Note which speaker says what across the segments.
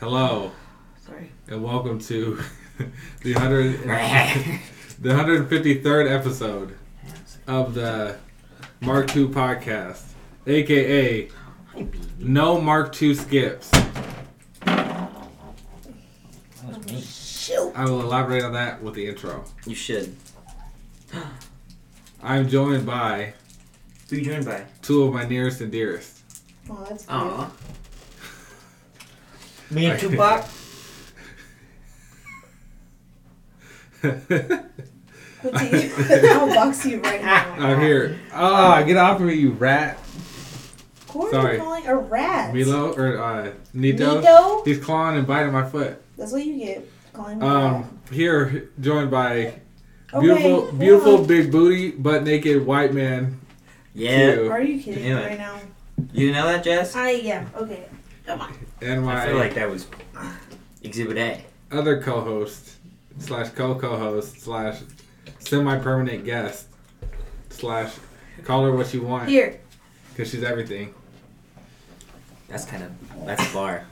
Speaker 1: Hello
Speaker 2: Sorry.
Speaker 1: and welcome to the hundred the hundred fifty third episode of the Mark II podcast, aka
Speaker 2: Hi, baby.
Speaker 1: No Mark II Skips.
Speaker 2: Shoot.
Speaker 1: I will elaborate on that with the intro.
Speaker 2: You should.
Speaker 1: I'm joined by
Speaker 2: Who you joined by?
Speaker 1: two of my nearest and dearest.
Speaker 3: Well, that's cute.
Speaker 2: Aw. Me
Speaker 1: and
Speaker 2: and
Speaker 1: Tupac?
Speaker 2: Tupac?
Speaker 1: I'm
Speaker 3: What do you, I'll box you right now.
Speaker 1: here. Ah, get off of me, you rat.
Speaker 3: Who are
Speaker 1: Sorry.
Speaker 3: you calling a rat?
Speaker 1: Milo or uh, Nito.
Speaker 3: Nito?
Speaker 1: He's clawing and biting my foot.
Speaker 3: That's what you get. Calling me a rat.
Speaker 1: Um, here joined by
Speaker 3: Okay,
Speaker 1: Um, beautiful,
Speaker 3: hold
Speaker 1: beautiful
Speaker 3: on.
Speaker 1: big booty, butt naked white man.
Speaker 2: Yeah.
Speaker 1: Q,
Speaker 3: Are you kidding me
Speaker 2: Anyway.
Speaker 3: right now?
Speaker 2: You know that, Jess?
Speaker 3: I yeah. Okay. Come on.
Speaker 1: and
Speaker 2: I
Speaker 1: my
Speaker 2: feel like that was Exhibit A.
Speaker 1: other co-host slash co-co-host slash semi-permanent guest slash call her what you want
Speaker 3: Here.
Speaker 1: because she's everything.
Speaker 2: That's kind of that's a bar.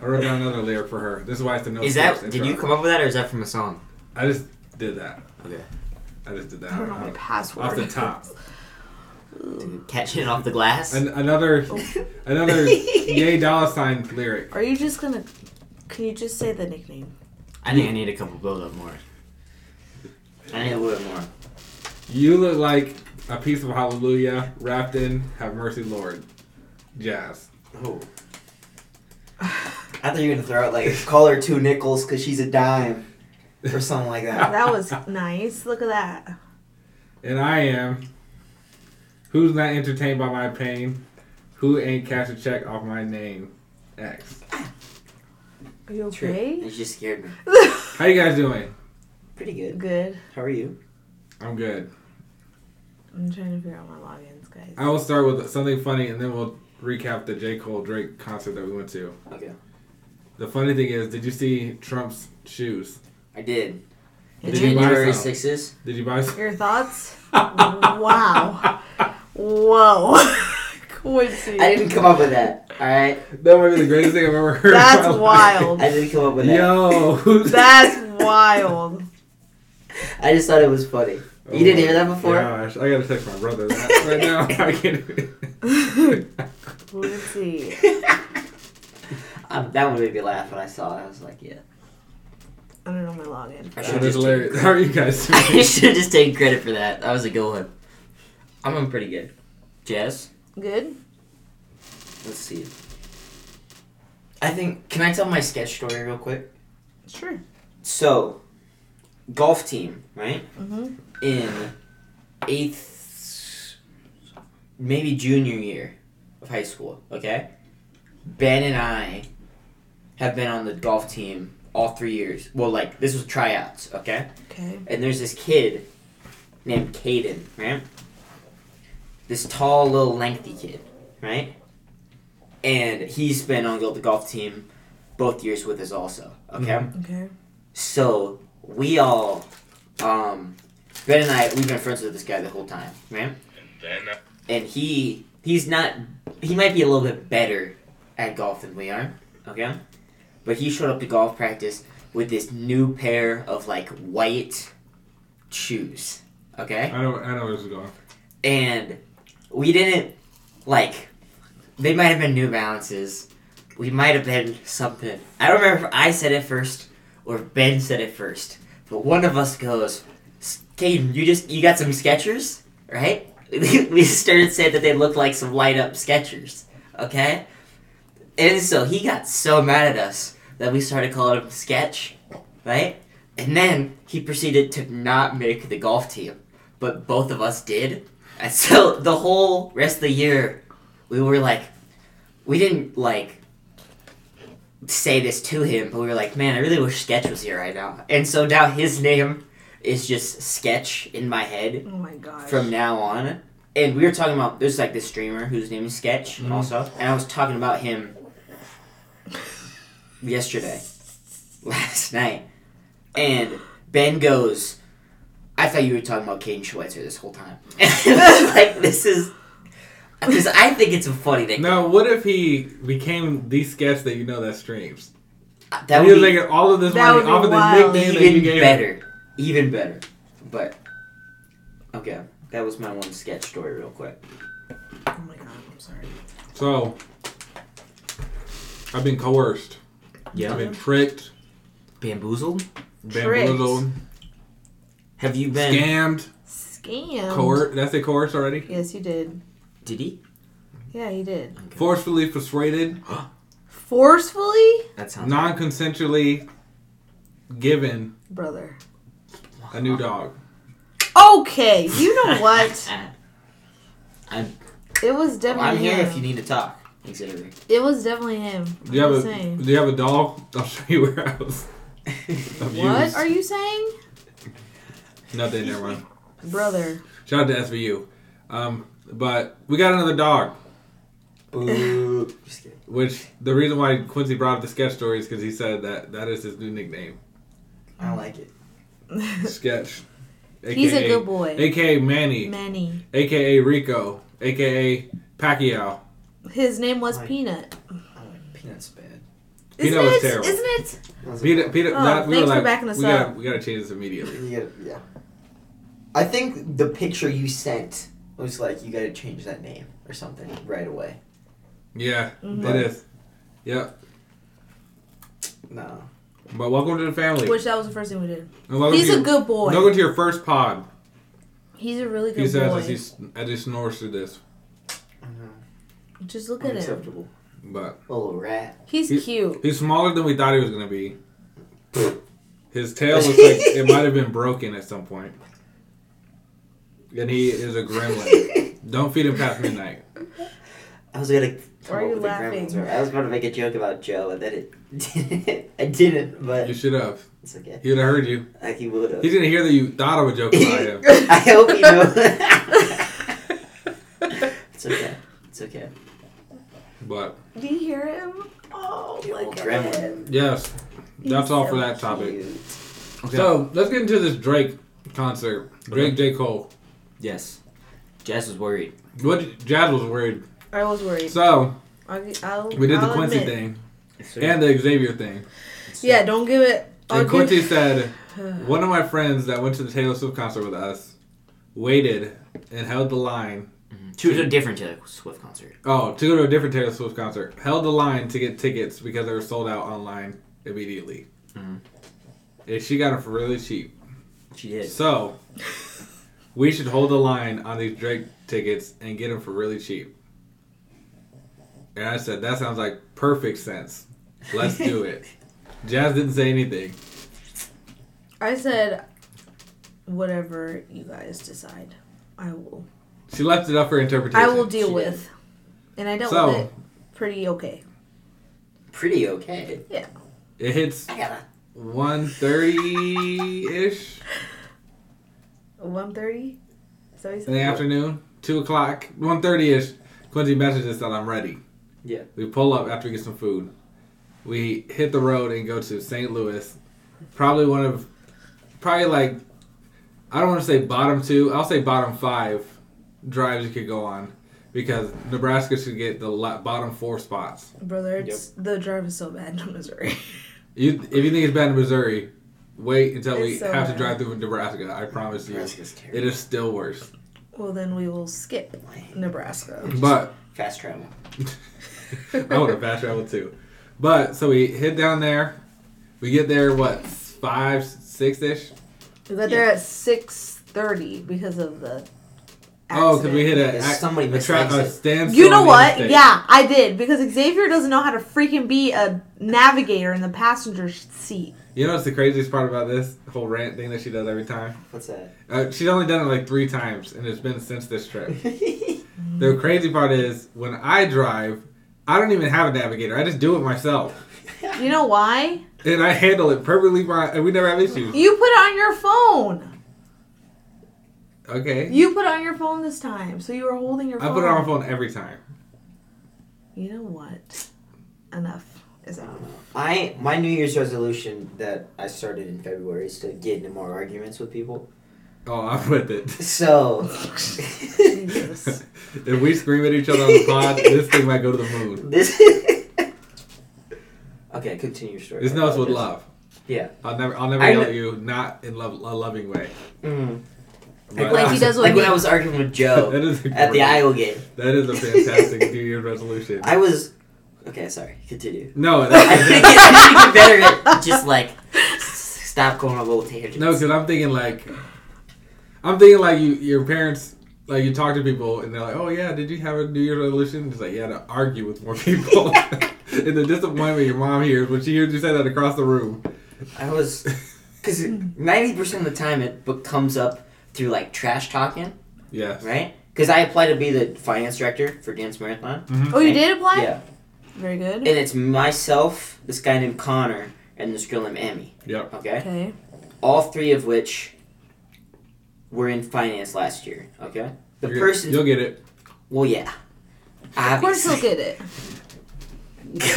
Speaker 1: I wrote down another lyric for her. This is why it's the no.
Speaker 2: Is
Speaker 1: skips
Speaker 2: that did
Speaker 1: intro.
Speaker 2: you come up with that or is that from a song?
Speaker 1: I just did that.
Speaker 2: Okay.
Speaker 1: I just did that.
Speaker 3: I don't know my
Speaker 1: off-
Speaker 3: password.
Speaker 1: off the top.
Speaker 2: Dude, catching it off the glass.
Speaker 1: An- another,
Speaker 3: Oh.
Speaker 1: another yay dollar sign lyric.
Speaker 4: Are you just gonna? Can you just say the nickname?
Speaker 2: I think I need a couple build up more. I need a little bit more.
Speaker 1: You look like a piece of hallelujah wrapped in "Have Mercy, Lord." Jazz.
Speaker 2: Oh. I thought you were gonna throw out like call her two nickels because she's a dime or something like that.
Speaker 4: That was nice. Look at that.
Speaker 1: And I am. Who's not entertained by my pain? Who ain't cash a check off my name? X.
Speaker 4: Are you
Speaker 2: True.
Speaker 4: okay?
Speaker 2: You just scared me.
Speaker 1: How you guys doing?
Speaker 2: Pretty good.
Speaker 4: Good.
Speaker 2: How are you?
Speaker 1: I'm good.
Speaker 4: I'm trying to figure out my logins, guys.
Speaker 1: I will start with something funny, and then we'll recap the J. Cole Drake concert that we went to.
Speaker 2: Okay.
Speaker 1: The funny thing is, did you see Trump's shoes?
Speaker 2: I did.
Speaker 1: Did you buy
Speaker 2: January
Speaker 1: some?
Speaker 2: 6th?
Speaker 1: Did you buy? Some?
Speaker 4: Your thoughts? wow. Whoa. Quincy.
Speaker 2: I didn't come up with that. Alright?
Speaker 1: That might be the greatest thing I've ever heard. in my
Speaker 4: That's
Speaker 1: life.
Speaker 4: wild.
Speaker 2: I didn't come up with that.
Speaker 1: Yo, who's
Speaker 4: That's wild.
Speaker 2: I just thought it was funny.
Speaker 1: Oh
Speaker 2: you didn't
Speaker 1: my
Speaker 2: hear that before?
Speaker 1: Gosh, I gotta text my brother that right now. I can't.
Speaker 4: Quincy.
Speaker 2: Um, that one made me laugh when I saw it. I was like, yeah.
Speaker 4: I don't know my login.
Speaker 2: I
Speaker 1: That
Speaker 2: should
Speaker 1: is
Speaker 2: just
Speaker 1: hilarious. How are you guys?
Speaker 2: I
Speaker 1: doing?
Speaker 2: should have just taken credit for that. That was a good one. I'm doing pretty good. Jess,
Speaker 4: Good.
Speaker 2: let's see. I think. Can I tell my sketch story real quick?
Speaker 4: Sure.
Speaker 2: So, golf team, right?
Speaker 4: Mhm.
Speaker 2: In eighth, maybe junior year of high school, okay? Ben and I have been on the golf team all three years. Well, like, this was tryouts, okay?
Speaker 4: Okay.
Speaker 2: and there's this kid named Caden, right? This tall, little, lengthy kid, right? And he's been on the golf team both years with us, also. Okay,
Speaker 4: Okay.
Speaker 2: so we all, um, Ben and I, we've been friends with this guy the whole time, right?
Speaker 5: Then uh,
Speaker 2: and he he's not he might be a little bit better at golf than we are okay but he showed up to golf practice with this new pair of like white shoes okay
Speaker 1: I know. I know where this is going.
Speaker 2: and we didn't like they might have been new balances we might have been something i don't remember if i said it first or if ben said it first but one of us goes "S- Caden, you just you got some sketchers right we started saying that they looked like some light up sketchers okay and so he got so mad at us that we started calling him sketch right and then he proceeded to not make the golf team but both of us did. And so the whole rest of the year, we were like, we didn't like say this to him, but we were like, man, I really wish Sketch was here right now. And so now his name is just Sketch in my head
Speaker 4: Oh my gosh.
Speaker 2: from now on. And we were talking about there's like this streamer whose name is Sketch
Speaker 1: Mhm.
Speaker 2: also, and I was talking about him yesterday, last night, and Ben goes, "I thought you were talking about Caden Schweitzer this whole time." And I was like this is,
Speaker 6: Because I think it's a funny name.
Speaker 1: Now, what if he became the sketch that you know that streams?
Speaker 6: that
Speaker 1: he was
Speaker 6: would be
Speaker 1: making all of this
Speaker 4: that
Speaker 1: money
Speaker 4: would be
Speaker 1: off of the
Speaker 4: wild.
Speaker 1: nickname that you
Speaker 6: even
Speaker 1: gave. him.
Speaker 6: better. Even better. But okay, that was my one sketch story, real quick.
Speaker 4: Oh my god, I'm sorry.
Speaker 1: So, I've been coerced.
Speaker 6: Yeah.
Speaker 1: I've been tricked,
Speaker 6: Bamboozled.
Speaker 1: bamboozled,
Speaker 6: Have you been?
Speaker 1: scammed,
Speaker 4: Scam.
Speaker 1: coerced. That's a coerced already.
Speaker 4: Yes, you did.
Speaker 6: Did he?
Speaker 4: Yeah, you did.
Speaker 1: Forcefully persuaded,
Speaker 4: Forcefully,
Speaker 6: That
Speaker 2: Uh-huh.
Speaker 6: sounds.
Speaker 1: non-consensually given
Speaker 4: brother.
Speaker 1: a new dog.
Speaker 4: Okay, you know what? It was definitely
Speaker 6: I'm here
Speaker 4: him.
Speaker 6: if you need to talk, Xavier.
Speaker 4: It was definitely him.
Speaker 1: Do you
Speaker 4: I'm
Speaker 1: have a
Speaker 4: saying.
Speaker 1: Do you have a dog? I'll show you where I was abused.
Speaker 4: What are you saying,
Speaker 1: Nothing. Never mind.
Speaker 4: brother?
Speaker 1: Shout out to SVU. Um, but we got another dog,
Speaker 6: Boo. Just kidding.
Speaker 1: which the reason why Quincy brought up the sketch story is because he said that that is his new nickname,
Speaker 6: I don't like it.
Speaker 1: sketch.
Speaker 4: He's a good boy.
Speaker 1: AKA Manny,
Speaker 4: Manny.
Speaker 1: AKA Rico, AKA Pacquiao.
Speaker 4: His name was
Speaker 6: Like-
Speaker 4: Peanut.
Speaker 6: I don't like peanuts bad.
Speaker 1: Peanut
Speaker 4: isn't
Speaker 1: was
Speaker 4: it?
Speaker 1: terrible.
Speaker 4: Isn't it?
Speaker 1: Peter, Peter,
Speaker 4: Oh,
Speaker 1: that, we were
Speaker 4: thanks for
Speaker 1: like,
Speaker 4: backing us
Speaker 1: we
Speaker 4: up.
Speaker 1: gotta, we gotta change this immediately.
Speaker 6: You gotta- yeah. I think the picture you sent was like you gotta change that name or something right away.
Speaker 1: Yeah,
Speaker 4: Mhm.
Speaker 1: it is. Yep.
Speaker 6: No.
Speaker 1: But welcome to the family.
Speaker 4: Which that was the first thing we did.
Speaker 1: And welcome
Speaker 4: He's
Speaker 1: to
Speaker 4: a
Speaker 1: your,
Speaker 4: good boy.
Speaker 1: Welcome to your first pod.
Speaker 4: He's a really
Speaker 1: He
Speaker 4: good
Speaker 1: says
Speaker 4: boy.
Speaker 1: as he s- as he snores through this,
Speaker 4: Just look at him.
Speaker 6: Unacceptable.
Speaker 1: but
Speaker 6: Little rat.
Speaker 4: He's
Speaker 1: He-
Speaker 4: cute.
Speaker 1: he's smaller than we thought he was gonna be. His tail looks like it might have been broken at some point. And he is a gremlin. Don't feed him past midnight.
Speaker 6: I was gonna. come
Speaker 4: Why are
Speaker 6: up
Speaker 4: you
Speaker 6: with a
Speaker 4: laughing?
Speaker 6: gremlins, right? I was about to make a joke about Joe, and then it. I didn't,
Speaker 1: You
Speaker 6: but
Speaker 1: should have.
Speaker 6: it's okay.
Speaker 1: He would have heard you.
Speaker 6: Like he would have.
Speaker 1: He didn't hear that you thought of a joke about him.
Speaker 6: I hope you know. it's okay. It's okay.
Speaker 1: But
Speaker 4: Do you hear him? Oh,
Speaker 6: The old
Speaker 4: look at
Speaker 6: gremlin.
Speaker 4: him.
Speaker 1: yes, that's
Speaker 4: He's
Speaker 1: all for
Speaker 4: so
Speaker 1: that topic.
Speaker 6: Cute.
Speaker 1: So let's get into this Drake concert. Drake J Cole.
Speaker 2: Yes. Jazz was worried.
Speaker 1: What Jazz was worried.
Speaker 4: I was worried.
Speaker 1: So
Speaker 4: I'll, I'll,
Speaker 1: we did the
Speaker 4: I'll
Speaker 1: Quincy
Speaker 4: admit.
Speaker 1: thing
Speaker 2: uh,
Speaker 1: and the Xavier thing.
Speaker 4: Yeah, don't give it. I'll
Speaker 1: And
Speaker 4: give-
Speaker 1: Quincy said, one of my friends that went to the Taylor Swift concert with us waited and held the line
Speaker 2: She was a different Taylor Swift concert.
Speaker 1: Oh, to go to a different Taylor Swift concert. Held the line to get tickets because they were sold out online immediately.
Speaker 2: Mhm.
Speaker 1: And she got them for really cheap.
Speaker 2: She did.
Speaker 1: So, we should hold the line on these Drake tickets and get them for really cheap. And I said, that sounds like perfect sense. Let's do it. Jazz didn't say anything.
Speaker 4: I said, whatever you guys decide, I will.
Speaker 1: She left it up for interpretation.
Speaker 4: I will deal
Speaker 6: she
Speaker 4: with. And I dealt
Speaker 1: So-
Speaker 4: with it pretty okay.
Speaker 6: Pretty okay.
Speaker 1: It hits
Speaker 6: I gotta.
Speaker 1: 1.30 ish
Speaker 4: 1.30? So he
Speaker 1: in the
Speaker 4: said.
Speaker 1: afternoon, two o'clock, one thirty ish. Quincy messages that I'm ready.
Speaker 6: Yeah.
Speaker 1: We pull up after we get some food. We hit the road and go to St. Louis. Probably one of, probably like, I don't want to say bottom two. I'll say bottom five drives you could go on because Nebraska should get the la- bottom four spots.
Speaker 4: Brother, it's, the drive is so bad in Missouri.
Speaker 1: You, if you think it's bad in Missouri, wait until we
Speaker 4: It's so
Speaker 1: have to
Speaker 4: bad.
Speaker 1: drive through Nebraska. I promise you,
Speaker 6: Nebraska's
Speaker 1: it
Speaker 6: terrible.
Speaker 1: is still worse.
Speaker 4: well, then we will skip Nebraska.
Speaker 1: But
Speaker 6: Fast travel.
Speaker 1: I would have fast traveled too. But so we hit down there. We get there what five, six ish.
Speaker 4: We got there at 6.30 because of the
Speaker 1: Oh, because we hit a,
Speaker 6: Because
Speaker 1: ac-
Speaker 6: somebody
Speaker 1: a, tra-
Speaker 6: mistakes
Speaker 1: a
Speaker 6: it.
Speaker 1: standstill.
Speaker 4: You know
Speaker 1: on the
Speaker 4: what?
Speaker 1: interstate.
Speaker 4: Yeah, I did because Xavier doesn't know how to freaking be a navigator in the passenger seat.
Speaker 1: You know what's the craziest part about this whole rant thing that she does every time?
Speaker 6: What's that?
Speaker 1: Uh, she's only done it like three times, and it's been since this trip. the crazy part is when I drive, I don't even have a navigator. I just do it myself,
Speaker 4: You know why?
Speaker 1: and I handle it perfectly fine, and we never have issues.
Speaker 4: You put it on your phone.
Speaker 1: Okay,
Speaker 4: You put it on your phone this time, so you were holding your
Speaker 1: I
Speaker 4: phone.
Speaker 1: put it on my phone every time.
Speaker 4: You know what? Enough is enough.
Speaker 6: I my New Year's resolution that I started in February is to get into more arguments with people.
Speaker 1: Oh, I'm with it.
Speaker 2: So,
Speaker 4: Jesus.
Speaker 1: if we scream at each other on the pod, this thing might go to the moon.
Speaker 2: this. okay, continue your story.
Speaker 1: It's
Speaker 2: I
Speaker 1: nuts with
Speaker 2: apologize.
Speaker 1: love.
Speaker 2: Yeah.
Speaker 1: I'll never, I'll never
Speaker 2: I
Speaker 1: yell
Speaker 2: kn-
Speaker 1: at you, not in love, a loving way.
Speaker 2: Mm.
Speaker 1: But-
Speaker 4: Like he does with
Speaker 2: Like when
Speaker 4: me.
Speaker 2: I was arguing with Joe
Speaker 1: that is a
Speaker 2: at
Speaker 1: great-
Speaker 2: the Iowa game,
Speaker 1: That is a fantastic New Year resolution.
Speaker 2: I was. Okay, sorry. Continue.
Speaker 1: no,
Speaker 2: I
Speaker 1: that's,
Speaker 2: think it's better at just like s- stop going on little tangents.
Speaker 1: no, because I'm thinking like, I'm thinking like you, your parents, like you talk to people and they're like, oh yeah, did you have a New Year's resolution? It's like you had to argue with more people. and the disappointment your mom hears when she hears you say that across the room.
Speaker 2: I was because ninety percent of the time it b- comes up through like trash talking,
Speaker 1: Yes.
Speaker 2: right? Because I applied to be the finance director for Dance Marathon.
Speaker 4: Oh, you did apply?
Speaker 2: Yeah,
Speaker 4: Very
Speaker 2: and
Speaker 4: good.
Speaker 2: it's myself, this guy named Connor, and this girl named Emmy.
Speaker 1: Yep.
Speaker 2: Okay,
Speaker 4: Okay.
Speaker 2: all three of which were in finance last year. Okay, the
Speaker 1: You're-
Speaker 2: person.
Speaker 1: you'll get it.
Speaker 2: Well, yeah.
Speaker 4: Of course he'll
Speaker 2: Obviously.
Speaker 4: get it.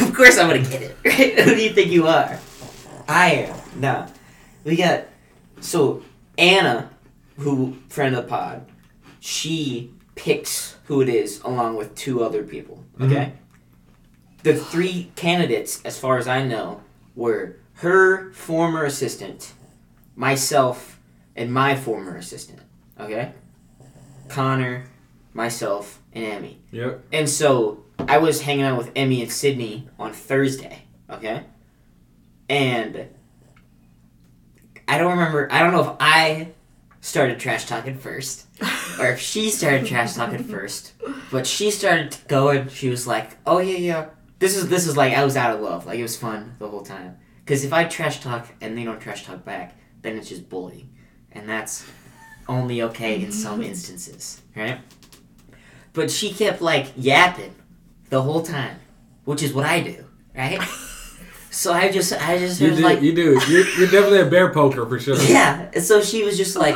Speaker 2: of course I'm gonna get it. Right? Who do you think you are? I am. No. We got so Anna, who friend of the pod, she picks who it is along with two other people. Okay? The three candidates, as far as I know, were her former assistant, myself, and my former assistant. Okay? Connor, myself, and Emmy.
Speaker 1: Yep.
Speaker 2: And so I was hanging out with Emmy and Sydney on Thursday, okay? And I don't remember, I don't know if I started trash talking first or if she started trash talking first, but she started to go and she was like, "Oh yeah, yeah. This is this is like I was out of love. Like it was fun the whole time. Cuz if I trash talk and they don't trash talk back, then it's just bullying. And that's only okay in some instances, right? But she kept like yapping the whole time, which is what I do, right? so I just I just
Speaker 1: You
Speaker 2: was
Speaker 1: do.
Speaker 2: like
Speaker 1: you do. You're, you're definitely a bear poker for sure.
Speaker 2: yeah. And so she was just like,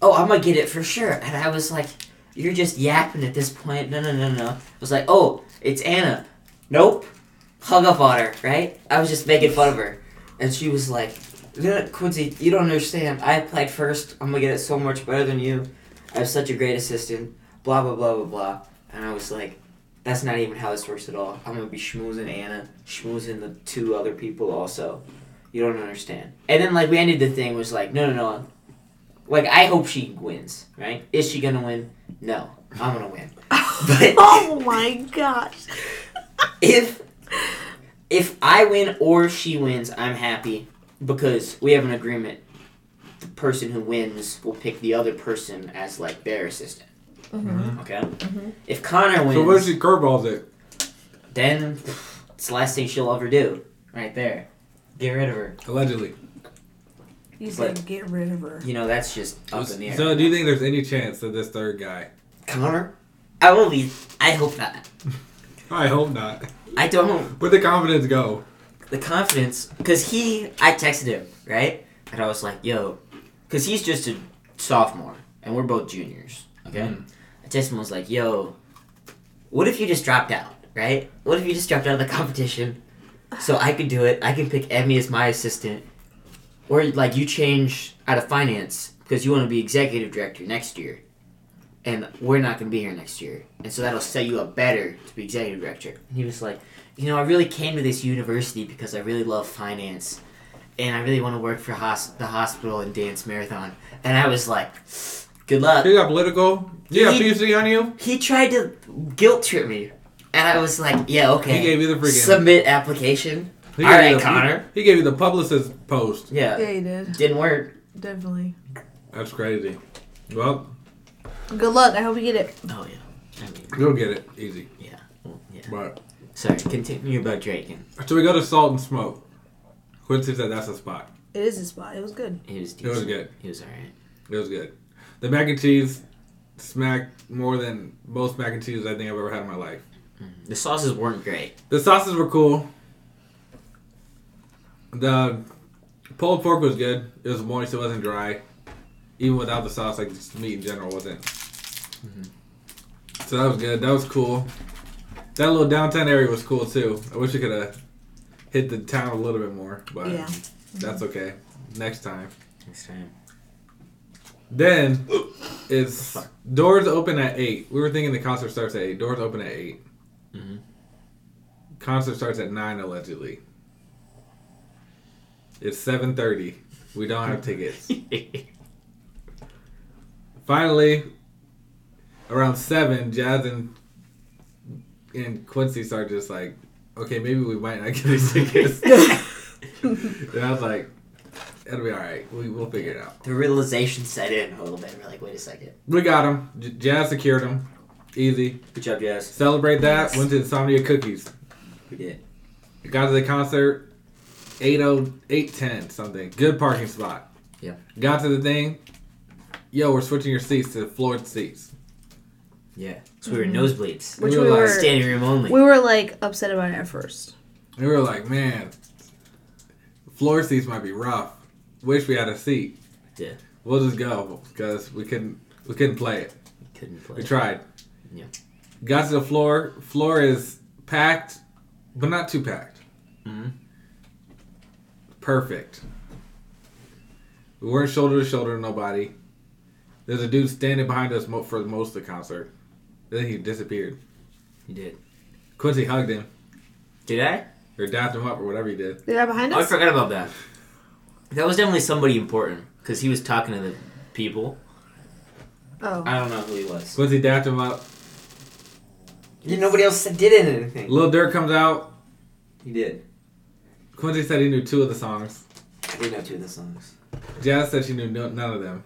Speaker 2: oh, I'm going to get it for sure. And I was like, you're just yapping at this point. No, no, no, no. I was like, oh, it's Anna. Nope. Hung up on her, right? I was just making fun of her. And she was like, "No, Quincy, you don't understand. I applied first. I'm going to get it so much better than you. I have such a great assistant. Blah, blah, blah, blah, blah. And I was like, that's not even how this works at all. I'm going to be schmoozing Anna, schmoozing the two other people also. You don't understand. And then like we ended the thing was like, no, no, no. Like I hope she wins, right? Is she gonna win? No, I'm gonna win.
Speaker 4: oh my gosh.
Speaker 2: If if I win or she wins, I'm happy because we have an agreement. The person who wins will pick the other person as like their assistant. Okay. If Connor wins,
Speaker 1: Mm-hmm. So what if she curveballs it?
Speaker 2: then it's the last thing she'll ever do. Right there, get rid of her.
Speaker 1: Allegedly.
Speaker 4: You said get rid of her.
Speaker 2: You know that's just up in the air.
Speaker 1: So do you think there's any chance that this third guy?
Speaker 2: Connor? I will be. I hope not.
Speaker 1: I hope not.
Speaker 2: I don't.
Speaker 1: Where'd the confidence go?
Speaker 2: The confidence, because he, I texted him, right? And I was like, yo, because he's just a sophomore, and we're both juniors, okay?
Speaker 1: Mm.
Speaker 2: I texted him, I was like, yo, what if you just dropped out, right? What if you just dropped out of the competition? So I could do it. I can pick Emmy as my assistant. Or, like, you change out of finance, because you want to be executive director next year. And we're not going to be here next year. And so that'll set you up better to be executive director. And he was like, you know, I really came to this university because I really love finance, and I really want to work for hos- the hospital and dance marathon. And I was like, good luck.
Speaker 1: You got political? You got
Speaker 2: He-
Speaker 1: PC on you?
Speaker 2: He tried to guilt trip me, and I was like, yeah, okay.
Speaker 1: He gave you the freaking-
Speaker 2: submit application.
Speaker 1: He
Speaker 2: All
Speaker 1: gave you
Speaker 2: right,
Speaker 1: the-
Speaker 2: Connor.
Speaker 1: He gave you the publicist post.
Speaker 2: Yeah,
Speaker 4: Yeah, you did.
Speaker 2: didn't work.
Speaker 4: Definitely.
Speaker 1: That's crazy. Well,
Speaker 4: Good luck. I hope you get it.
Speaker 2: Oh yeah. I mean,
Speaker 1: you'll get it easy.
Speaker 2: Yeah. Yeah.
Speaker 1: But
Speaker 2: sorry. Continue about Drake, and
Speaker 1: so we go to Salt and Smoke. Quincy said that's a spot.
Speaker 4: It is a spot. It was good.
Speaker 2: he was.
Speaker 1: It was good.
Speaker 2: He was alright.
Speaker 1: It was good. The mac and cheese smacked more than most mac and cheeses I think I've ever had in my life.
Speaker 2: The sauces weren't great.
Speaker 1: The sauces were cool. The pulled pork was good. It was moist. It wasn't dry. Even without the sauce, like just meat in general wasn't. So that was good. That was cool. That little downtown area was cool too. I wish I could have hit the town a little bit more, but
Speaker 4: Yeah.
Speaker 1: that's okay. Next time.
Speaker 2: Next time.
Speaker 1: Then it's doors open at eight. We were thinking the concert starts at eight. Doors open at 8
Speaker 2: Mhm.
Speaker 1: Concert starts at nine allegedly. It's seven thirty. We don't have tickets. Finally, around seven, Jazz and and Quincy start just like, okay, maybe we might not get these tickets. and I was like, it'll be all right. We, we'll figure it out.
Speaker 6: The realization set in a little bit. We're like, wait a second.
Speaker 1: We got him. J- Jazz secured him. Easy.
Speaker 2: Good job, Jazz.
Speaker 1: Celebrate that. Went to Insomnia Cookies.
Speaker 2: We did.
Speaker 1: Got to the concert. 8:0, 8:10 something. Good parking spot.
Speaker 2: Yeah.
Speaker 1: Got to the thing. Yo, we're switching your seats to floored seats.
Speaker 2: Yeah. So we were nosebleeds.
Speaker 4: Which
Speaker 1: we
Speaker 4: we
Speaker 1: were like-
Speaker 4: Mm-hmm. were,
Speaker 2: Standing room only.
Speaker 4: we were like upset about it at first.
Speaker 1: And we were like, man, floor seats might be rough. Wish we had a seat.
Speaker 2: Yeah.
Speaker 1: We'll just go because we couldn't we couldn't play it.
Speaker 2: Couldn't play.
Speaker 1: We tried.
Speaker 2: Yeah.
Speaker 1: Got to the floor. Floor is packed, but not too packed.
Speaker 2: Mhm.
Speaker 1: Perfect. We weren't shoulder to shoulder. Nobody. There's a dude standing behind us mo- for most of the concert. Then he disappeared.
Speaker 2: You did.
Speaker 1: Quincy hugged him
Speaker 2: Did I?
Speaker 1: or dapped him up or whatever he did.
Speaker 4: The guy behind
Speaker 2: Oh, I
Speaker 4: us?
Speaker 2: forgot about that. That was definitely somebody important because he was talking to the people.
Speaker 4: Oh.
Speaker 2: I don't know who he was.
Speaker 1: Quincy dapped him up.
Speaker 6: Yeah, nobody else did anything.
Speaker 1: Lil Durk comes out.
Speaker 2: He did.
Speaker 1: Quincy said he knew two of the songs.
Speaker 6: I didn't know two of the songs.
Speaker 1: Jazz said she knew no, none of them.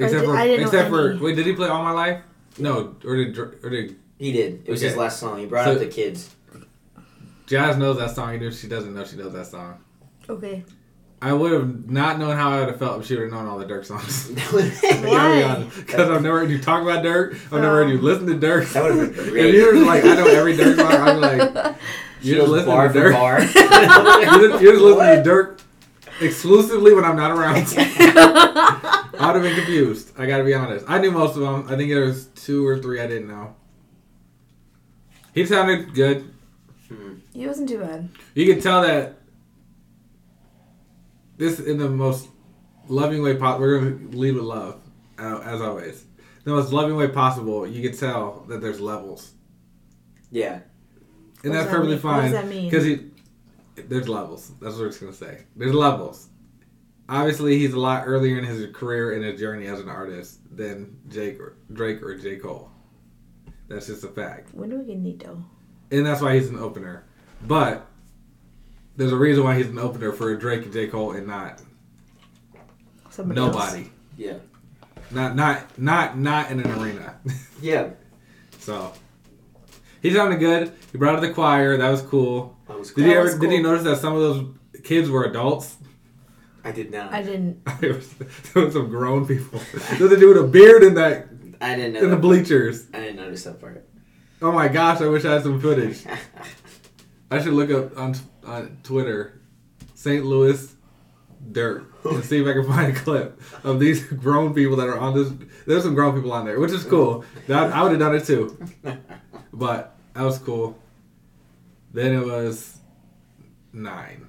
Speaker 4: I
Speaker 1: Except
Speaker 4: di-
Speaker 1: for
Speaker 4: I didn't know
Speaker 1: except for
Speaker 4: any.
Speaker 1: wait, did he play All My Life? No, or did Dr- or did
Speaker 6: He did. It was his
Speaker 1: Okay.
Speaker 6: last song. He brought
Speaker 1: So-
Speaker 6: up the kids.
Speaker 1: Jazz knows that song, even if she doesn't know she knows that song.
Speaker 4: Okay.
Speaker 1: I would have not known how I would have felt if she would have known all the Dirk songs.
Speaker 6: that would have
Speaker 4: Why?
Speaker 1: Because I've never heard you talk about Dirk. I've never heard you listen to Dirk.
Speaker 6: been
Speaker 1: If
Speaker 6: great.
Speaker 1: you were like, I know every Dirk song, I'm like,
Speaker 6: She
Speaker 1: you just
Speaker 6: goes
Speaker 1: listen
Speaker 6: bar
Speaker 1: to
Speaker 6: for
Speaker 1: Dirk.
Speaker 6: bar.
Speaker 1: You're just, you're just listening to Dirk exclusively when I'm not around. I would have been confused. I gotta be honest. I knew most of them. I think there was two or three I didn't know. He sounded good.
Speaker 4: He wasn't too bad.
Speaker 1: You can tell that this in the most loving way possible. We're gonna lead with love, uh, as always. The most loving way possible. You can tell that there's levels,
Speaker 6: yeah.
Speaker 1: and
Speaker 4: What
Speaker 1: that's
Speaker 4: does that
Speaker 1: perfectly
Speaker 4: mean?
Speaker 1: fine.
Speaker 4: What does that mean?
Speaker 1: Because there's levels. That's what we're just gonna say. There's levels. Obviously, he's a lot earlier in his career and his journey as an artist than Jake or Drake or J Cole. That's just a fact.
Speaker 4: When do we get Nito?
Speaker 1: and that's why he's an opener. But there's a reason why he's an opener for Drake and J Cole and not
Speaker 4: Somebody else.
Speaker 1: nobody.
Speaker 6: Yeah.
Speaker 1: Not not not not in an arena.
Speaker 6: Yeah.
Speaker 1: so he sounded good. He brought up the choir. That was cool.
Speaker 6: That was
Speaker 1: Did
Speaker 6: cool.
Speaker 1: you ever
Speaker 4: was
Speaker 1: did you
Speaker 4: cool.
Speaker 1: notice that some of those kids were adults?
Speaker 6: I did not.
Speaker 4: I
Speaker 6: I,
Speaker 4: didn't.
Speaker 1: there was there was some grown people. There's a dude with a beard in that
Speaker 6: didn't know.
Speaker 1: in the
Speaker 6: that.
Speaker 1: bleachers.
Speaker 6: I didn't notice that part.
Speaker 1: Oh my gosh! I wish I had some footage. I should look up on on Twitter, St. Louis dirt, and see if I can find a clip of these grown people that are on this. There's some grown people on there, which is cool. That I would have done it too, but that was cool. Then it was nine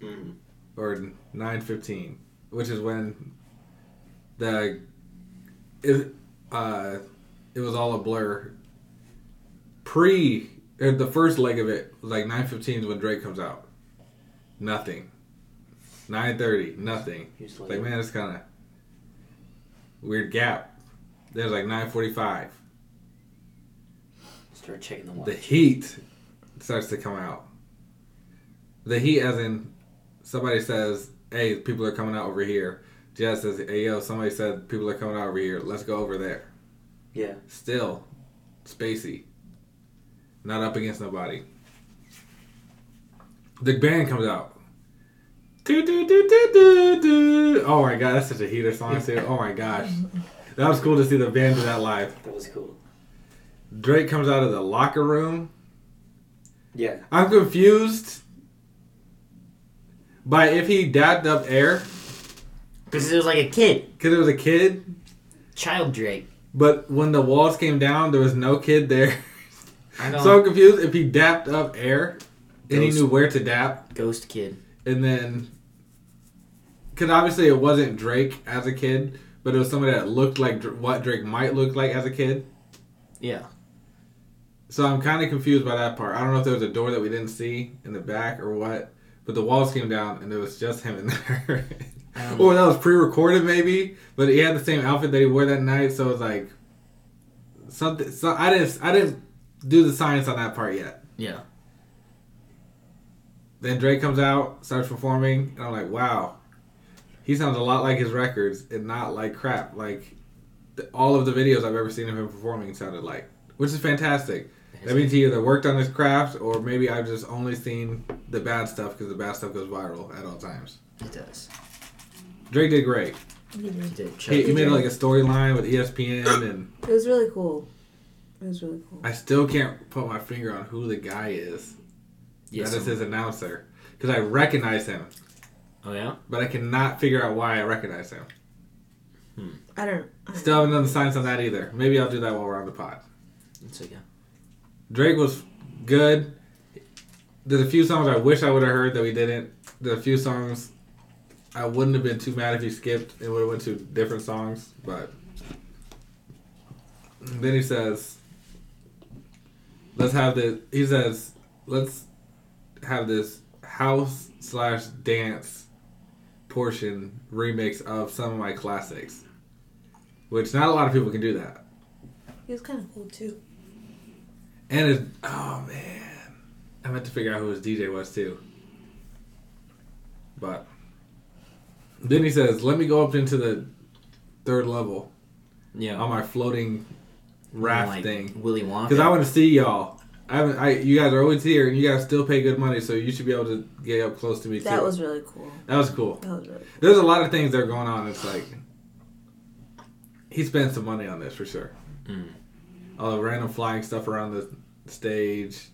Speaker 6: Mm.
Speaker 1: or nine fifteen, which is when the it uh it was all a blur. Pre or the first leg of it was like nine fifteen is when Drake comes out. Nothing. Nine thirty, nothing.
Speaker 6: He was
Speaker 1: Like man, it's kind of weird gap. There's like nine forty five.
Speaker 6: start checking the
Speaker 1: The
Speaker 6: watch.
Speaker 1: heat starts to come out. The heat, as in somebody says, "Hey, people are coming out over here." Jazz says, "Hey, yo, somebody said people are coming out over here. Let's go over there."
Speaker 6: Yeah.
Speaker 1: Still, spacey. Not up against nobody. The band comes out. Do, do, do, do, do, do. Oh my god, that's such a heater song too. Oh my gosh, that was cool to see the band do that live.
Speaker 6: That was cool.
Speaker 1: Drake comes out of the locker room.
Speaker 6: Yeah.
Speaker 1: I'm confused by if he dabbed up air
Speaker 2: Because it was like a kid.
Speaker 1: because it was a kid,
Speaker 2: Child Drake.
Speaker 1: but when the walls came down, there was no kid there.
Speaker 2: I know.
Speaker 1: So I'm confused if he dapped up air and he
Speaker 2: Those-
Speaker 1: knew where to dap,
Speaker 2: Ghost kid.
Speaker 1: and then because obviously it wasn't Drake as a kid, but it was somebody that looked like Dr- what Drake might look like as a kid.
Speaker 2: Yeah.
Speaker 1: So I'm kind of confused by that part. I don't know if there was a door that we didn't see in the back or what, but the walls came down and it was just him in there.
Speaker 2: Um,
Speaker 1: or that was pre-recorded maybe, but he had the same outfit that he wore that night, so it was like something. So I didn't, I didn't do the science on that part yet.
Speaker 2: Yeah.
Speaker 1: Then Drake comes out, starts performing, and I'm like, wow, he sounds a lot like his records and not like crap. Like th- all of the videos I've ever seen of him performing sounded like, which is fantastic. That means he either worked on his craft or maybe I've just only seen the bad stuff because the bad stuff goes viral at all times.
Speaker 2: It does.
Speaker 1: Drake did great.
Speaker 2: It did.
Speaker 1: He, he made like a storyline with E ESPN, and
Speaker 4: It was really cool. It was really cool.
Speaker 1: I still can't put my finger on who the guy is
Speaker 2: Yes.
Speaker 1: that is his announcer because I recognize him,
Speaker 2: oh yeah.
Speaker 1: but I cannot figure out why I recognize him.
Speaker 4: I don't.
Speaker 2: Uh-huh.
Speaker 1: Still haven't done the science on that either. Maybe I'll do that while we're on the pod.
Speaker 2: It's okay.
Speaker 1: Drake was good. There's a few songs I wish I would have heard that we didn't. There's a few songs I wouldn't have been too mad if he skipped and would have went to different songs, but then he says, "Let's have this." He says, "Let's have this house slash dance portion remix of some of my classics," which not a lot of people can do that.
Speaker 4: He was kind of cool too.
Speaker 1: And it, oh man, I meant to figure out who his DJ was too. But then he says, "Let me go up into the third level
Speaker 2: Yeah.
Speaker 1: on my floating raft thing
Speaker 2: Willy Wonka.
Speaker 1: because I want to see y'all. I haven't. I you guys are always here, and you guys still pay good money, so you should be able to get up close to me
Speaker 4: That
Speaker 1: too.
Speaker 4: was really cool.
Speaker 1: that was cool.
Speaker 4: That was really. Cool.
Speaker 1: There's a lot of things that are going on. It's like he spent some money on this for sure.
Speaker 2: Mm.
Speaker 1: All the random flying stuff around the stage.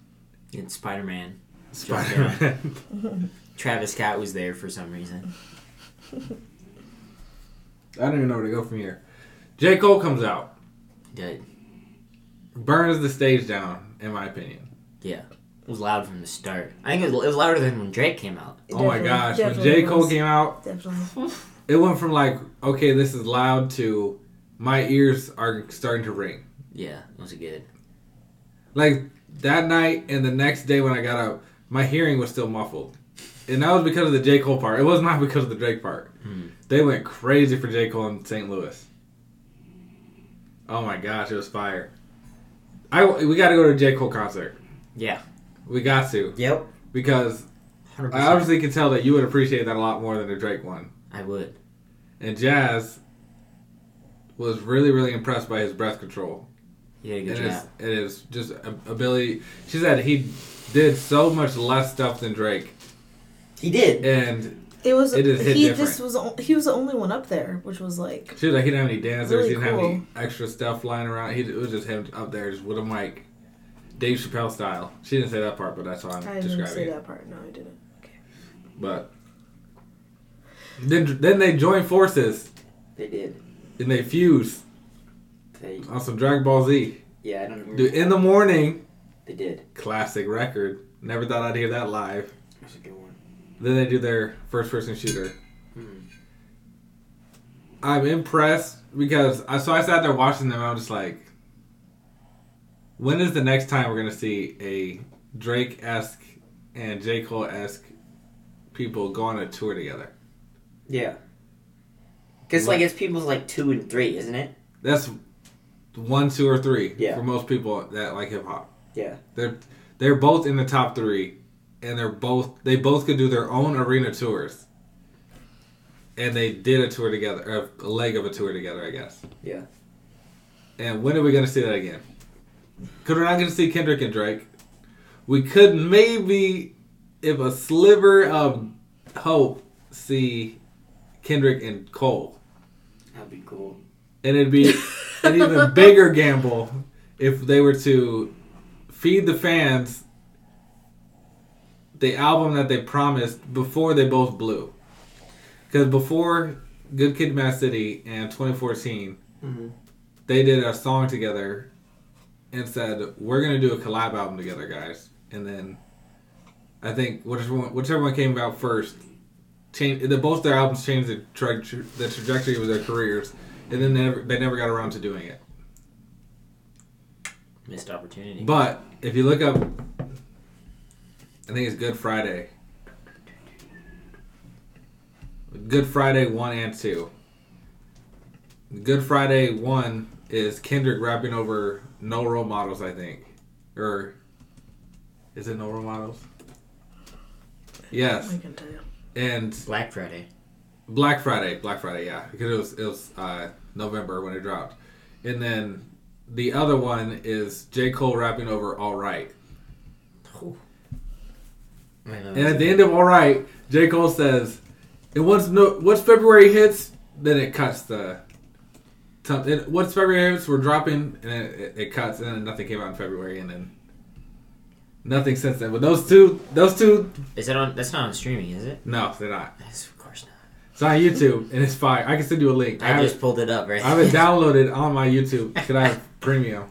Speaker 2: And Spider Man.
Speaker 1: Spider Man.
Speaker 2: Travis Scott was there for some reason.
Speaker 1: I don't even know where to go from here. J. Cole comes out,
Speaker 2: Did
Speaker 1: burns the stage down, in my opinion.
Speaker 2: yeah. It was loud from the start. I think it was, it was louder than when Drake came out.
Speaker 1: oh my
Speaker 4: Definitely-
Speaker 1: gosh. When
Speaker 4: definitely
Speaker 1: J. Cole
Speaker 4: was-
Speaker 1: came out,
Speaker 4: Definitely.
Speaker 1: it went from like, okay, this is loud to my ears are starting to ring.
Speaker 2: Yeah, it was good.
Speaker 1: Like that night and the next day when I got up, my hearing was still muffled. And that was because of the J. Cole part. It was not because of the Drake part.
Speaker 2: Hmm.
Speaker 1: They went crazy for J. Cole in St. Louis. Oh my gosh, it was fire. I, we got to go to a J. Cole concert.
Speaker 2: Yeah.
Speaker 1: We got to.
Speaker 6: Yep.
Speaker 1: because
Speaker 2: 100%.
Speaker 1: I obviously can tell that you would appreciate that a lot more than the Drake one.
Speaker 2: I would.
Speaker 1: And Jazz was really, really impressed by his breath control.
Speaker 2: He did a
Speaker 1: It
Speaker 2: good
Speaker 1: is,
Speaker 2: job.
Speaker 1: it is just a- ability. She said he did so much less stuff than Drake,
Speaker 6: He did.
Speaker 1: and
Speaker 4: It was.
Speaker 1: It is hit
Speaker 4: he
Speaker 1: different.
Speaker 4: just was. o- He was the only one up there, which was like.
Speaker 1: she was like, he didn't have any dancers, he
Speaker 4: Really
Speaker 1: didn't have any
Speaker 4: cool.
Speaker 1: extra stuff lying around. He it was just him up there, just with a mic, Dave Chappelle style. She didn't say that part, but that's how I'm
Speaker 4: I didn't
Speaker 1: describing
Speaker 4: say
Speaker 1: it.
Speaker 4: that part. No, I didn't.
Speaker 1: But then, then they join forces
Speaker 6: They did.
Speaker 1: and they fuse
Speaker 6: They.
Speaker 1: on some Dragon Ball Z.
Speaker 6: Yeah, I don't remember.
Speaker 1: Dude, in the morning,
Speaker 6: They did.
Speaker 1: classic record. Never thought I'd hear that live.
Speaker 6: That's a good one.
Speaker 1: Then they do their first person shooter.
Speaker 6: Hmm.
Speaker 1: I'm impressed because I so I sat there watching them. I'm just like, when is the next time we're gonna see a Drake esque and J Cole esque people go on a tour together?
Speaker 6: Yeah. Because like it's people's like two and three, isn't it?
Speaker 1: That's one, two, or three
Speaker 6: Yeah.
Speaker 1: for most people that like hip hop.
Speaker 6: Yeah.
Speaker 1: They're they're both in the top three, and they're both they both could do their own arena tours. And they did a tour together, or a leg of a tour together, I guess.
Speaker 6: Yeah.
Speaker 1: And when are we gonna see that again? Because we're not gonna see Kendrick and Drake. We could maybe, if a sliver of hope, see Kendrick and Cole,
Speaker 6: That'd be cool.
Speaker 1: and it'd be an even bigger gamble if they were to feed the fans the album that they promised before they both blew. Because before Good Kid, Mad City and 2014,
Speaker 6: Mhm.
Speaker 1: they did a song together and said, "We're gonna do a collab album together, guys." And then I think whichever one, whichever one came out first, changed. The, both their albums changed the, tra- the trajectory of their careers and then never, they never got around to doing it.
Speaker 2: Missed opportunity.
Speaker 1: But if you look up, I think it's Good Friday. Good Friday one and two. Good Friday one is Kendrick rapping over no role models, I think, or is it no role models? Yes,
Speaker 7: I can tell you.
Speaker 1: and
Speaker 2: Black Friday.
Speaker 1: Black Friday, Black Friday, yeah, because it was it was uh, November when it dropped, and then the other one is J Cole rapping over All Right, and at the end of All Right, J Cole says, "And once no once February hits, then it cuts the." T- it, once February hits, we're dropping, and it, it, it cuts, and then nothing came out in February, and then nothing since then. But those two, those two,
Speaker 2: Is that on? That's not on streaming, is it?
Speaker 1: no, they're not.
Speaker 2: Yes, of course not.
Speaker 1: It's on YouTube, and it's fire. I can send you a link.
Speaker 2: I,
Speaker 1: have it.
Speaker 2: just pulled it up, right?
Speaker 1: I have it downloaded on my YouTube because I have premium.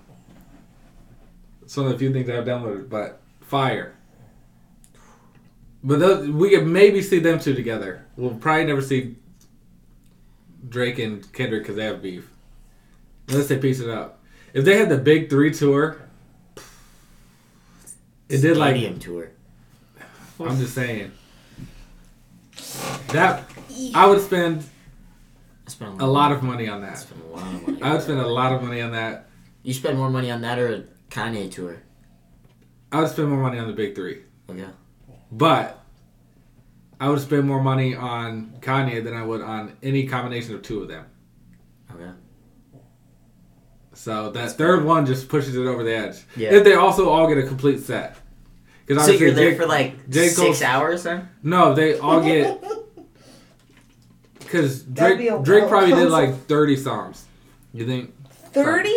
Speaker 1: It's one of the few things I have downloaded, but fire. But those, we could maybe see them two together. We'll probably never see Drake and Kendrick because they have beef. Unless they piece it up. If they had the Big Three tour, it did like.
Speaker 2: Stadium tour.
Speaker 1: I'm just saying. That I would spend
Speaker 2: I spent
Speaker 1: a lot of money on
Speaker 2: I
Speaker 1: that.
Speaker 2: spent a lot of money.
Speaker 1: I would spend a lot of money on that.
Speaker 2: you spend more money on that or a Kanye tour?
Speaker 1: I would spend more money on the big three,
Speaker 2: Okay.
Speaker 1: but I would spend more money on Kanye than I would on any combination of two of them.
Speaker 2: Okay.
Speaker 1: So that third one just pushes it over the edge.
Speaker 2: Yeah.
Speaker 1: If they also all get a complete set, because
Speaker 2: So you're there for like
Speaker 1: J. Cole-
Speaker 2: six hours, then?
Speaker 1: no, they all get because
Speaker 3: That'd
Speaker 1: Drake
Speaker 3: be a
Speaker 1: Drake
Speaker 3: wild
Speaker 1: probably
Speaker 3: concert.
Speaker 1: did like thirty songs. You think
Speaker 4: 30?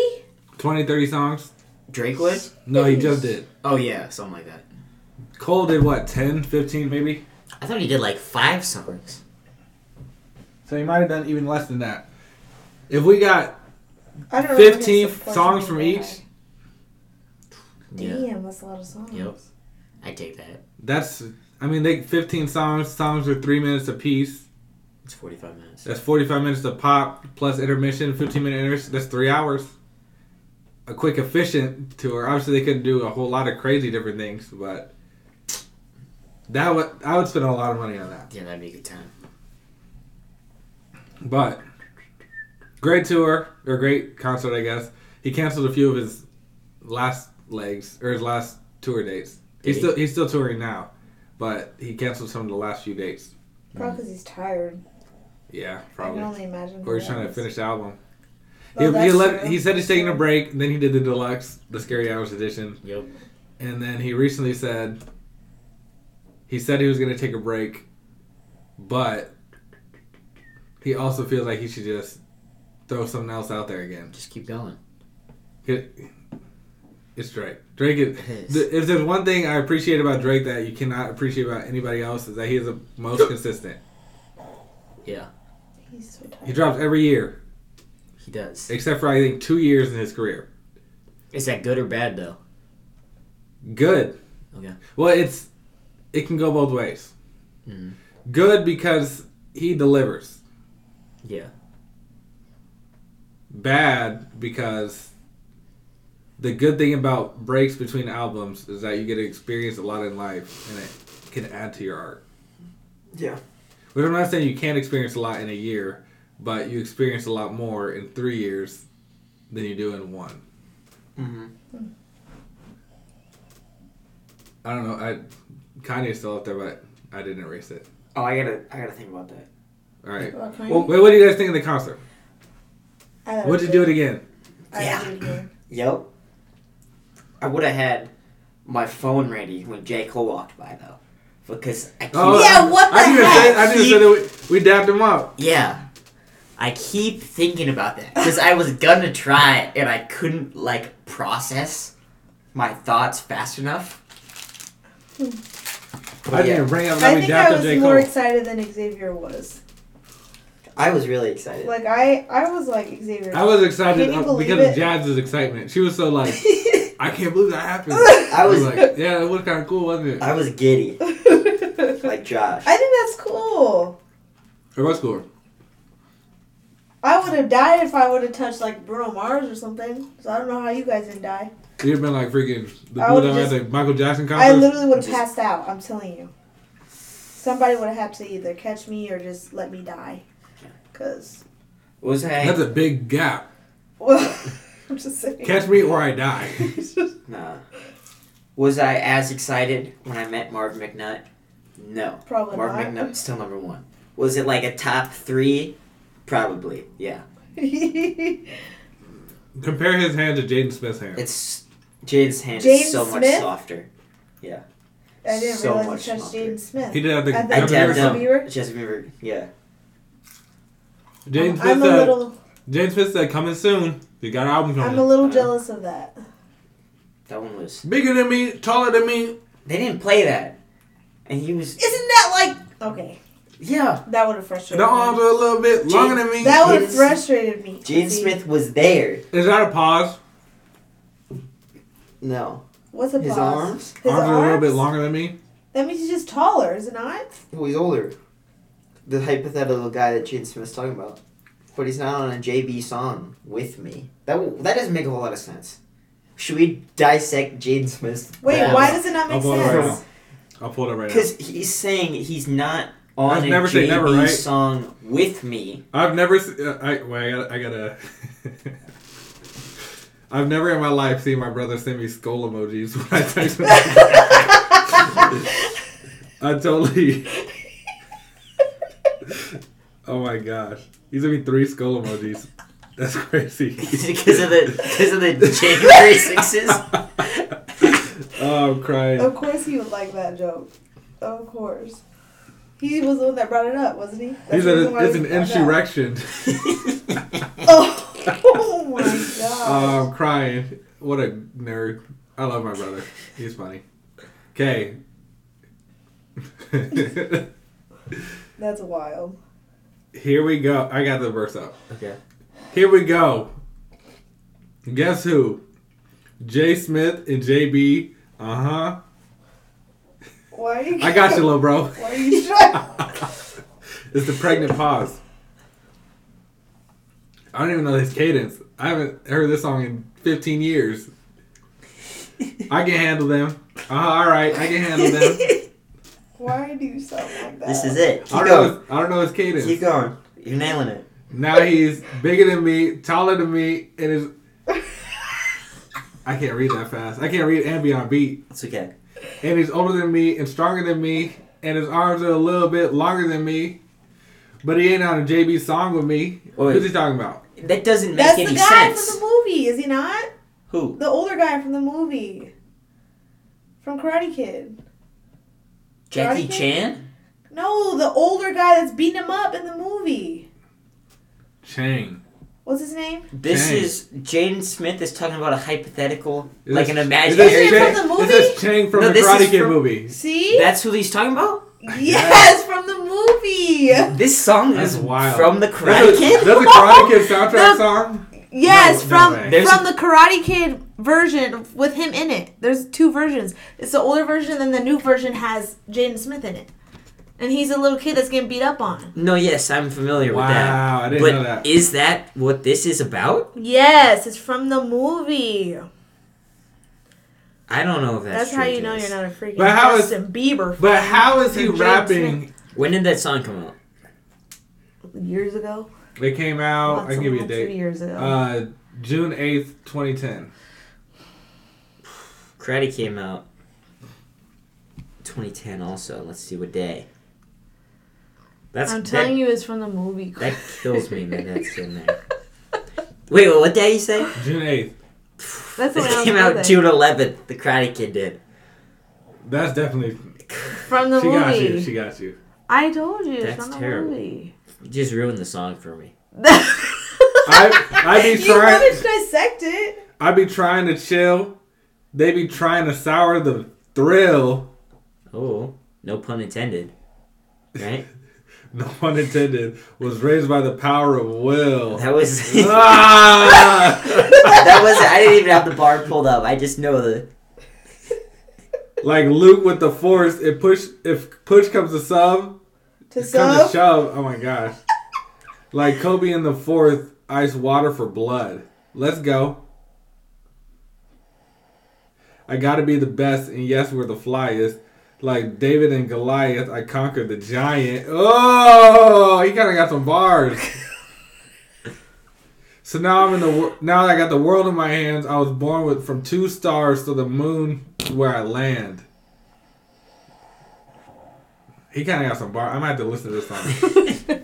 Speaker 1: 20, 30 songs?
Speaker 2: Drake would?
Speaker 1: No, he just did.
Speaker 2: Oh yeah, something like that.
Speaker 1: Cole did what 10, 15 maybe.
Speaker 2: I thought he did like five songs.
Speaker 1: So he might have done even less than that. If we got
Speaker 3: I don't know if we're gonna
Speaker 1: 15
Speaker 3: support something
Speaker 1: songs from
Speaker 3: like
Speaker 1: each.
Speaker 3: that.
Speaker 2: Yeah.
Speaker 3: Damn, that's a lot of songs.
Speaker 2: Yep. I take that.
Speaker 1: That's, I mean, they 15 songs. Songs are three minutes apiece.
Speaker 2: It's 45 minutes.
Speaker 1: That's 45 minutes to pop plus intermission, 15 minute intermission. That's three hours. A quick, efficient tour. Obviously, they couldn't do a whole lot of crazy different things, but that would I would spend a lot of money on that.
Speaker 2: Yeah, that'd be a good time.
Speaker 1: But great tour or great concert, I guess. He canceled a few of his last legs or his last tour dates.
Speaker 2: Did
Speaker 1: He's
Speaker 2: he?
Speaker 1: still he's still touring now, but he canceled some of the last few dates.
Speaker 3: Probably because he's tired.
Speaker 1: Yeah,
Speaker 3: I
Speaker 1: probably.
Speaker 3: can only imagine.
Speaker 1: Or
Speaker 3: what
Speaker 1: he's trying to
Speaker 3: happens.
Speaker 1: finish the album.
Speaker 3: Oh,
Speaker 1: he, he,
Speaker 3: that's
Speaker 1: let,
Speaker 3: true.
Speaker 1: he said he's taking a break. Then he did the deluxe, the Scary Hours edition,
Speaker 2: Yep.
Speaker 1: and then he recently said he said he was going to take a break, but he also feels like he should just throw something else out there again.
Speaker 2: Just keep going.
Speaker 1: It's Drake. Drake is. th- If there's one thing I appreciate about Drake that you cannot appreciate about anybody else is that he is the most consistent.
Speaker 2: Yeah,
Speaker 3: He's so tired.
Speaker 1: He drops every year,
Speaker 2: he does.
Speaker 1: except for I think two years in his career.
Speaker 2: Is that good or bad though?
Speaker 1: Good.
Speaker 2: Okay.
Speaker 1: Well, it's it can go both ways.
Speaker 2: Mhm.
Speaker 1: Good because he delivers.
Speaker 2: Yeah.
Speaker 1: Bad because the good thing about breaks between albums is that you get to experience a lot in life and it can add to your art.
Speaker 2: Yeah.
Speaker 1: Which I'm not saying you can't experience a lot in a year, but you experience a lot more in three years than you do in one.
Speaker 2: Mm-hmm.
Speaker 1: I don't know. I Kanye's still up there, but I didn't erase it.
Speaker 6: Oh, I gotta, I gotta think about that.
Speaker 1: All right.
Speaker 3: Well, can I-
Speaker 1: Wait, what do you guys think of the concert?
Speaker 3: I thought
Speaker 1: Would you do it again?
Speaker 3: I
Speaker 6: Yeah.
Speaker 3: thought you did it.
Speaker 6: Yep. I would have had my phone ready when J Cole walked by though, because I keep,
Speaker 1: Oh,
Speaker 4: Yeah, what the
Speaker 1: I just said,
Speaker 4: heck?
Speaker 1: I just said that we, we dapped him up.
Speaker 6: yeah, I keep thinking about that because I was gonna try it and I couldn't like process my thoughts fast enough.
Speaker 1: Hmm. I
Speaker 6: But yeah,
Speaker 1: didn't bring up that
Speaker 3: I
Speaker 1: we
Speaker 3: think I
Speaker 1: dapped up
Speaker 3: was
Speaker 1: J.
Speaker 3: more
Speaker 1: Cole.
Speaker 3: excited than Xavier was.
Speaker 6: I was really excited.
Speaker 3: Like I, I was like Xavier.
Speaker 1: I was excited
Speaker 3: Can you
Speaker 1: uh,
Speaker 3: believe
Speaker 1: because of
Speaker 3: it?
Speaker 1: Jazz's excitement. She was so like, I can't believe that happened.
Speaker 6: I was,
Speaker 1: like, yeah, that was kind of cool, wasn't it?
Speaker 6: I was giddy
Speaker 3: I
Speaker 6: like Josh.
Speaker 3: think that's cool.
Speaker 1: It was cool.
Speaker 4: I would have died if I would have touched like Bruno Mars or something. So I don't know how you guys didn't die.
Speaker 1: You'd have been like freaking the
Speaker 4: I
Speaker 1: dude
Speaker 4: would've
Speaker 1: that was
Speaker 4: just-
Speaker 1: at the Michael Jackson
Speaker 4: I
Speaker 1: concert.
Speaker 4: literally would have
Speaker 2: Just-
Speaker 4: passed out. I'm telling you. Somebody would have had to either catch me or just let me die. Cause
Speaker 2: What was I?
Speaker 1: That's a big gap.
Speaker 4: well, I'm just saying.
Speaker 1: Catch me or I die.
Speaker 2: No. Was I as excited when I met Marv McNutt? No.
Speaker 4: Probably
Speaker 2: Marv
Speaker 4: not.
Speaker 2: McNutt's still number one. Was it like a top three? Probably, yeah.
Speaker 4: Jaden
Speaker 1: Compare his hand to Jaden Smith's hand.
Speaker 2: It's Jaden's hand
Speaker 4: Jaden
Speaker 2: is so much
Speaker 4: Smith?
Speaker 2: softer. Yeah.
Speaker 4: I didn't
Speaker 2: so
Speaker 4: realize
Speaker 2: much
Speaker 4: you touched
Speaker 2: softer.
Speaker 4: Jaden Smith.
Speaker 1: he did have the.
Speaker 4: I
Speaker 2: I
Speaker 4: Have you
Speaker 2: dabbed
Speaker 4: ever
Speaker 2: up.
Speaker 4: seen Bieber?
Speaker 2: Justin Bieber. Yeah.
Speaker 1: Jaden
Speaker 4: I'm
Speaker 1: Smith uh,
Speaker 4: a
Speaker 1: said.
Speaker 4: little,
Speaker 1: Jaden Smith said, "Coming soon. You got an album
Speaker 4: I'm
Speaker 1: coming.
Speaker 4: a little jealous of that.
Speaker 2: That one was.
Speaker 1: Bigger than me, taller than me.
Speaker 2: They didn't play that. And he was.
Speaker 4: Isn't that like okay?
Speaker 2: Yeah.
Speaker 4: That would have
Speaker 1: The
Speaker 4: frustrated
Speaker 1: arms
Speaker 4: me.
Speaker 1: are a little bit longer than me."
Speaker 4: That would
Speaker 2: Jaden
Speaker 4: have
Speaker 2: Smith-
Speaker 4: frustrated me.
Speaker 2: Jaden
Speaker 4: See,
Speaker 2: Smith was there.
Speaker 1: Is that a pause?
Speaker 2: No.
Speaker 4: What's a
Speaker 2: His
Speaker 4: pause?
Speaker 2: arms?
Speaker 4: His
Speaker 1: arms are a little bit
Speaker 4: arms?
Speaker 1: longer than me.
Speaker 4: That means he's just taller, is it not?
Speaker 2: Well, Oh, he's older. The hypothetical guy that Jaden Smith's talking about. But he's not on a JB song with me. That w- that doesn't make a whole lot of sense. Should we dissect Jaden Smith's?
Speaker 4: Wait,
Speaker 2: battles?
Speaker 4: why does it not make
Speaker 1: I'll pull it right
Speaker 4: sense?
Speaker 1: now. I'll pull it right now.
Speaker 2: Because he's saying he's not on
Speaker 1: That's
Speaker 2: a
Speaker 1: Oh, never say
Speaker 2: JB
Speaker 1: never, right?
Speaker 2: song with me.
Speaker 1: I've never. se- uh, I wait. I gotta. I gotta I've never in my life seen my brother send me skull emojis when I text him. I totally. Oh my gosh, he sent me three skull emojis. That's crazy.
Speaker 2: Because of the because of the January sixes.
Speaker 1: Oh, I'm crying.
Speaker 4: Of course he would like that joke. Of course. He was the one that brought it up, wasn't he? That's
Speaker 1: He
Speaker 4: the
Speaker 1: said
Speaker 4: reason
Speaker 1: it's,
Speaker 4: why
Speaker 1: it's
Speaker 4: we
Speaker 1: an
Speaker 4: found out.
Speaker 1: insurrection.
Speaker 4: Oh, oh my god.
Speaker 1: Oh, I'm crying. What a nerd. I love my brother. He's funny. Okay.
Speaker 4: That's wild.
Speaker 1: Here we go. I got the verse up.
Speaker 8: Okay.
Speaker 1: Here we go. Guess who? J. Smith and JB. Uh huh.
Speaker 4: Why are you
Speaker 1: I got you, little bro.
Speaker 4: Why are you trying?
Speaker 1: It's the pregnant pause. I don't even know his cadence. I haven't heard this song in 15 years. I can handle them. Uh, all right, I can handle them.
Speaker 4: Why do you sound like that?
Speaker 2: this is it.
Speaker 1: I
Speaker 2: Keep
Speaker 1: don't know.
Speaker 2: going.
Speaker 1: His, I don't know his cadence.
Speaker 2: Keep going. You're nailing it.
Speaker 1: Now he's bigger than me, taller than me, and is. I can't read that fast. I can't read and be on beat.
Speaker 2: It's okay.
Speaker 1: And he's older than me and stronger than me, and his arms are a little bit longer than me. But he ain't on a JB song with me.
Speaker 2: Wait.
Speaker 1: Who's he talking about?
Speaker 2: That doesn't make
Speaker 4: That's
Speaker 2: any
Speaker 4: the guy
Speaker 2: sense.
Speaker 4: from the movie, is he not?
Speaker 2: Who?
Speaker 4: The older guy from the movie. From Karate Kid.
Speaker 2: Jackie
Speaker 4: Karate Kid?
Speaker 2: Chan?
Speaker 4: No, the older guy that's beating him up in the movie.
Speaker 1: Chang.
Speaker 4: What's his name?
Speaker 2: This
Speaker 1: Chang.
Speaker 2: is Jaden Smith is talking about a hypothetical,
Speaker 1: Is
Speaker 2: like
Speaker 1: this-
Speaker 2: an
Speaker 1: is
Speaker 2: imaginary.
Speaker 1: this
Speaker 4: Isn't it
Speaker 1: Chang-
Speaker 4: from the
Speaker 1: Is
Speaker 4: movie?
Speaker 1: this Chang from
Speaker 2: No,
Speaker 1: the
Speaker 2: this
Speaker 1: Karate
Speaker 2: is
Speaker 1: Kid
Speaker 2: from-
Speaker 1: movie?
Speaker 4: See?
Speaker 2: That's who he's talking about.
Speaker 4: yes, from the movie.
Speaker 2: This song
Speaker 1: That's
Speaker 2: is
Speaker 1: wild.
Speaker 2: from the
Speaker 1: That's
Speaker 2: Karate
Speaker 1: a-
Speaker 2: Kid.
Speaker 1: That's a Karate Kid soundtrack
Speaker 9: No.
Speaker 1: song.
Speaker 9: Yes,
Speaker 1: No, no
Speaker 9: from
Speaker 1: way.
Speaker 8: There's
Speaker 9: from the Karate Kid version with him in it. There's two versions. It's the older version, and then the new version has Jaden Smith in it, and he's a little kid that's getting beat up on.
Speaker 2: No, yes, I'm familiar
Speaker 1: Wow, I didn't know
Speaker 2: But
Speaker 1: that.
Speaker 2: is that what this is about?
Speaker 9: Yes, it's from the movie.
Speaker 2: I don't know if
Speaker 9: That's,
Speaker 2: that's,
Speaker 9: how
Speaker 2: true,
Speaker 9: you know
Speaker 2: Jace.
Speaker 9: you're not a freaking
Speaker 1: But how is-
Speaker 9: Justin Bieber.
Speaker 1: But
Speaker 9: fan
Speaker 1: how is he
Speaker 9: Jaden
Speaker 1: rapping?
Speaker 2: When did that song come out?
Speaker 9: years ago.
Speaker 1: They came out.
Speaker 9: Lots
Speaker 1: Oh, I can
Speaker 9: of-
Speaker 1: give you a
Speaker 9: lots
Speaker 1: date.
Speaker 9: of Years ago.
Speaker 1: Uh, June 8th, 2010.
Speaker 2: Karate came out 2010 also. Let's see what day. That's
Speaker 9: I'm
Speaker 2: that-
Speaker 9: telling you, it's from the movie.
Speaker 2: That kills me that that's in there. Wait, wait, what day you say?
Speaker 1: June 8th.
Speaker 9: That's when I
Speaker 2: It
Speaker 9: was
Speaker 2: came out
Speaker 9: with it.
Speaker 2: June 11th. The Karate Kid did.
Speaker 1: That's definitely.
Speaker 9: from the
Speaker 1: she
Speaker 9: movie.
Speaker 1: got you. She got you.
Speaker 9: I told you,
Speaker 2: That's
Speaker 9: it's from the
Speaker 2: terrible.
Speaker 9: movie.
Speaker 2: You just ruined the song for me.
Speaker 1: I I be
Speaker 4: You want
Speaker 1: trying.
Speaker 4: to dissect it?
Speaker 1: I be trying to chill. They be trying to sour the thrill.
Speaker 2: Oh, no pun intended. Right?
Speaker 1: No pun intended. Was raised by the power of will.
Speaker 2: That was
Speaker 1: ah!
Speaker 2: that was I didn't even have the bar pulled up. I just know the
Speaker 1: like Luke with the force. It push. If push comes to sub,
Speaker 4: To
Speaker 1: comes to
Speaker 4: sub?
Speaker 1: shove. Oh my gosh. Like Kobe in the fourth, ice water for blood. Let's go. I gotta be the best, and yes, we're the flyest. Like David and Goliath, I conquered the giant. Oh, he kind of got some bars. so now I'm in the wor- now that I got the world in my hands. I was born with from two stars to the moon to where I land. He kind of got some bar. I might have to listen to this song.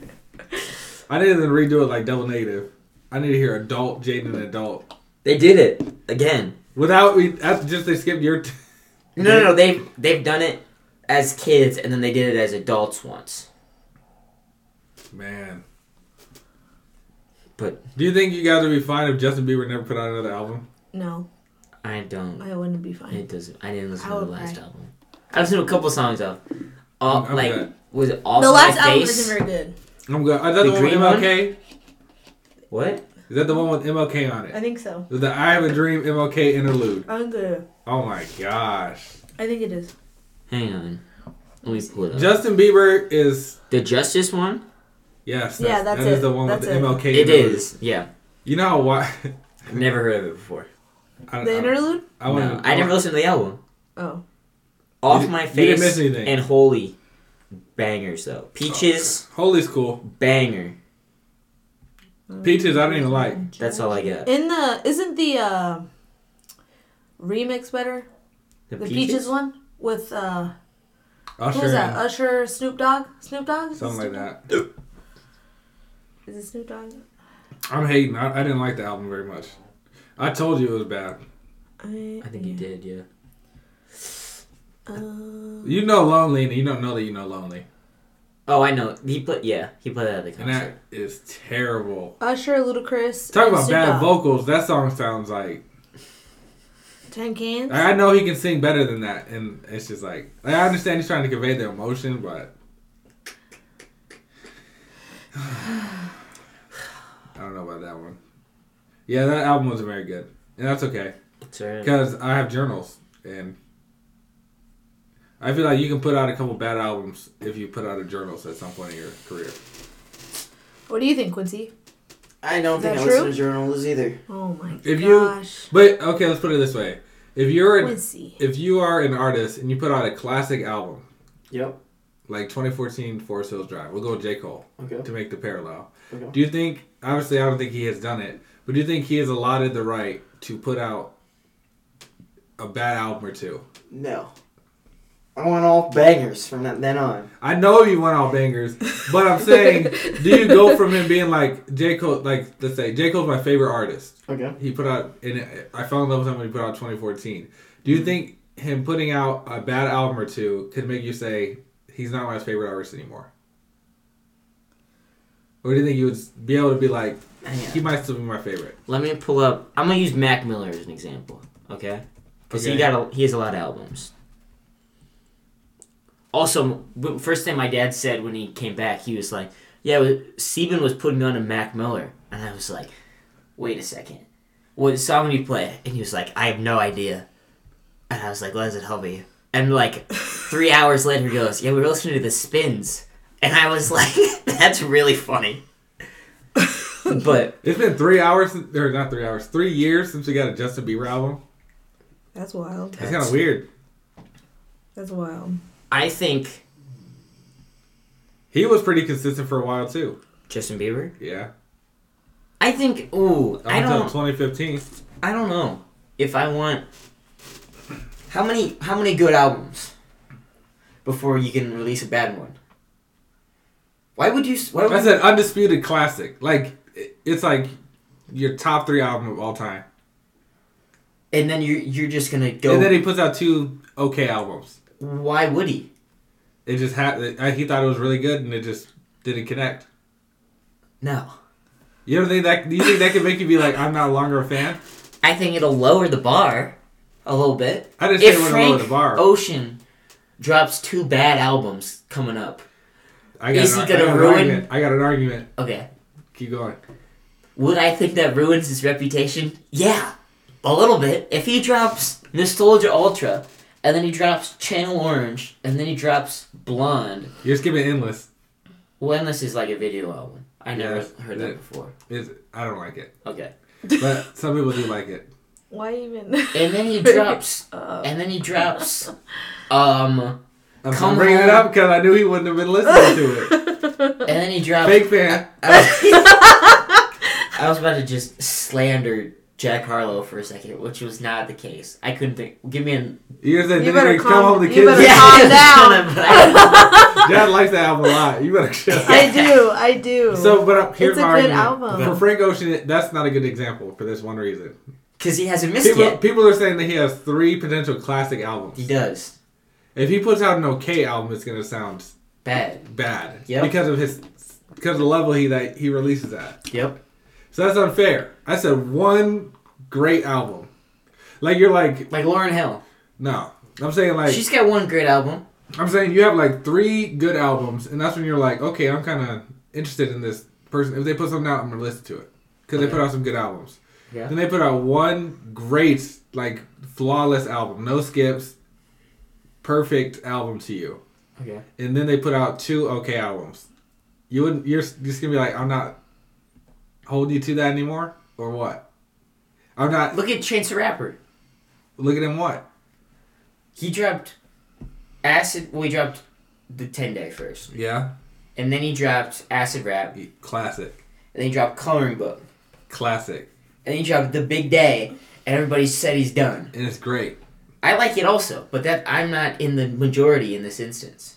Speaker 1: I need to redo it like double native. I need to hear adult Jaden and adult
Speaker 2: They did it again.
Speaker 1: without we. That's just they skipped your. T-
Speaker 2: No, no, no. They've they've done it as kids, and then they did it as adults once.
Speaker 1: Man,
Speaker 2: But
Speaker 1: do you think you guys would be fine if Justin Bieber never put out another album?
Speaker 4: No,
Speaker 2: I don't.
Speaker 4: I wouldn't be fine.
Speaker 2: It doesn't. I didn't listen
Speaker 4: I
Speaker 2: to
Speaker 4: would
Speaker 2: the last
Speaker 4: cry.
Speaker 2: album. I listened to a couple songs of. All
Speaker 1: I'm
Speaker 2: like
Speaker 1: good.
Speaker 2: was it all
Speaker 4: the
Speaker 2: To My
Speaker 4: last album
Speaker 2: Face?
Speaker 4: isn't very good.
Speaker 1: I'm good. Is that the,
Speaker 2: The
Speaker 1: one with
Speaker 2: green one?
Speaker 1: MLK?
Speaker 2: What?
Speaker 1: Is that the one with MLK on
Speaker 4: I
Speaker 1: it?
Speaker 4: think so.
Speaker 1: The I Have a Dream MLK interlude.
Speaker 4: I'm good.
Speaker 1: Oh my gosh.
Speaker 4: I think it is.
Speaker 2: Hang on. Let me pull it up.
Speaker 1: Justin Bieber is
Speaker 2: the Justice one.
Speaker 1: yes. That's,
Speaker 4: Yeah, that's
Speaker 1: that is
Speaker 4: it.
Speaker 1: the one
Speaker 4: That's
Speaker 1: with the
Speaker 4: it.
Speaker 1: MLK.
Speaker 2: It
Speaker 1: interlude.
Speaker 2: is. Yeah.
Speaker 1: You know how why?
Speaker 2: I've never heard of it before.
Speaker 1: I,
Speaker 4: The
Speaker 1: I,
Speaker 4: interlude?
Speaker 1: I,
Speaker 2: No,
Speaker 1: wouldn't-
Speaker 2: I never listened to the album.
Speaker 4: Oh.
Speaker 2: Off
Speaker 1: didn't-
Speaker 2: my
Speaker 1: you didn't
Speaker 2: face
Speaker 1: miss anything.
Speaker 2: and holy bangers though. Peaches
Speaker 1: Holy school.
Speaker 2: banger.
Speaker 1: Peaches. I don't even like.
Speaker 2: That's all I got.
Speaker 4: In the isn't the uh, remix better?
Speaker 2: The,
Speaker 4: The peaches, one with uh,
Speaker 1: Usher.
Speaker 4: who was that?
Speaker 1: and
Speaker 4: Usher, Snoop Dogg, Snoop Dogg, Is it
Speaker 1: Something like that.
Speaker 4: Snoop Dogg? Is it Snoop Dogg?
Speaker 1: I'm hating. I, I didn't like the album very much. I told you it was bad.
Speaker 2: I think you did. Yeah.
Speaker 4: Uh,
Speaker 1: You know lonely, and you don't know that you know lonely,
Speaker 2: Oh, I know. He put. Yeah, he played that at the
Speaker 1: and
Speaker 2: concert.
Speaker 1: that is terrible.
Speaker 4: Usher, Ludacris.
Speaker 1: Talk
Speaker 4: and
Speaker 1: about
Speaker 4: Snoop
Speaker 1: bad
Speaker 4: Dogg.
Speaker 1: vocals. That song sounds like
Speaker 4: Ten cans.
Speaker 1: I I know he can sing better than that, and it's just like, like, I understand he's trying to convey the emotion, but I don't know about that one. Yeah, that album wasn't very good, and that's okay
Speaker 2: It's alright.
Speaker 1: because I have journals, and I feel like you can put out a couple bad albums if you put out a journals at some point in your career.
Speaker 4: What do you think, Quincy?
Speaker 6: I don't
Speaker 4: Is
Speaker 6: think
Speaker 4: that
Speaker 6: I listen
Speaker 4: true?
Speaker 6: to journals either.
Speaker 4: Oh my
Speaker 1: If you-
Speaker 4: gosh,
Speaker 1: But okay, let's put it this way: if you're an,
Speaker 4: Quincy.
Speaker 1: if you are an artist and you put out a classic album
Speaker 6: Yep.
Speaker 1: like 2014 Forest Hills Drive, we'll go with J Cole.
Speaker 6: Okay.
Speaker 1: to make the parallel.
Speaker 6: Okay.
Speaker 1: Do you think? Obviously, I don't think he has done it, but do you think he is allotted the right to put out a bad album or two?
Speaker 6: No. I want all bangers from that then on.
Speaker 1: I know you want all bangers, but I'm saying, do you go from him being like J Cole? Like let's say J Cole's my favorite artist.
Speaker 6: Okay.
Speaker 1: He put out, and I fell in love with him when he put out 2014. Do
Speaker 6: Mm-hmm.
Speaker 1: you think him putting out a bad album or two could make you say he's not my favorite artist anymore? Or do you think you would be able to be like,
Speaker 2: Hang on.
Speaker 1: he might still be my favorite?
Speaker 2: Let me pull up. I'm gonna use Mac Miller as an example, okay? Because he
Speaker 1: Okay.
Speaker 2: got a, he has a lot of albums. Also, w- first thing my dad said when he came back, he was like, "Yeah, it was- Steven was putting on a Mac Miller," and I was like, "Wait a second, what song did he play?" And he was like, "I have no idea," and I was like, "Well, does it help you?" And like three hours later, he goes, "Yeah, we were listening to the Spins," and I was like, "That's really funny," but.
Speaker 1: It's been three hours, since- or not three hours, three years since we got a Justin Bieber album.
Speaker 4: That's wild.
Speaker 1: It's kind of weird.
Speaker 4: That's wild.
Speaker 2: I think
Speaker 1: He was pretty consistent for a while too.
Speaker 2: Justin Bieber.
Speaker 1: Yeah,
Speaker 2: I think. Ooh, I
Speaker 1: until
Speaker 2: don't.
Speaker 1: 2015.
Speaker 2: I don't know if I want. How many? How many good albums before you can release a bad one? Why would you? s- Why would
Speaker 1: That's an undisputed classic. Like it- it's like your top three album of all time.
Speaker 2: and then you're you're just gonna go.
Speaker 1: And then he puts out two okay albums.
Speaker 2: why would he?
Speaker 1: It just had. He thought it was really good, and it just didn't connect.
Speaker 2: No.
Speaker 1: You ever think that? Do you think that could make you be like, I'm not longer a fan?
Speaker 2: I think it'll lower the bar a little bit.
Speaker 1: I didn't say
Speaker 2: If
Speaker 1: it would
Speaker 2: Frank
Speaker 1: lower the bar.
Speaker 2: Ocean drops two bad albums coming up,
Speaker 1: I got
Speaker 2: is
Speaker 1: an-
Speaker 2: he gonna
Speaker 1: I got an
Speaker 2: ruin-
Speaker 1: argument. I got an argument.
Speaker 2: okay,
Speaker 1: Keep going.
Speaker 2: Would I think that ruins his reputation? Yeah, a little bit. If he drops Nostalgia Ultra, and then he drops Channel Orange, and then he drops Blonde,
Speaker 1: You're skipping endless.
Speaker 2: well, unless is like a video album. I never
Speaker 1: Yes.
Speaker 2: heard that before.
Speaker 1: It's, I don't like it,
Speaker 2: Okay.
Speaker 1: but some people do like it.
Speaker 4: Why even?
Speaker 2: And then he drops.
Speaker 4: Uh,
Speaker 2: And then he drops. Um.
Speaker 1: I'm
Speaker 2: Come
Speaker 1: bringing it
Speaker 2: on.
Speaker 1: up because I knew he wouldn't have been listening to it.
Speaker 2: And then he drops.
Speaker 1: Fake fan.
Speaker 2: I was about to just slander Jack Harlow for a second, which was not the case. I couldn't think. Give me an.
Speaker 1: You said
Speaker 4: You
Speaker 1: you
Speaker 4: better
Speaker 1: better
Speaker 4: calm-
Speaker 1: come home the
Speaker 4: you
Speaker 1: kids.
Speaker 4: better calm down.
Speaker 1: Dad likes that album a lot. You better shut up.
Speaker 4: I do. I do.
Speaker 1: So, but uh, here's
Speaker 4: It's a
Speaker 1: my
Speaker 4: good
Speaker 1: argument.
Speaker 4: album.
Speaker 1: For Frank Ocean, that's not a good example for this one reason.
Speaker 2: Because he hasn't missed
Speaker 1: People,
Speaker 2: yet.
Speaker 1: people are saying that he has three potential classic albums.
Speaker 2: He does.
Speaker 1: If he puts out an okay album, it's gonna sound
Speaker 2: Bad.
Speaker 1: bad
Speaker 2: Yep.
Speaker 1: because of his because of the level he that he releases at.
Speaker 2: Yep.
Speaker 1: So that's unfair. I said one great album. Like you're like
Speaker 2: Like Lauren Hill.
Speaker 1: no. I'm saying like
Speaker 2: She's got one great album.
Speaker 1: I'm saying you have like three good albums, and that's when you're like, okay, I'm kind of interested in this person. If they put something out, I'm gonna listen to it because they put out some good albums.
Speaker 2: Yeah.
Speaker 1: Then they put out one great, like flawless album, no skips, perfect album to you,
Speaker 2: Okay.
Speaker 1: and then they put out two okay albums. You wouldn't. You're s- just gonna be like, I'm not holding you to that anymore, or what? I'm not.
Speaker 2: Look at Chance the Rapper.
Speaker 1: Look at him. What?
Speaker 2: He dropped Acid. Well, he dropped the 10 Day first.
Speaker 1: Yeah.
Speaker 2: And then he dropped Acid Rap. And
Speaker 1: Classic.
Speaker 2: then he dropped Coloring Book.
Speaker 1: Classic.
Speaker 2: And then he dropped The Big Day. And everybody said he's done.
Speaker 1: And it's great.
Speaker 2: I like it also, but that I'm not in the majority in this instance.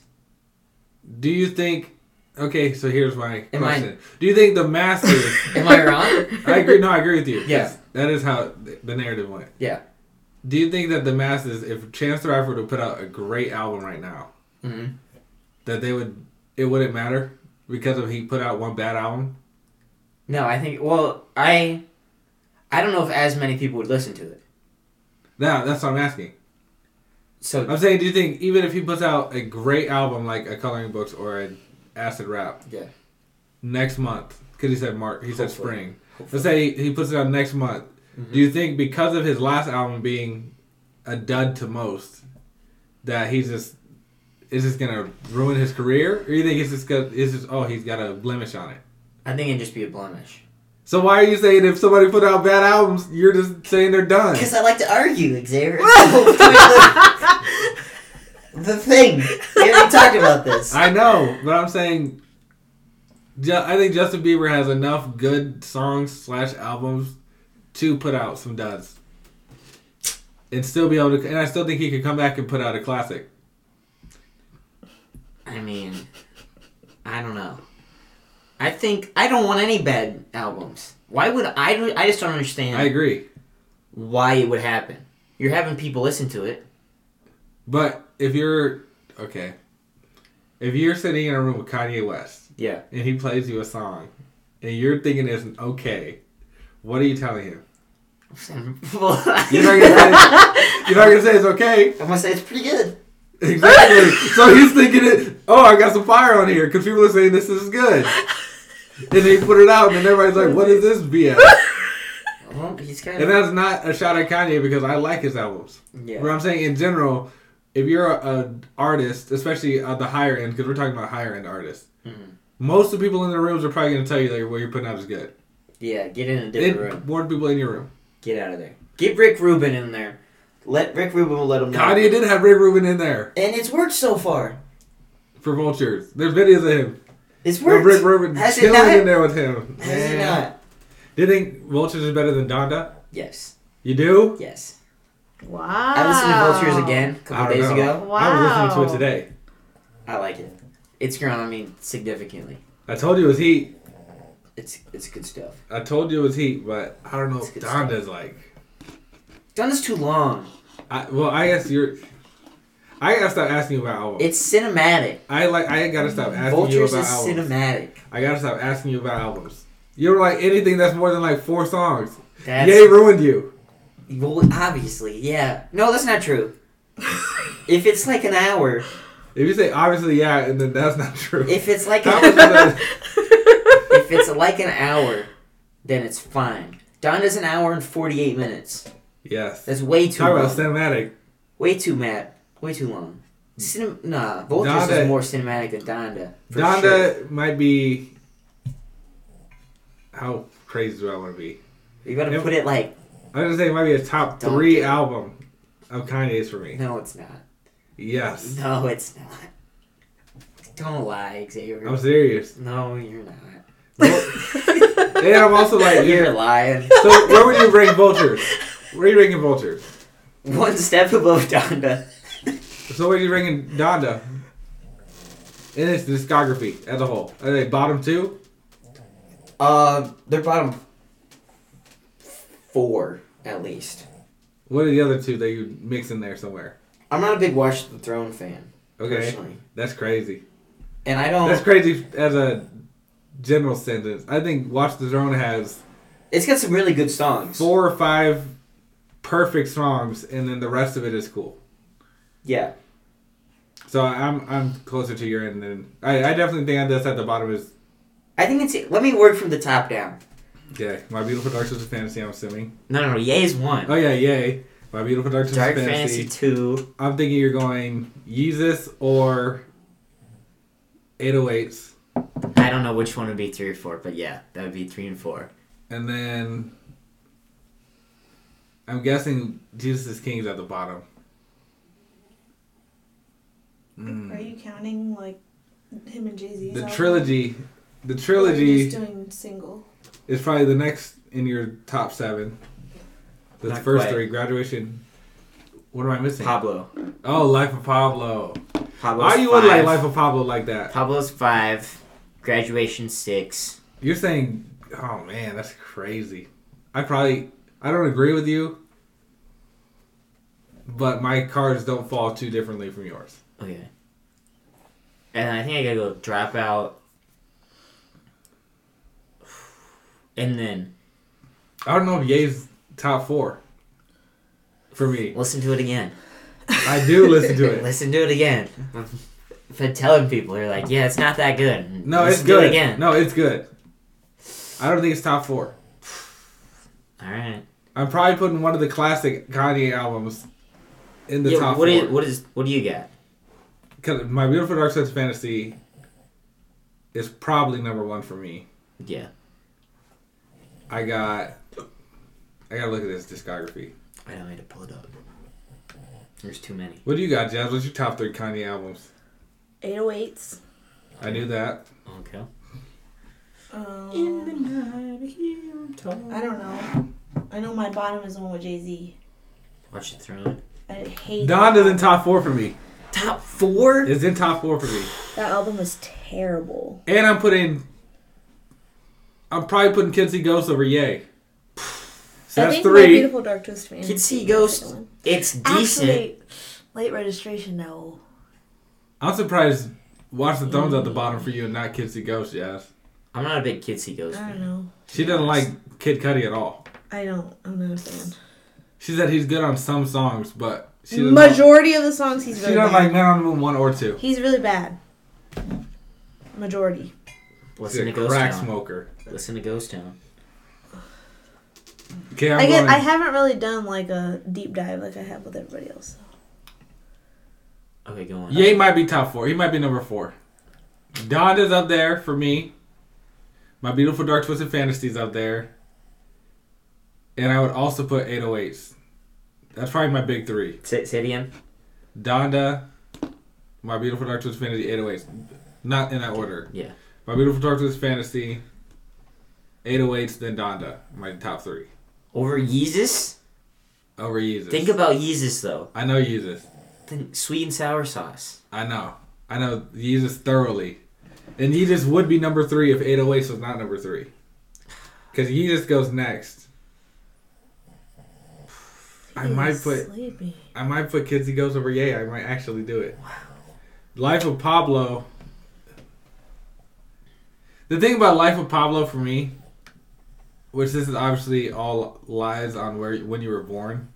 Speaker 1: Do you think? Okay, so here's my
Speaker 2: Am I-
Speaker 1: question. Do you think the masters?
Speaker 2: Am I wrong?
Speaker 1: I agree. No, I agree with you.
Speaker 2: Yeah.
Speaker 1: that is how th- the narrative went.
Speaker 2: Yeah.
Speaker 1: Do you think that the masters, if Chance the Rapper would put out a great album right now,
Speaker 2: hmm
Speaker 1: that they would it wouldn't matter because of he put out one bad album?
Speaker 2: No, I think. Well, I, I don't know if as many people would listen to it.
Speaker 1: Now that's what I'm asking.
Speaker 2: So
Speaker 1: I'm saying, do you think even if he puts out a great album like a Coloring Books or an Acid Rap,
Speaker 2: Yeah.
Speaker 1: next month? Because he said Mark, he said
Speaker 2: Hopefully. Mm-hmm.
Speaker 1: spring. Let's say he puts it out next month. Do you think because of his last album being a dud to most, that he's just is just gonna ruin his career, or you think it's just cause it's just oh he's got a blemish on it?
Speaker 2: I think it'd just be a blemish.
Speaker 1: So why are you saying if somebody put out bad albums, you're just saying they're done?
Speaker 6: Because I like to argue, Xavier. the thing. We haven't talked about this.
Speaker 1: I know, but I'm saying, ju- I think Justin Bieber has enough good songs slash albums to put out some duds, and still be able to. And I still think he could come back and put out a classic.
Speaker 2: I mean, I don't know. I think I don't want any bad albums. Why would I? do- I just don't understand
Speaker 1: I agree,
Speaker 2: why it would happen. You're having people listen to it.
Speaker 1: but if you're okay, if you're sitting in a room with Kanye West
Speaker 2: Yeah.
Speaker 1: and he plays you a song, and you're thinking it's an okay, what are you telling him?
Speaker 2: I'm
Speaker 1: You're not gonna say, you're not gonna say it's okay.
Speaker 6: I'm gonna say it's pretty good.
Speaker 1: Exactly. so he's thinking it. Oh, I got some fire on here because people are saying this is good. And they put it out, and then everybody's like, "What is this BS?"
Speaker 2: well, he's kind
Speaker 1: And
Speaker 2: of.
Speaker 1: that's not a shot at Kanye because I like his albums. But
Speaker 2: Yeah.
Speaker 1: I'm saying in general, if you're a, a artist, especially at the higher end, because we're talking about higher end artists,
Speaker 6: Mm-hmm.
Speaker 2: Mhm.
Speaker 1: most of the people in the rooms are probably going to tell you that what you're putting out is good.
Speaker 2: Yeah. Get in a different
Speaker 1: They
Speaker 2: room.
Speaker 1: warn people in your room.
Speaker 2: Get out of there. Get Rick Rubin in there.
Speaker 6: Let Rick Rubin will let him know.
Speaker 1: Kanye did have Rick Rubin in there
Speaker 6: And it's worked so far.
Speaker 1: for Vultures. There's videos of him.
Speaker 6: It's
Speaker 1: Of
Speaker 6: worked.
Speaker 1: Rick Rubin
Speaker 6: Has it
Speaker 1: chilling
Speaker 6: not?
Speaker 1: in there with him.
Speaker 6: Has it
Speaker 1: Man.
Speaker 6: not?
Speaker 1: Do you think Vultures is better than Donda?
Speaker 2: Yes.
Speaker 1: You do?
Speaker 2: Yes.
Speaker 4: wow.
Speaker 2: I listened to Vultures again a
Speaker 1: I
Speaker 2: couple
Speaker 1: don't
Speaker 2: days
Speaker 1: know.
Speaker 2: ago.
Speaker 1: I was listening to
Speaker 4: Wow.
Speaker 1: it today.
Speaker 2: I like it. It's grown on me significantly.
Speaker 1: I told you it was heat.
Speaker 2: It's it's good stuff.
Speaker 1: I told you it was heat, but I don't know
Speaker 2: It's
Speaker 1: if
Speaker 2: good stuff.
Speaker 1: Donda's like.
Speaker 2: Done this too long.
Speaker 1: I, well, I guess you're. I gotta stop asking you about albums.
Speaker 2: It's cinematic.
Speaker 1: I like. I gotta stop asking you
Speaker 2: Vultures
Speaker 1: about
Speaker 2: is
Speaker 1: albums.
Speaker 2: cinematic.
Speaker 1: I gotta stop asking you about albums. You don't like anything that's more than like four songs.
Speaker 2: That's
Speaker 1: Yay, ruined you.
Speaker 2: well, obviously, yeah. No, that's not true. if it's like an hour,
Speaker 1: If you say obviously yeah, and then that's not true.
Speaker 2: if it's like
Speaker 1: How much
Speaker 2: an,
Speaker 1: of that-
Speaker 2: if it's like an hour, then it's fine. Donda's an hour and forty eight minutes.
Speaker 1: yes.
Speaker 2: That's way too
Speaker 1: Talk about
Speaker 2: long.
Speaker 1: cinematic.
Speaker 2: way too mad. Way too long. Cinem- nah, Vultures
Speaker 1: Donda-
Speaker 2: is more cinematic than Donda. for
Speaker 1: Donda might be how crazy do I want to be?
Speaker 6: You gotta
Speaker 1: Yeah.
Speaker 6: put it like
Speaker 1: I was gonna say it might be a top
Speaker 6: Don't do
Speaker 1: three
Speaker 6: it.
Speaker 1: album of Kanye's for me.
Speaker 6: no, it's not.
Speaker 1: Yes,
Speaker 6: No, it's not. Don't lie, Xavier.
Speaker 1: I'm serious.
Speaker 6: No, you're not.
Speaker 1: And I'm also like,
Speaker 6: You're
Speaker 1: yeah.
Speaker 6: lying.
Speaker 1: So where would you rank Vultures? Where are you ranking Vultures?
Speaker 6: One step above Donda.
Speaker 1: So where are you ranking Donda? In its discography as a whole, are they bottom two?
Speaker 6: Um, they're bottom four at least.
Speaker 1: What are the other two that you mix in there somewhere?
Speaker 6: I'm not a big Watch the Throne fan
Speaker 1: Okay,
Speaker 6: personally,
Speaker 1: that's crazy.
Speaker 6: and I don't.
Speaker 1: That's crazy as a general sentence. I think Watch the Throne has
Speaker 6: It's got some really good songs.
Speaker 1: four or five perfect songs, and then the rest of it is cool.
Speaker 6: Yeah,
Speaker 1: So I'm I'm closer to your end than I, I definitely think that's at the bottom is
Speaker 6: I think it's. Let me work from the top down.
Speaker 1: yeah my beautiful dark twisted fantasy I'm assuming
Speaker 2: No, no, no. Ye's one.
Speaker 1: oh yeah yay my beautiful dark twisted
Speaker 2: Dark
Speaker 1: fantasy.
Speaker 2: Fantasy two.
Speaker 1: I'm thinking you're going Jesus or 808s
Speaker 2: I don't know which one would be three or four, but yeah, that would be three and four.
Speaker 1: and then I'm guessing Jesus is King is at the bottom.
Speaker 3: Are
Speaker 1: Mm.
Speaker 3: you counting like him and Jay Z?
Speaker 1: The trilogy, the trilogy.
Speaker 3: Just doing single.
Speaker 1: It's probably the next in your top seven. The
Speaker 2: Not
Speaker 1: first
Speaker 2: quite.
Speaker 1: three, graduation. What am I missing?
Speaker 2: Pablo.
Speaker 1: oh, Life of Pablo.
Speaker 2: Pablo's
Speaker 1: Why you would
Speaker 2: five.
Speaker 1: like Life of Pablo like that?
Speaker 2: Pablo's five. Graduation six.
Speaker 1: You're saying, oh man, that's crazy. I probably, I don't agree with you, but my cards don't fall too differently from yours.
Speaker 2: Okay. And I think I gotta go dropout. And then
Speaker 1: I don't know if Ye's top four for me.
Speaker 2: listen to it again.
Speaker 1: I do listen to it.
Speaker 2: Listen to it again. I've been telling people, they're like, yeah, it's not that good.
Speaker 1: No,
Speaker 2: Listen
Speaker 1: it's
Speaker 2: to it
Speaker 1: good.
Speaker 2: again.
Speaker 1: No, it's good. I don't think it's top four.
Speaker 2: All right.
Speaker 1: I'm probably putting one of the classic Kanye albums in the
Speaker 2: Yeah,
Speaker 1: top
Speaker 2: what
Speaker 1: four.
Speaker 2: is- what is what do you got?
Speaker 1: 'Cause My Beautiful Dark Side Fantasy is probably number one for me.
Speaker 2: Yeah.
Speaker 1: I got, I gotta look at this discography.
Speaker 2: I don't need to pull it up. There's too many.
Speaker 1: What do you got, Jazz? What's your top three Kanye albums?
Speaker 4: 808s.
Speaker 1: I knew that.
Speaker 2: Okay.
Speaker 3: Um, I don't know. I know my bottom is the one with Jay Z.
Speaker 2: Watch the throne.
Speaker 3: I hate
Speaker 1: Don is in top four for me.
Speaker 2: Top four?
Speaker 1: It's in top four for me.
Speaker 4: That album was terrible.
Speaker 1: And I'm putting, I'm probably putting Kinsey Ghost over Ye. So
Speaker 4: I
Speaker 1: that's
Speaker 4: think My
Speaker 1: three.
Speaker 4: Beautiful Dark Twisted Fantasy.
Speaker 2: Kids See
Speaker 4: is the
Speaker 2: Ghost.
Speaker 4: second one.
Speaker 2: It's decent.
Speaker 4: Actually, late registration, no.
Speaker 1: I'm surprised. Watch the thumbs
Speaker 2: Mm.
Speaker 1: at the bottom for you and not Kinsey Ghost, Jazz.
Speaker 2: I'm not a big Kitsy Ghost
Speaker 4: I don't
Speaker 2: fan.
Speaker 4: know.
Speaker 1: She doesn't like Kid Cudi at all.
Speaker 4: I don't. I'm not a fan.
Speaker 1: She said he's good on some songs, but she doesn't,
Speaker 4: Majority of the songs he's
Speaker 1: she
Speaker 4: really
Speaker 1: doesn't
Speaker 4: bad.
Speaker 1: like Man on the Moon one or two.
Speaker 4: He's really bad. Majority.
Speaker 1: She's
Speaker 2: Listen
Speaker 1: a
Speaker 2: to Ghost
Speaker 1: crack
Speaker 2: Town.
Speaker 1: smoker.
Speaker 2: Listen to Ghost Town.
Speaker 1: Okay, I'm
Speaker 4: I get.
Speaker 1: going.
Speaker 4: I haven't really done like a deep dive like I have with everybody else.
Speaker 2: Okay, go on.
Speaker 1: Ye might be top four. He might be number four. Donda's up there for me. My Beautiful Dark Twisted Fantasies up there. And I would also put 808s. That's probably my big three.
Speaker 2: Say, say it again.
Speaker 1: Donda, My Beautiful Dark Twisted Fantasy, 808s. Not in that order.
Speaker 2: Yeah.
Speaker 1: My Beautiful Dark Twisted Fantasy, 808s, then Donda. My top three.
Speaker 2: Over Yeezus?
Speaker 1: Over Yeezus.
Speaker 2: Think about Yeezus though.
Speaker 1: I know Yeezus.
Speaker 2: Then sweet and sour sauce.
Speaker 1: I know. I know Yeezus thoroughly. And Yeezus would be number three if 808s was not number three. Because Yeezus goes next. I might put
Speaker 4: Sleepy.
Speaker 1: I might put Kidsy Goes over Yay. I might actually do it. Life of Pablo. The thing about Life of Pablo for me, which this is obviously all lies on where when you were born,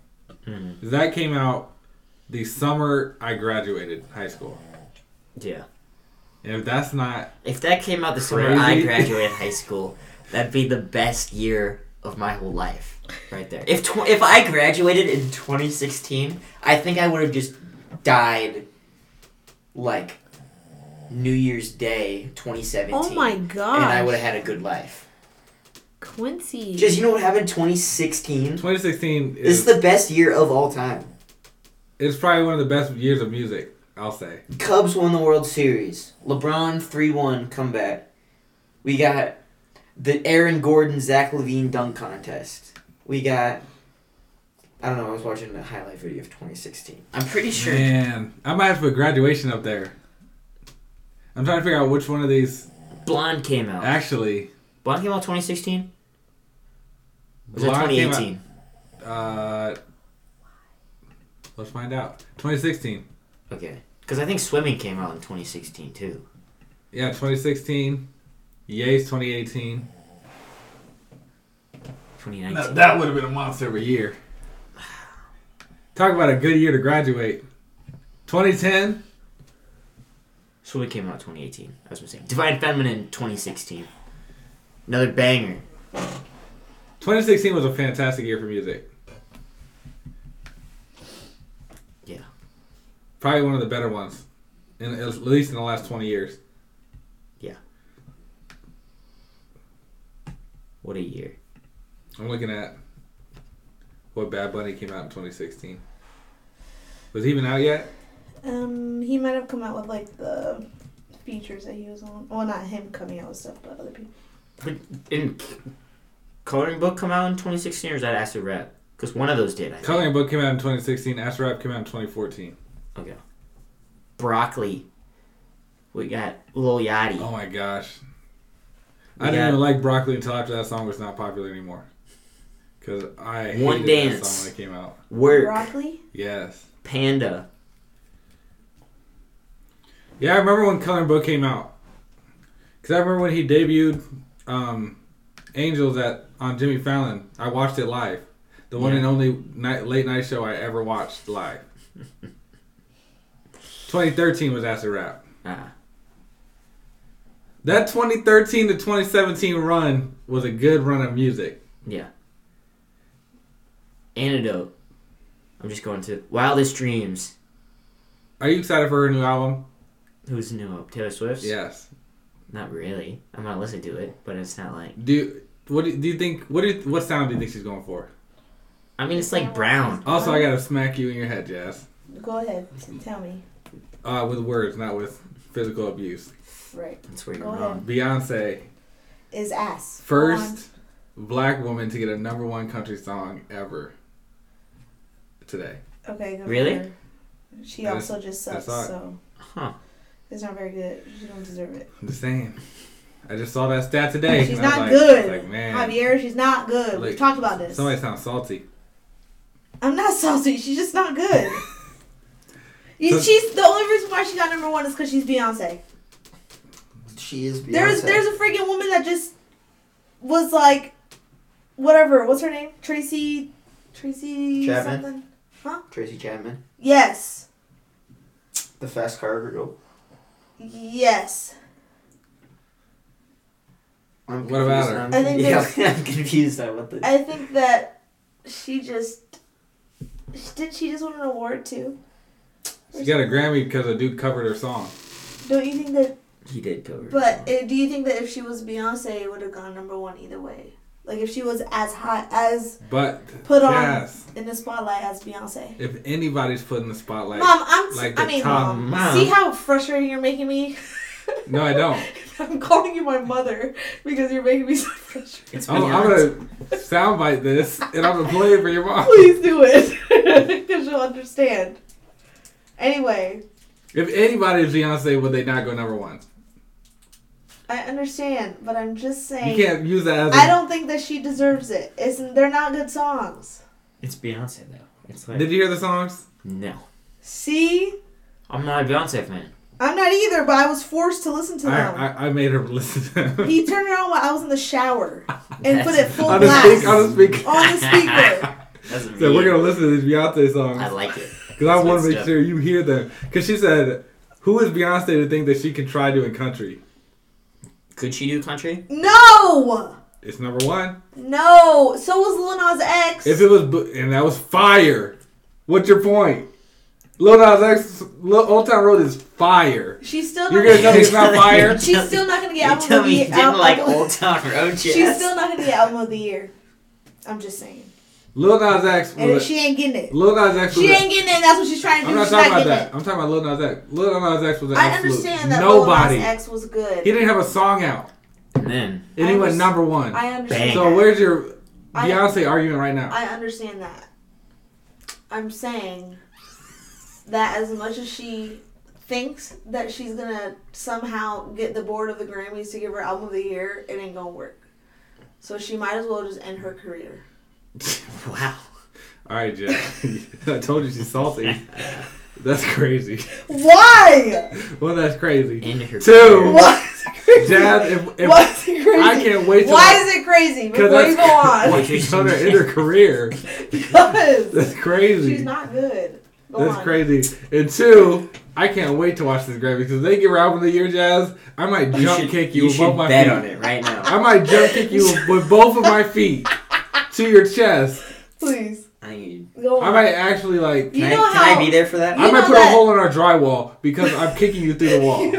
Speaker 2: Mhm.
Speaker 1: is that came out the summer I graduated high school.
Speaker 2: Yeah.
Speaker 1: And if that's not
Speaker 2: If that came out the summer I
Speaker 1: Crazy.
Speaker 2: graduated high school, that'd be the best year of my whole life, right there. If tw- if I graduated in 2016,
Speaker 6: I think I would have just died. Like New Year's Day, 2017.
Speaker 4: Oh my
Speaker 6: And I
Speaker 4: god.
Speaker 6: would have had a good life.
Speaker 10: Quincy.
Speaker 11: Just you know what happened? 2016.
Speaker 1: 2016
Speaker 11: This is
Speaker 1: is
Speaker 11: the best year of all time.
Speaker 1: it's probably one of the best years of music. I'll say.
Speaker 11: Cubs won the World Series. LeBron 3 1 comeback. We got the Aaron Gordon Zach Levine dunk contest. We got. I don't know, I was watching the highlight video of 2016. I'm pretty sure.
Speaker 1: Man, I might have to put graduation up there. I'm trying to figure out which one of these
Speaker 2: Blonde came out.
Speaker 1: actually.
Speaker 2: Blonde came out 2016. Was it
Speaker 1: Blonde came out-
Speaker 2: 2018?
Speaker 1: Uh, let's find out. 2016.
Speaker 2: Okay, because I think swimming came out in 2016 too.
Speaker 1: Yeah, 2016. Ye's 2018.
Speaker 2: 2019.
Speaker 1: that would have been a monster of a year. Talk about a good year to graduate. 2010.
Speaker 2: Swimming came out 2018. I was saying Divine Feminine 2016. Another banger.
Speaker 1: 2016 was a fantastic year for music.
Speaker 2: Yeah.
Speaker 1: Probably one of the better ones, in, at least in the last 20 years.
Speaker 2: What a year.
Speaker 1: I'm looking at what Bad Bunny came out in 2016. Was he even out yet?
Speaker 4: Um, he might have come out with like the features that he was on. Well, not him coming out with stuff, but other people.
Speaker 2: Didn't C- Coloring Book come out in 2016 or is that Acid Rap? Because one of those did. I think.
Speaker 1: Coloring Book came out in 2016. Astro Rap came out in 2014.
Speaker 2: Broccoli. We got Lil Yachty.
Speaker 1: Oh my gosh. I
Speaker 2: We
Speaker 1: didn't
Speaker 2: got-
Speaker 1: even like broccoli until after that song was not popular anymore. Cause I hated
Speaker 2: One
Speaker 1: that
Speaker 2: Dance.
Speaker 1: song when it came out.
Speaker 2: Work.
Speaker 4: Broccoli.
Speaker 1: Yes.
Speaker 2: Panda.
Speaker 1: Yeah, I remember when Coloring Book came out. Cause I remember when he debuted um, Angels at on Jimmy Fallon. I watched it live. The one
Speaker 2: Yeah.
Speaker 1: and only night, late night show I ever watched live. 2013 was Acid Rap.
Speaker 2: Ah.
Speaker 1: That 2013 to 2017 run was a good run of music.
Speaker 2: Antidote. I'm just going to Wildest Dreams.
Speaker 1: Are you excited for her new album?
Speaker 2: Who's new up? Taylor Swift's?
Speaker 1: Yes.
Speaker 2: Not really. I'm not listening to it, but it's not like.
Speaker 1: Do you, what do you, do you think? What do you, what sound do you think she's going for?
Speaker 2: I mean, it's like brown.
Speaker 1: Also, I gotta smack you in your head, Jazz.
Speaker 4: Go ahead. t- Tell me.
Speaker 1: Uh, with words, not with physical abuse.
Speaker 4: Right.
Speaker 2: That's where you're
Speaker 4: Go
Speaker 2: wrong.
Speaker 4: ahead.
Speaker 1: Beyonce,
Speaker 4: Is ass.
Speaker 1: first black woman to get a number one country song ever. Today,
Speaker 4: Go on. Okay. Go
Speaker 2: Really?
Speaker 4: for her. She
Speaker 1: I
Speaker 4: also just
Speaker 1: I
Speaker 4: sucks.
Speaker 1: saw it.
Speaker 4: So
Speaker 2: Huh.
Speaker 4: it's not very good. She don't deserve it.
Speaker 1: I'm just saying. I just saw that stat today.
Speaker 4: She's
Speaker 1: and I was
Speaker 4: not
Speaker 1: like-
Speaker 4: good.
Speaker 1: I was Like, man,
Speaker 4: Javier, she's not good.
Speaker 1: Look,
Speaker 4: We've talked about this.
Speaker 1: somebody sounds salty.
Speaker 4: I'm not saucy. She's just not good. You-
Speaker 1: So-
Speaker 4: she's the only reason why she got number one is because she's Beyonce.
Speaker 11: She is Beyonce.
Speaker 4: There's there's a freaking woman that just was like, whatever. What's her name? Tracy. Tracy
Speaker 11: Chapman?
Speaker 4: something.
Speaker 11: Tracy Chapman,
Speaker 4: Yes.
Speaker 11: the fast car girl.
Speaker 4: Yes.
Speaker 11: I'm
Speaker 1: What about
Speaker 11: confused
Speaker 1: her?
Speaker 11: on-
Speaker 4: I think
Speaker 11: yeah, I'm confused on what the.
Speaker 4: I think that she just didn't. She just win an award too.
Speaker 1: She got a Grammy because a dude covered her song.
Speaker 4: Don't you think that?
Speaker 2: He did cover.
Speaker 4: But uh, do you think that if she was Beyonce, it would have gone number one either way? Like if she was as hot as
Speaker 1: But
Speaker 4: Put on-
Speaker 1: Jazz,
Speaker 4: in the spotlight as Beyonce.
Speaker 1: if anybody's put in the spotlight,
Speaker 4: Mom, I'm.
Speaker 1: like the
Speaker 4: I mean,
Speaker 1: top-
Speaker 4: Mom,
Speaker 2: Mom.
Speaker 4: See how frustrated you're making me.
Speaker 1: no, I don't.
Speaker 4: I'm calling you my mother because you're making me so frustrated.
Speaker 2: It's
Speaker 1: I'm, I'm gonna soundbite this and I'm gonna play it for your mom.
Speaker 4: Please do it because she'll understand. Anyway,
Speaker 1: If anybody is Beyonce, would they not go number one?
Speaker 4: I understand, but I'm just
Speaker 1: You
Speaker 4: saying.
Speaker 1: can't use that as a
Speaker 4: I don't think that she deserves it. It's they're not good songs.
Speaker 2: It's Beyonce though. It's like
Speaker 1: Did you hear the songs?
Speaker 2: no.
Speaker 4: See,
Speaker 2: I'm not a Beyonce fan.
Speaker 4: I'm not either, but I was forced to listen to
Speaker 1: I,
Speaker 4: them.
Speaker 1: I, I made her listen to them.
Speaker 4: he turned it on while I was in the shower and put it full
Speaker 1: on the
Speaker 4: blast
Speaker 1: speak, on the speak.
Speaker 4: on the speaker.
Speaker 2: That's
Speaker 1: So we're gonna listen to these Beyonce
Speaker 2: I
Speaker 1: songs
Speaker 2: like it.
Speaker 1: because I want
Speaker 2: good
Speaker 1: to make
Speaker 2: stuff.
Speaker 1: sure you hear them. Because she said, "Who is Beyonce to think that she can try doing country?"
Speaker 2: Could she do country?
Speaker 4: No,
Speaker 1: It's number one.
Speaker 4: no. So was Lil Nas X.
Speaker 1: If it was, Bu- and that was fire. What's your point? Lil Nas X, Lil, Old Town Road is fire.
Speaker 4: She's still
Speaker 1: You're
Speaker 4: not.
Speaker 1: gonna tell me
Speaker 4: Gonna
Speaker 1: it's not fire?
Speaker 4: she's still not gonna get
Speaker 2: You
Speaker 4: album of
Speaker 2: tell
Speaker 4: the
Speaker 2: me you
Speaker 4: year.
Speaker 2: didn't
Speaker 4: al-
Speaker 2: like
Speaker 4: album-
Speaker 2: Old Town Road jazz.
Speaker 4: She's still not gonna get album of the year. I'm just saying.
Speaker 1: Lil Nas X.
Speaker 3: And if
Speaker 1: Was a,
Speaker 3: she ain't getting it.
Speaker 1: Lil Nas X. Was
Speaker 4: She
Speaker 1: a-
Speaker 4: ain't getting it. That's what she's trying to do.
Speaker 1: I'm not
Speaker 4: she's
Speaker 1: talking
Speaker 4: not
Speaker 1: about
Speaker 4: getting
Speaker 1: that.
Speaker 4: it.
Speaker 1: I'm talking about Lil Nas X. Lil Nas X was an
Speaker 4: I
Speaker 1: absolute
Speaker 4: understand that
Speaker 1: nobody.
Speaker 4: Lil Nas X was good.
Speaker 1: He didn't have a song out.
Speaker 2: and then
Speaker 1: And
Speaker 4: I
Speaker 1: he went
Speaker 4: understand-
Speaker 1: number one.
Speaker 4: I understand.
Speaker 2: Bang.
Speaker 1: so
Speaker 4: that.
Speaker 1: where's your
Speaker 4: I-
Speaker 1: Beyonce argument right now?
Speaker 4: I understand that. I'm saying that as much as she thinks that she's gonna somehow get the board of the Grammys to give her album of the year, it ain't gonna work. So she might as well just end her career.
Speaker 2: wow.
Speaker 1: All right, Jeff. I told you she's salty. That's crazy.
Speaker 3: Why?
Speaker 1: Well, that's crazy.
Speaker 2: End her
Speaker 1: Two.
Speaker 2: career.
Speaker 3: Why is it crazy?
Speaker 1: Jazz, if, if
Speaker 3: Why is it crazy?
Speaker 1: I can't wait till
Speaker 4: Why
Speaker 1: I-
Speaker 4: is it crazy?
Speaker 1: 'cause
Speaker 4: Before you go
Speaker 1: that's-
Speaker 4: on,
Speaker 1: She's on her in her career.
Speaker 3: Because.
Speaker 1: That's crazy.
Speaker 4: she's not good. Go
Speaker 1: That's
Speaker 4: on.
Speaker 1: crazy. And two, I can't wait to watch this Grammy because they give her album of the year, Jazz. I might
Speaker 2: You
Speaker 1: jump
Speaker 2: should,
Speaker 1: kick you,
Speaker 2: you
Speaker 1: with
Speaker 2: should
Speaker 1: both my
Speaker 2: bet
Speaker 1: feet.
Speaker 2: on it right now.
Speaker 1: I might jump kick you with both of my feet to your chest.
Speaker 3: Please.
Speaker 2: I need.
Speaker 4: Go
Speaker 1: I
Speaker 4: on.
Speaker 1: might actually like.
Speaker 4: You
Speaker 2: Can,
Speaker 4: know
Speaker 2: I, can
Speaker 4: how-
Speaker 2: I be there for that?
Speaker 1: I
Speaker 4: You
Speaker 1: might
Speaker 4: know
Speaker 1: put a
Speaker 4: that-
Speaker 1: hole in our drywall because I'm kicking you through the wall.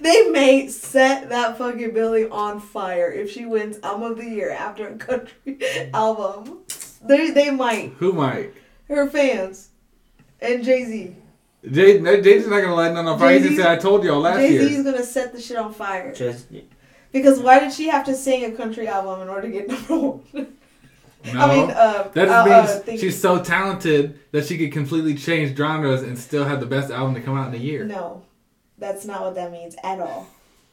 Speaker 3: They may set that fucking Billy on fire if she wins album of the year after a country album. They they might
Speaker 1: Who might?
Speaker 3: her fans and Jay Z.
Speaker 1: Jay, no, Jay's not gonna light none on fire. He just
Speaker 3: Jay-Z-
Speaker 1: said I told y'all last
Speaker 3: Jay
Speaker 1: year.
Speaker 3: Z's gonna set the shit on fire
Speaker 2: Just
Speaker 3: because why did she have to sing a country album in order to get number one?
Speaker 1: No,
Speaker 3: I mean, uh,
Speaker 1: that
Speaker 3: uh, uh,
Speaker 1: just means
Speaker 3: thing-
Speaker 1: she's so talented that she could completely change genres and still have the best album to come out in a year.
Speaker 3: No, that's not what that means at all.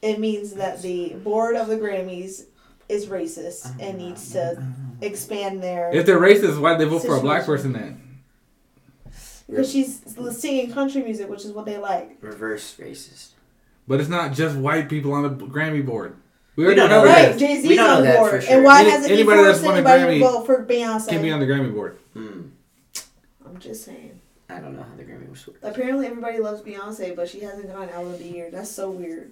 Speaker 3: It means that the board of the Grammys is racist and needs to expand
Speaker 1: If
Speaker 3: their.
Speaker 1: they're racist, why'd they vote for a black person
Speaker 3: Situation.
Speaker 1: then?
Speaker 3: Because she's singing country music, which is what they like.
Speaker 2: reverse racist.
Speaker 1: But it's not just white people on the Grammy board. Oh, We
Speaker 2: We
Speaker 1: already
Speaker 2: don't
Speaker 1: know
Speaker 2: know that.
Speaker 1: that.
Speaker 3: Right, Jay
Speaker 2: We
Speaker 3: Z's
Speaker 2: don't know
Speaker 3: on
Speaker 2: that
Speaker 3: board.
Speaker 2: for sure.
Speaker 3: And why
Speaker 1: Any-
Speaker 3: hasn't he
Speaker 1: anybody that's
Speaker 3: forced
Speaker 1: won a
Speaker 3: anybody
Speaker 1: Grammy
Speaker 3: to vote for Beyonce?
Speaker 1: Can be on the Grammy board.
Speaker 2: Mm,
Speaker 3: I'm just saying.
Speaker 2: I don't know how the Grammy was.
Speaker 3: Apparently, everybody loves Beyonce, but she hasn't gotten album of the year. That's so weird.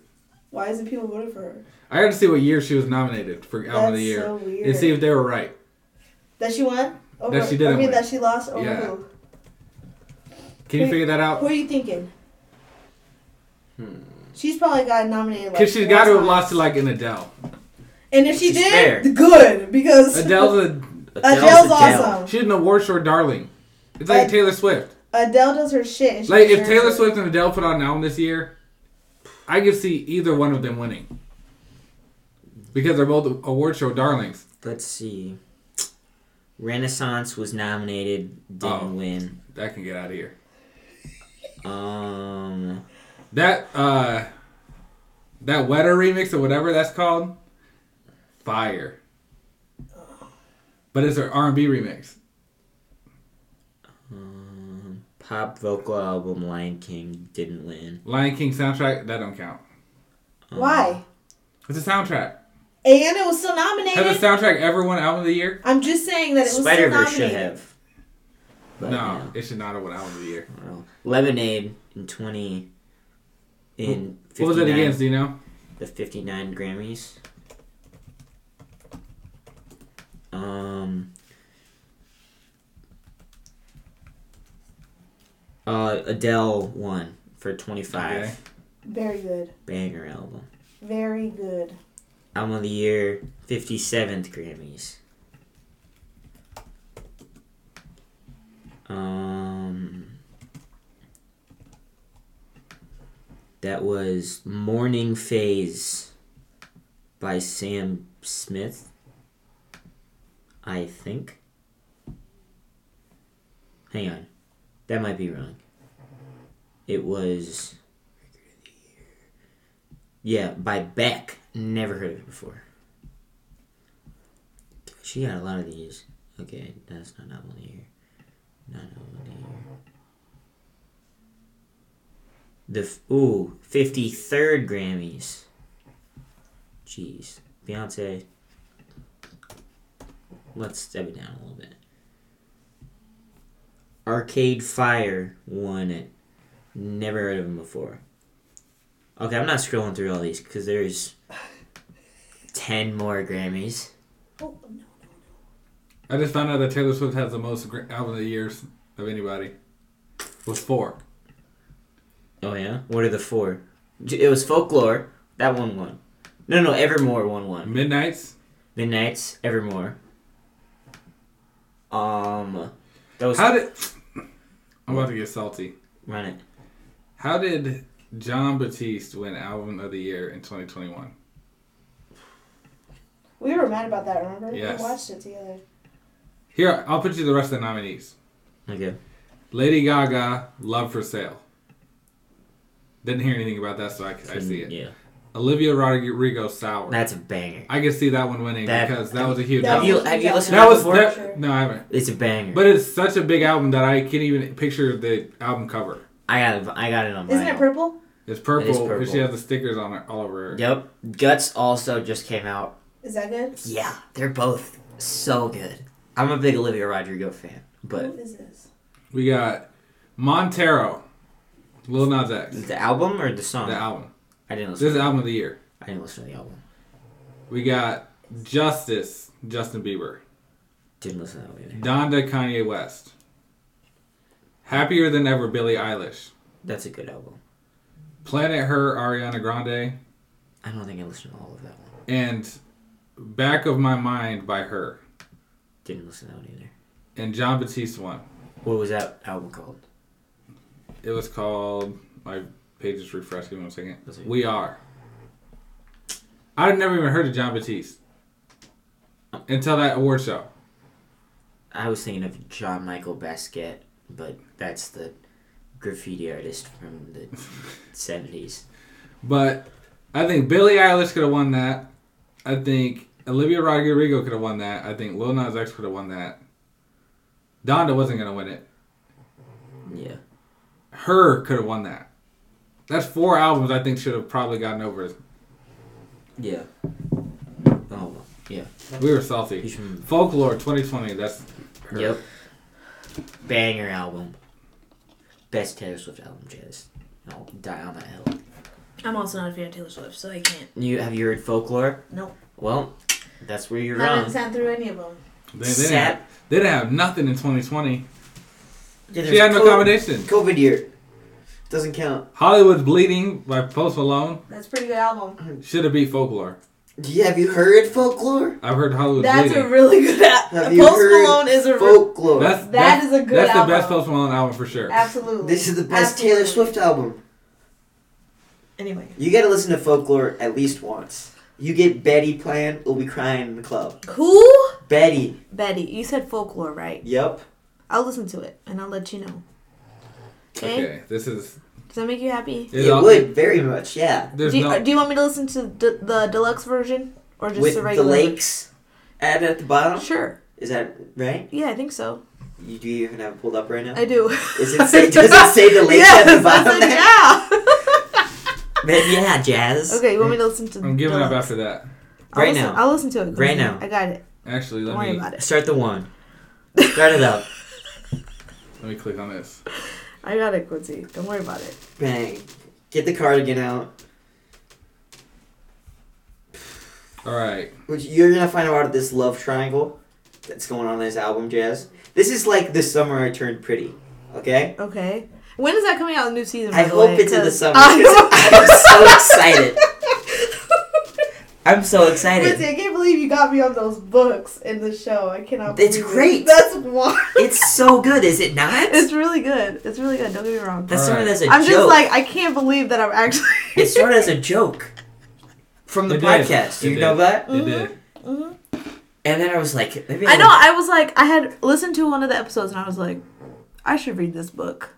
Speaker 3: Why isn't people voting for her?
Speaker 1: I had to see what year she was nominated for album of
Speaker 3: That's
Speaker 1: the year
Speaker 3: so weird.
Speaker 1: and see if they were right.
Speaker 3: That she won? Over,
Speaker 1: she didn't
Speaker 3: I mean,
Speaker 1: win.
Speaker 3: that she lost over
Speaker 1: Yeah.
Speaker 3: who?
Speaker 1: Can you
Speaker 3: Wait,
Speaker 1: figure that
Speaker 3: Who
Speaker 1: out?
Speaker 3: are you thinking?
Speaker 2: Hmm.
Speaker 3: She's probably got nominated. Like
Speaker 1: Because she's
Speaker 3: four
Speaker 1: got to have
Speaker 3: times.
Speaker 1: lost to like an Adele.
Speaker 3: And if she
Speaker 2: She's
Speaker 3: did,
Speaker 2: fair.
Speaker 3: good because
Speaker 1: Adele's a,
Speaker 3: Adele's,
Speaker 2: Adele.
Speaker 3: awesome.
Speaker 1: she's an award show darling. It's like
Speaker 3: But-
Speaker 1: Taylor Swift.
Speaker 3: Adele does her shit. And she
Speaker 1: Like if
Speaker 3: deserves
Speaker 1: Taylor
Speaker 3: it.
Speaker 1: Swift and Adele put out an album this year, I could see either one of them winning because they're both award show darlings.
Speaker 2: Let's see. Renaissance was nominated, didn't
Speaker 1: Oh.
Speaker 2: win.
Speaker 1: That can get out of here.
Speaker 2: Um,
Speaker 1: That uh, that wetter remix or whatever that's called, fire. But it's an R and B remix.
Speaker 2: um, pop vocal album Lion King didn't win.
Speaker 1: Lion King soundtrack that don't count.
Speaker 2: Um,
Speaker 3: Why?
Speaker 1: It's a soundtrack.
Speaker 3: And it was still
Speaker 1: Has
Speaker 3: nominated.
Speaker 1: a soundtrack ever won album of the year?
Speaker 3: I'm just saying that it was
Speaker 2: Spider
Speaker 3: still
Speaker 2: Verse should
Speaker 3: nominated.
Speaker 2: have. But,
Speaker 1: no, it should not have won album of the year.
Speaker 2: yeah, I don't know. Lemonade in twenty. In
Speaker 1: What was it
Speaker 2: 59
Speaker 1: against? Do you know?
Speaker 2: The fifty-nine Grammys. Um. Uh, Adele won for twenty-five
Speaker 1: Okay.
Speaker 3: Very good.
Speaker 2: banger album.
Speaker 3: Very good.
Speaker 2: Album of the year, 57th Grammys. Um, that was Morning Phase by Sam Smith, I think. Hang on, that might be wrong. It was. Yeah, by Beck. Never heard of it before. She got a lot of these. Okay, that's not album of the year. Not album of the year. The f- ooh, 53rd Grammys. Jeez, Beyonce. Let's step it down a little bit. Arcade Fire won it. Never heard of him before. Okay, I'm not scrolling through all these because there's ten more Grammys.
Speaker 3: Oh, no.
Speaker 1: I just found out that Taylor Swift has the most gr- album of the years of anybody. was four.
Speaker 2: Oh yeah. What are the four? J- It was folklore. That one won. No, no. Evermore won one.
Speaker 1: Midnight's.
Speaker 2: Midnight's Evermore. Um, that was
Speaker 1: How did? I'm about to get salty.
Speaker 2: run it.
Speaker 1: How did John Batiste win Album of the Year in 2021?
Speaker 4: We were mad about that, remember?
Speaker 1: Yes.
Speaker 4: We watched it together.
Speaker 1: Here, I'll put you the rest of the nominees.
Speaker 2: Okay.
Speaker 1: Lady Gaga, Love for Sale. Didn't hear anything about that, so I, I see it.
Speaker 2: Yeah.
Speaker 1: Olivia Rodrigo, Sour.
Speaker 2: That's a banger.
Speaker 1: I can see that one winning
Speaker 2: That-
Speaker 1: because that was a huge
Speaker 2: Have
Speaker 1: album.
Speaker 2: you have you listened to
Speaker 1: that
Speaker 2: that
Speaker 1: was
Speaker 2: before?
Speaker 1: that, no, I haven't.
Speaker 2: It's a banger.
Speaker 1: But it's such a big album that I can't even picture the album cover.
Speaker 2: I got it. I got it on.
Speaker 4: Isn't
Speaker 2: vinyl.
Speaker 4: it purple?
Speaker 1: It's purple,
Speaker 2: It is
Speaker 1: and she
Speaker 2: purple.
Speaker 1: has the stickers on it all over her.
Speaker 2: Yep. Guts also just came out.
Speaker 4: Is that good?
Speaker 2: Yeah, they're both so good. I'm a big Olivia Rodrigo fan,
Speaker 4: Who
Speaker 2: but
Speaker 4: is this?
Speaker 1: We got Montero, Lil Nas X,
Speaker 2: the album or the song?
Speaker 1: the album.
Speaker 2: I didn't
Speaker 1: This is
Speaker 2: listen.
Speaker 1: the album of the year.
Speaker 2: I didn't listen to the album.
Speaker 1: We got Justice, Justin Bieber,
Speaker 2: Didn't listen to that either.
Speaker 1: Donda, Kanye West, Happier Than Ever, Billie Eilish,
Speaker 2: That's a good album.
Speaker 1: Planet Her, Ariana Grande,
Speaker 2: I don't think I listened to all of that one.
Speaker 1: and Back of My Mind by her.
Speaker 2: Didn't listen to that one either.
Speaker 1: And John Batiste won.
Speaker 2: What was that album called?
Speaker 1: It was called. My page is refreshed. Give me one second.
Speaker 2: That's okay.
Speaker 1: We are. I'd never even heard of John Batiste until that award show.
Speaker 2: I was thinking of John Michael Basquiat, but that's the graffiti artist from the 70s.
Speaker 1: But I think Billie Eilish could have won that. I think Olivia Rodrigo could have won that. I think Lil Nas X could have won that. Donda wasn't gonna win it.
Speaker 2: Yeah.
Speaker 1: Her could have won that. That's four albums I think should have probably gotten over.
Speaker 2: Yeah. Oh, yeah.
Speaker 1: We were salty.
Speaker 2: You should-
Speaker 1: Folklore 2020. That's her.
Speaker 2: Yep. Banger album. Best Taylor Swift album, Jazz. I'll die on that hill.
Speaker 3: I'm also not a fan of Taylor Swift, so I can't.
Speaker 2: You have you heard folklore?
Speaker 3: Nope.
Speaker 2: Well, that's where you're
Speaker 4: I
Speaker 2: wrong.
Speaker 4: haven't sat through any of them.
Speaker 1: They, they, didn't
Speaker 2: Sad.
Speaker 1: have, they didn't have nothing in 2020.
Speaker 2: Yeah,
Speaker 1: She had no
Speaker 2: there's
Speaker 1: combination.
Speaker 2: COVID year. Doesn't count.
Speaker 1: Hollywood's Bleeding by Post Malone
Speaker 4: That's a pretty good album.
Speaker 1: should have beat Folklore.
Speaker 2: Yeah, have you heard folklore?
Speaker 1: I've heard Hollywood's
Speaker 4: That's a
Speaker 1: Bleeding.
Speaker 4: really good
Speaker 2: Have
Speaker 4: album.
Speaker 2: you
Speaker 4: Uh, Post
Speaker 2: heard
Speaker 4: Malone is a re-
Speaker 2: Folklore.
Speaker 1: that's,
Speaker 4: That
Speaker 1: that's,
Speaker 4: is a good
Speaker 1: That's
Speaker 4: album.
Speaker 1: the best Post Malone album for sure.
Speaker 4: absolutely.
Speaker 2: this is the best Taylor
Speaker 4: Absolutely.
Speaker 2: Swift album.
Speaker 3: Anyway,
Speaker 2: You gotta listen to folklore at least once. You get Betty playing, we'll be crying in the club.
Speaker 3: who?
Speaker 2: Betty.
Speaker 3: Betty, you said folklore, right?
Speaker 2: Yep.
Speaker 3: I'll listen to it and I'll let you know. Okay.
Speaker 1: Okay, this is.
Speaker 3: Does that make you happy?
Speaker 2: It,
Speaker 1: it's all-
Speaker 2: would very much, yeah.
Speaker 1: There's
Speaker 3: do you,
Speaker 1: no,
Speaker 3: uh, Do you want me to listen to d- the deluxe version or just
Speaker 2: With
Speaker 3: the
Speaker 2: the
Speaker 3: regular?
Speaker 2: lakes added at the bottom.
Speaker 3: Sure.
Speaker 2: Is that right?
Speaker 3: Yeah, I think so.
Speaker 2: You do you even have it pulled up right now?
Speaker 3: I do.
Speaker 2: Is it say, does it say the lakes
Speaker 3: yes,
Speaker 2: at the
Speaker 3: I
Speaker 2: bottom?
Speaker 3: said
Speaker 2: there? Man, yeah, jazz.
Speaker 3: yeah. Okay, you want me to listen to?
Speaker 1: I'm giving up
Speaker 3: deluxe?
Speaker 1: after that.
Speaker 3: I'll
Speaker 2: Right
Speaker 3: listen-
Speaker 2: now.
Speaker 3: I'll listen to it. 'cause
Speaker 2: Right now.
Speaker 3: I got it.
Speaker 1: Actually,
Speaker 3: Don't
Speaker 1: let
Speaker 3: worry
Speaker 1: me
Speaker 3: about it.
Speaker 2: Start the one. Start it up.
Speaker 1: let me click on this.
Speaker 3: I got it, Quincy. Don't worry about it.
Speaker 2: Bang. Get the cardigan out.
Speaker 1: All right,
Speaker 2: Which you're gonna find out about this love triangle that's going on in this album, Jazz. This is like the summer I turned pretty. Okay?
Speaker 3: Okay. When is that coming out? The new season. by
Speaker 2: I
Speaker 3: the
Speaker 2: hope
Speaker 3: way?
Speaker 2: it's in the
Speaker 3: 'Cause
Speaker 2: summer.
Speaker 3: I-
Speaker 2: 'cause I'm so excited. I'm so
Speaker 4: Quincy,
Speaker 2: excited.
Speaker 4: I can't believe you got me on those books in the show. I cannot.
Speaker 2: It's
Speaker 4: believe it.
Speaker 2: great.
Speaker 4: That's why.
Speaker 2: It's so good, is it not?
Speaker 3: It's really good. It's really good. Don't get me wrong.
Speaker 2: That started
Speaker 1: Alright.
Speaker 2: as a
Speaker 3: I'm
Speaker 2: joke.
Speaker 3: just like I can't believe that I'm actually.
Speaker 2: it started as a joke from the
Speaker 1: It did.
Speaker 2: podcast. Do
Speaker 1: It
Speaker 2: you
Speaker 1: did.
Speaker 2: know that?
Speaker 3: Mm-hmm.
Speaker 1: it did.
Speaker 2: And then I was like, maybe
Speaker 3: I know. I was like, I had listened to one of the episodes, and I was like, I should read this book.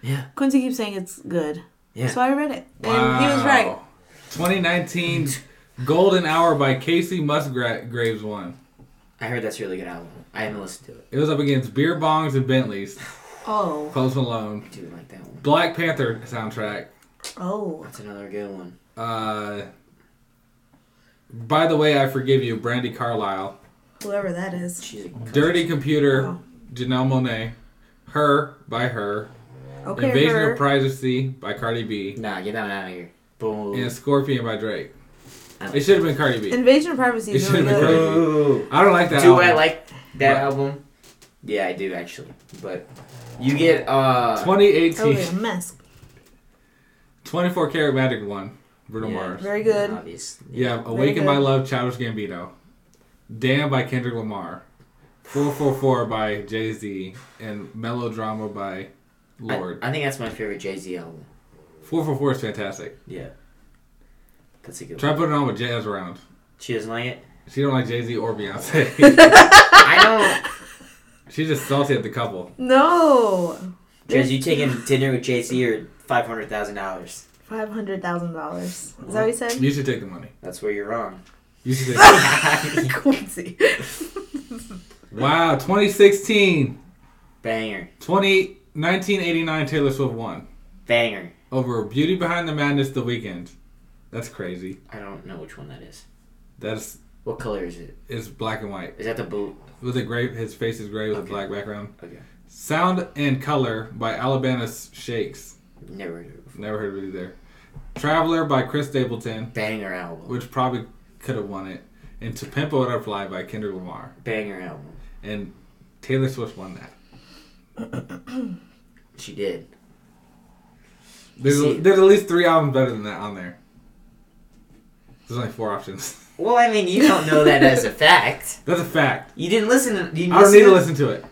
Speaker 2: Yeah.
Speaker 3: Quincy keeps saying it's good.
Speaker 2: Yeah.
Speaker 3: So I read it, and
Speaker 1: Wow.
Speaker 3: he was right.
Speaker 1: 2019 Golden Hour by Casey Musgraves won.
Speaker 2: I heard that's a really good album. I haven't listened to it.
Speaker 1: It was up against Beer Bongs and Bentleys,
Speaker 3: Oh,
Speaker 1: Post Malone,
Speaker 2: I do like that one.
Speaker 1: Black Panther soundtrack.
Speaker 3: oh,
Speaker 2: That's another good one.
Speaker 1: Uh, by the way, I forgive you, Brandy Carlisle.
Speaker 3: whoever that is.
Speaker 2: She's a
Speaker 1: Dirty
Speaker 3: Oh.
Speaker 1: Computer, Janelle Monet. Her by her.
Speaker 3: Okay,
Speaker 1: Invasion
Speaker 3: her.
Speaker 1: of Privacy by Cardi B.
Speaker 2: Nah, get that one out of here. Boom.
Speaker 1: And Scorpion by Drake.
Speaker 2: Oh.
Speaker 1: It should have been Cardi B.
Speaker 3: Invasion of Privacy
Speaker 1: It
Speaker 3: is
Speaker 1: should've
Speaker 3: really
Speaker 1: been
Speaker 3: good.
Speaker 1: Cardi
Speaker 2: Ooh.
Speaker 1: I don't like that
Speaker 2: Do
Speaker 1: album.
Speaker 2: I like that
Speaker 1: But-
Speaker 2: album? Yeah, I do actually. But you get uh
Speaker 1: 2018,
Speaker 4: Oh, mess.
Speaker 1: 24 karat magic one, Bruno
Speaker 2: Yeah.
Speaker 1: Mars.
Speaker 4: Very good.
Speaker 2: obvious.
Speaker 1: Yeah, Awaken
Speaker 4: good.
Speaker 1: by Love, Childish Gambino. Damn by Kendrick Lamar. 444 by Jay Z. And Melodrama by
Speaker 2: I,
Speaker 1: Lord.
Speaker 2: I think that's my favorite Jay Z album.
Speaker 1: 444 is fantastic.
Speaker 2: Yeah. That's a good
Speaker 1: Try
Speaker 2: one.
Speaker 1: putting it on with Jazz around.
Speaker 2: She doesn't like it.
Speaker 1: She don't like Jay Z or Beyonce.
Speaker 2: I don't
Speaker 1: She's just salty at the couple.
Speaker 4: No.
Speaker 2: Jazz, you taking dinner with Jay Z or five hundred thousand dollars.
Speaker 4: Five hundred thousand dollars. Is that what you said?
Speaker 1: You should take the money.
Speaker 2: That's where you're wrong.
Speaker 1: You should take the
Speaker 4: Quincy.
Speaker 1: Wow, 2016.
Speaker 2: Banger.
Speaker 1: 20, 1989 Taylor Swift won
Speaker 2: Banger.
Speaker 1: over Beauty Behind the Madness The Weekend. That's crazy.
Speaker 2: I don't know which one that is.
Speaker 1: That's
Speaker 2: What color is it?
Speaker 1: it's black and white.
Speaker 2: Is that the blue?
Speaker 1: With a gray his face is gray with
Speaker 2: Okay.
Speaker 1: a black background.
Speaker 2: Okay.
Speaker 1: Sound and Color by Alabama Shakes.
Speaker 2: Never heard of it. before.
Speaker 1: Never heard of it either. Traveler by Chris Stapleton,
Speaker 2: Banger album.
Speaker 1: which probably could have won it. And To Pimp a Butterfly by Kendrick Lamar.
Speaker 2: Banger album.
Speaker 1: And Taylor Swift won that.
Speaker 2: She did.
Speaker 1: There's,
Speaker 2: See-
Speaker 1: there's at least three albums better than that on there. There's only four options.
Speaker 2: Well, I mean, you don't know that as a fact.
Speaker 1: That's a fact.
Speaker 2: You didn't listen. To, you
Speaker 1: I don't need to listen to it.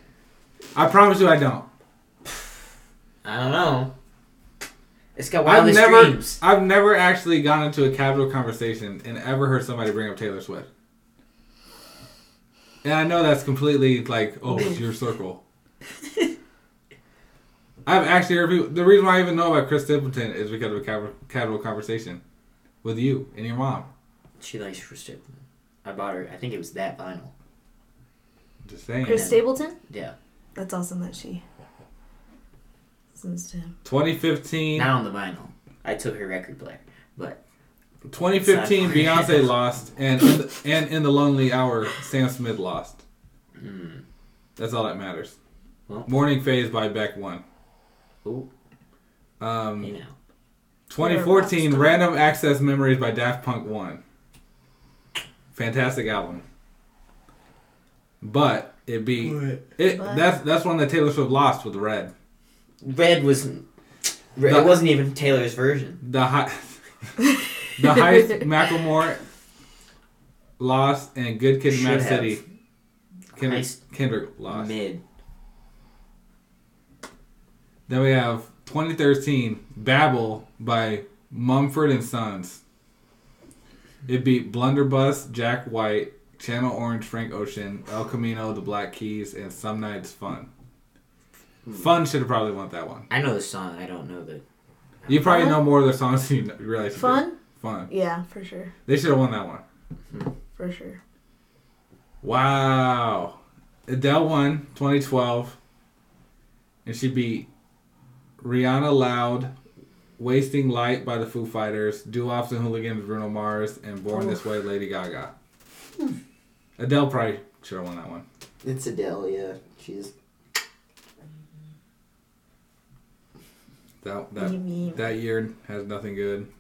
Speaker 1: I promise you I don't.
Speaker 2: I don't know. It's got
Speaker 1: I've
Speaker 2: wildest
Speaker 1: never
Speaker 2: dreams.
Speaker 1: I've never actually gone into a casual conversation and ever heard somebody bring up Taylor Swift. And I know that's completely like, oh, it's your circle. I've actually heard people. The reason why I even know about Chris Stapleton is because of a casual, casual conversation with you and your mom.
Speaker 2: She likes Chris Stapleton. I bought her. I think it was that vinyl.
Speaker 1: Just saying.
Speaker 4: Chris Stapleton?
Speaker 2: Yeah.
Speaker 4: That's awesome that she listens to him.
Speaker 1: 2015.
Speaker 2: Not on the vinyl. I took her record player.
Speaker 1: 2015.
Speaker 2: Sorry.
Speaker 1: Beyonce lost, and in the, and in the lonely hour, Sam Smith lost.
Speaker 2: Mm.
Speaker 1: That's all that matters.
Speaker 2: Well.
Speaker 1: Morning Phase by Beck one.
Speaker 2: Ooh.
Speaker 1: Um,
Speaker 2: You know.
Speaker 1: 2014 Random Access Memories by Daft Punk 1. Fantastic album. But it beat it
Speaker 4: But-
Speaker 1: that's that's one that Taylor Swift lost with Red.
Speaker 2: Red was. Red,
Speaker 1: The-
Speaker 2: it wasn't even Taylor's version.
Speaker 1: The high The Heist Macklemore lost and Good Kid Mad
Speaker 2: Should
Speaker 1: City Kendrick,
Speaker 2: Heist.
Speaker 1: Kendrick lost.
Speaker 2: Mid.
Speaker 1: Then we have 2013 Babel by Mumford and Sons. It beat Blunderbuss, Jack White, Channel Orange, Frank Ocean, El Camino, The Black Keys, and Some Nights Fun. Fun should have probably won that one.
Speaker 2: I know the song. I don't know the.
Speaker 1: You probably
Speaker 4: Fun?
Speaker 1: know more of their songs than you know- you realize. you do.
Speaker 4: Fun?
Speaker 1: Fun.
Speaker 4: Yeah, for sure.
Speaker 1: They should have won that one.
Speaker 4: For sure.
Speaker 1: Wow. Adele won 2012. And she beat Rihanna Loud, Wasting Light by the Foo Fighters, Do Ops and Hooligans Bruno Mars, and Born This Way Lady Gaga. Adele probably should have won that one.
Speaker 2: It's Adele. Yeah. She's.
Speaker 1: That
Speaker 4: What do
Speaker 1: that
Speaker 4: you mean?
Speaker 1: that year has nothing good.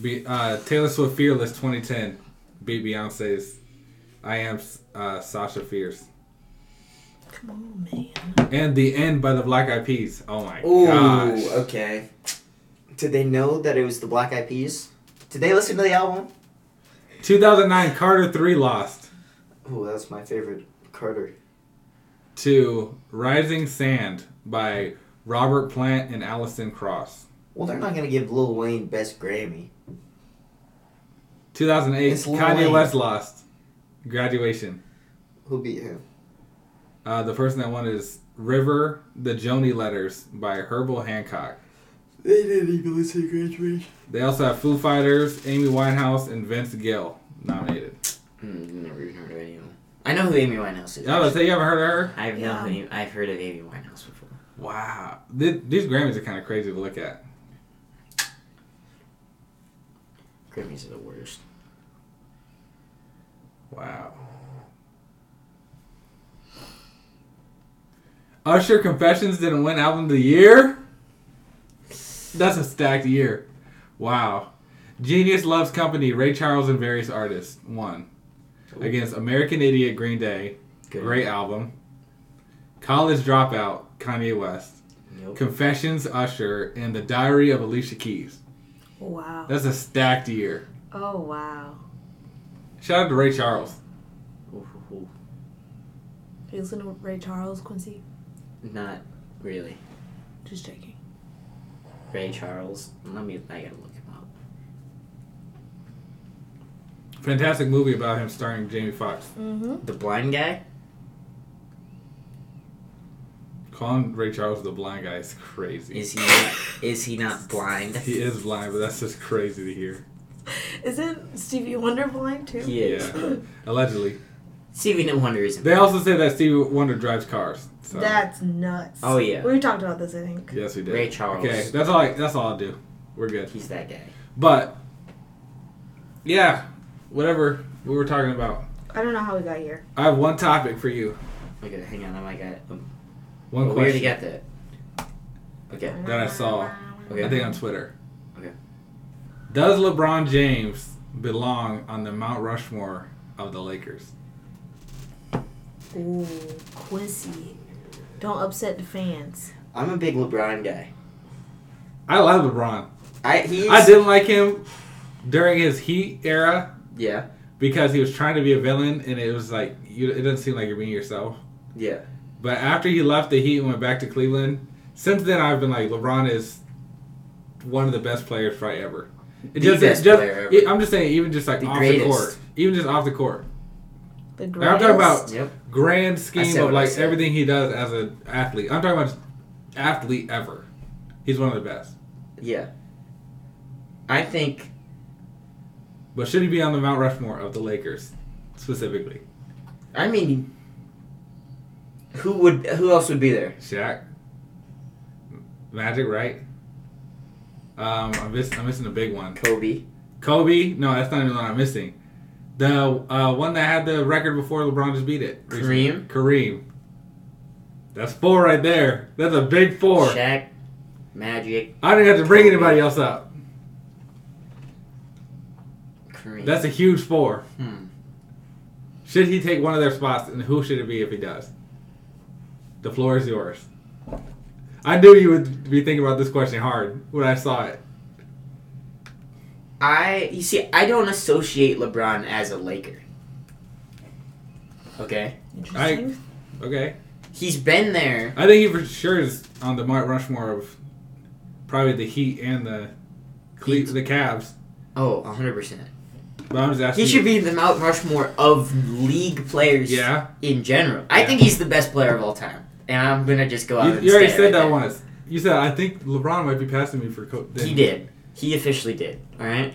Speaker 1: Be, uh, Taylor Swift Fearless 2010 beat Beyonce's I Am uh, Sasha Fierce.
Speaker 4: Come on, man.
Speaker 1: And the end by the Black Eyed Peas. Oh my
Speaker 2: Ooh.
Speaker 1: gosh.
Speaker 2: Okay. Did they know that it was the Black Eyed Peas? Did they listen to the album?
Speaker 1: 2009 Carter 3 lost
Speaker 2: Oh, that's my favorite Carter.
Speaker 1: to Rising Sand by Robert Plant and Allison Cross.
Speaker 2: Well, they're not gonna give Lil Wayne best Grammy.
Speaker 1: 2008
Speaker 2: It's Lil
Speaker 1: Kanye
Speaker 2: Wayne.
Speaker 1: West lost. Graduation.
Speaker 2: Who beat him?
Speaker 1: Uh, the person that won is River the Joni Letters by Herbal Hancock.
Speaker 2: They didn't even listen to graduation.
Speaker 1: They also have Foo Fighters, Amy Winehouse, and Vince Gill nominated.
Speaker 2: Hmm, never even heard of anyone. I know who Amy Winehouse is.
Speaker 1: I was gonna say you haven't heard of her?
Speaker 2: I've
Speaker 4: Yeah.
Speaker 2: known Amy, I've heard of Amy Winehouse before.
Speaker 1: Wow. Th- These Grammys are kind of crazy to look at.
Speaker 2: Grammys are the worst.
Speaker 1: Wow. Usher Confessions didn't win album of the year? That's a stacked year. Wow. Genius Loves Company, Ray Charles and various artists. One. against American Idiot, Green Day,
Speaker 2: Good.
Speaker 1: great album. College Dropout, Kanye West.
Speaker 2: Nope.
Speaker 1: Confessions, Usher, and The Diary of Alicia Keys.
Speaker 3: Wow.
Speaker 1: That's a stacked year.
Speaker 3: Oh wow.
Speaker 1: Shout out to Ray Charles.
Speaker 2: Ooh, ooh, ooh.
Speaker 3: Are you listening to Ray Charles, Quincy?
Speaker 2: Not really.
Speaker 3: Just checking.
Speaker 2: Ray Charles. Let me. I gotta look him up.
Speaker 1: Fantastic movie about him starring Jamie Foxx.
Speaker 3: Mm-hmm.
Speaker 2: The blind guy.
Speaker 1: Calling Ray Charles the blind guy is crazy.
Speaker 2: Is he? Not, is he not blind?
Speaker 1: He is blind, but that's just crazy to hear.
Speaker 3: Isn't Stevie Wonder blind too?
Speaker 2: He is.
Speaker 1: Yeah. Allegedly.
Speaker 2: Stevie Wonder isn't.
Speaker 1: They also say that Stevie Wonder drives cars. So.
Speaker 3: That's nuts.
Speaker 2: Oh yeah.
Speaker 3: We talked about this, I think.
Speaker 1: yes, we did.
Speaker 2: Ray Charles.
Speaker 1: Okay, that's all. I, that's all I'll do. We're good.
Speaker 2: He's that guy.
Speaker 1: But yeah, whatever we were talking about.
Speaker 3: I don't know how we got here.
Speaker 1: I have one topic for you.
Speaker 2: Okay, hang on. I might got. Um,
Speaker 1: One
Speaker 2: we already
Speaker 1: question
Speaker 2: got that. Okay.
Speaker 1: that I saw.
Speaker 2: Okay.
Speaker 1: I think on Twitter.
Speaker 2: Okay.
Speaker 1: Does LeBron James belong on the Mount Rushmore of the Lakers?
Speaker 3: Ooh, Quincy. Don't upset the fans.
Speaker 2: I'm a big LeBron guy.
Speaker 1: I love LeBron.
Speaker 2: I he's.
Speaker 1: I didn't like him during his Heat era
Speaker 2: Yeah.
Speaker 1: because he was trying to be a villain, and it was like you, it doesn't seem like you're being yourself.
Speaker 2: Yeah.
Speaker 1: But after he left the Heat and went back to Cleveland, since then I've been like LeBron is one of the best players probably ever. It
Speaker 2: The best
Speaker 1: just,
Speaker 2: player ever.
Speaker 1: it- I'm just saying, even just like
Speaker 2: The
Speaker 1: off
Speaker 2: greatest.
Speaker 1: the court, even just off the court,
Speaker 3: The
Speaker 1: Like, I'm talking about
Speaker 2: Yep.
Speaker 1: grand
Speaker 2: I
Speaker 1: scheme
Speaker 2: said
Speaker 1: of
Speaker 2: what I
Speaker 1: like
Speaker 2: said.
Speaker 1: everything he does as an athlete. I'm talking about just athlete ever. He's one of the best.
Speaker 2: Yeah. I think
Speaker 1: But should he be on the Mount Rushmore of the Lakers specifically?
Speaker 2: I mean who would who else would be there?
Speaker 1: Shaq, Magic, right? Um, I'm, miss, I'm missing a big one.
Speaker 2: Kobe.
Speaker 1: Kobe. No, that's not even one I'm missing. The uh, one that had the record before LeBron just beat it.
Speaker 2: Kareem?
Speaker 1: Kareem. That's four right there. That's a big four.
Speaker 2: Shaq, Magic,
Speaker 1: I didn't have to bring
Speaker 2: Kobe.
Speaker 1: anybody else up.
Speaker 2: Kareem.
Speaker 1: That's a huge four.
Speaker 2: Hmm.
Speaker 1: Should he take one of their spots, and who should it be if he does? The floor is yours. I knew you would be thinking about this question hard when I saw it.
Speaker 2: I you see I don't associate LeBron as a Laker. Okay.
Speaker 3: Interesting.
Speaker 1: Okay.
Speaker 2: He's been there.
Speaker 1: I think he for sure is on the Mount Rushmore of probably the Heat and the Cle-
Speaker 2: Heat.
Speaker 1: the Cavs.
Speaker 2: Oh, 100%.
Speaker 1: But I'm just asking.
Speaker 2: He should be in the Mount Rushmore of league players
Speaker 1: Yeah.
Speaker 2: in general. I
Speaker 1: Yeah.
Speaker 2: think he's the best player of all time. And I'm going to just go out
Speaker 1: You,
Speaker 2: and
Speaker 1: you already
Speaker 2: say it
Speaker 1: said
Speaker 2: right
Speaker 1: that
Speaker 2: there.
Speaker 1: once. You said I think LeBron might be passing me for. Co-
Speaker 2: He
Speaker 1: then-
Speaker 2: did. He officially did. All right.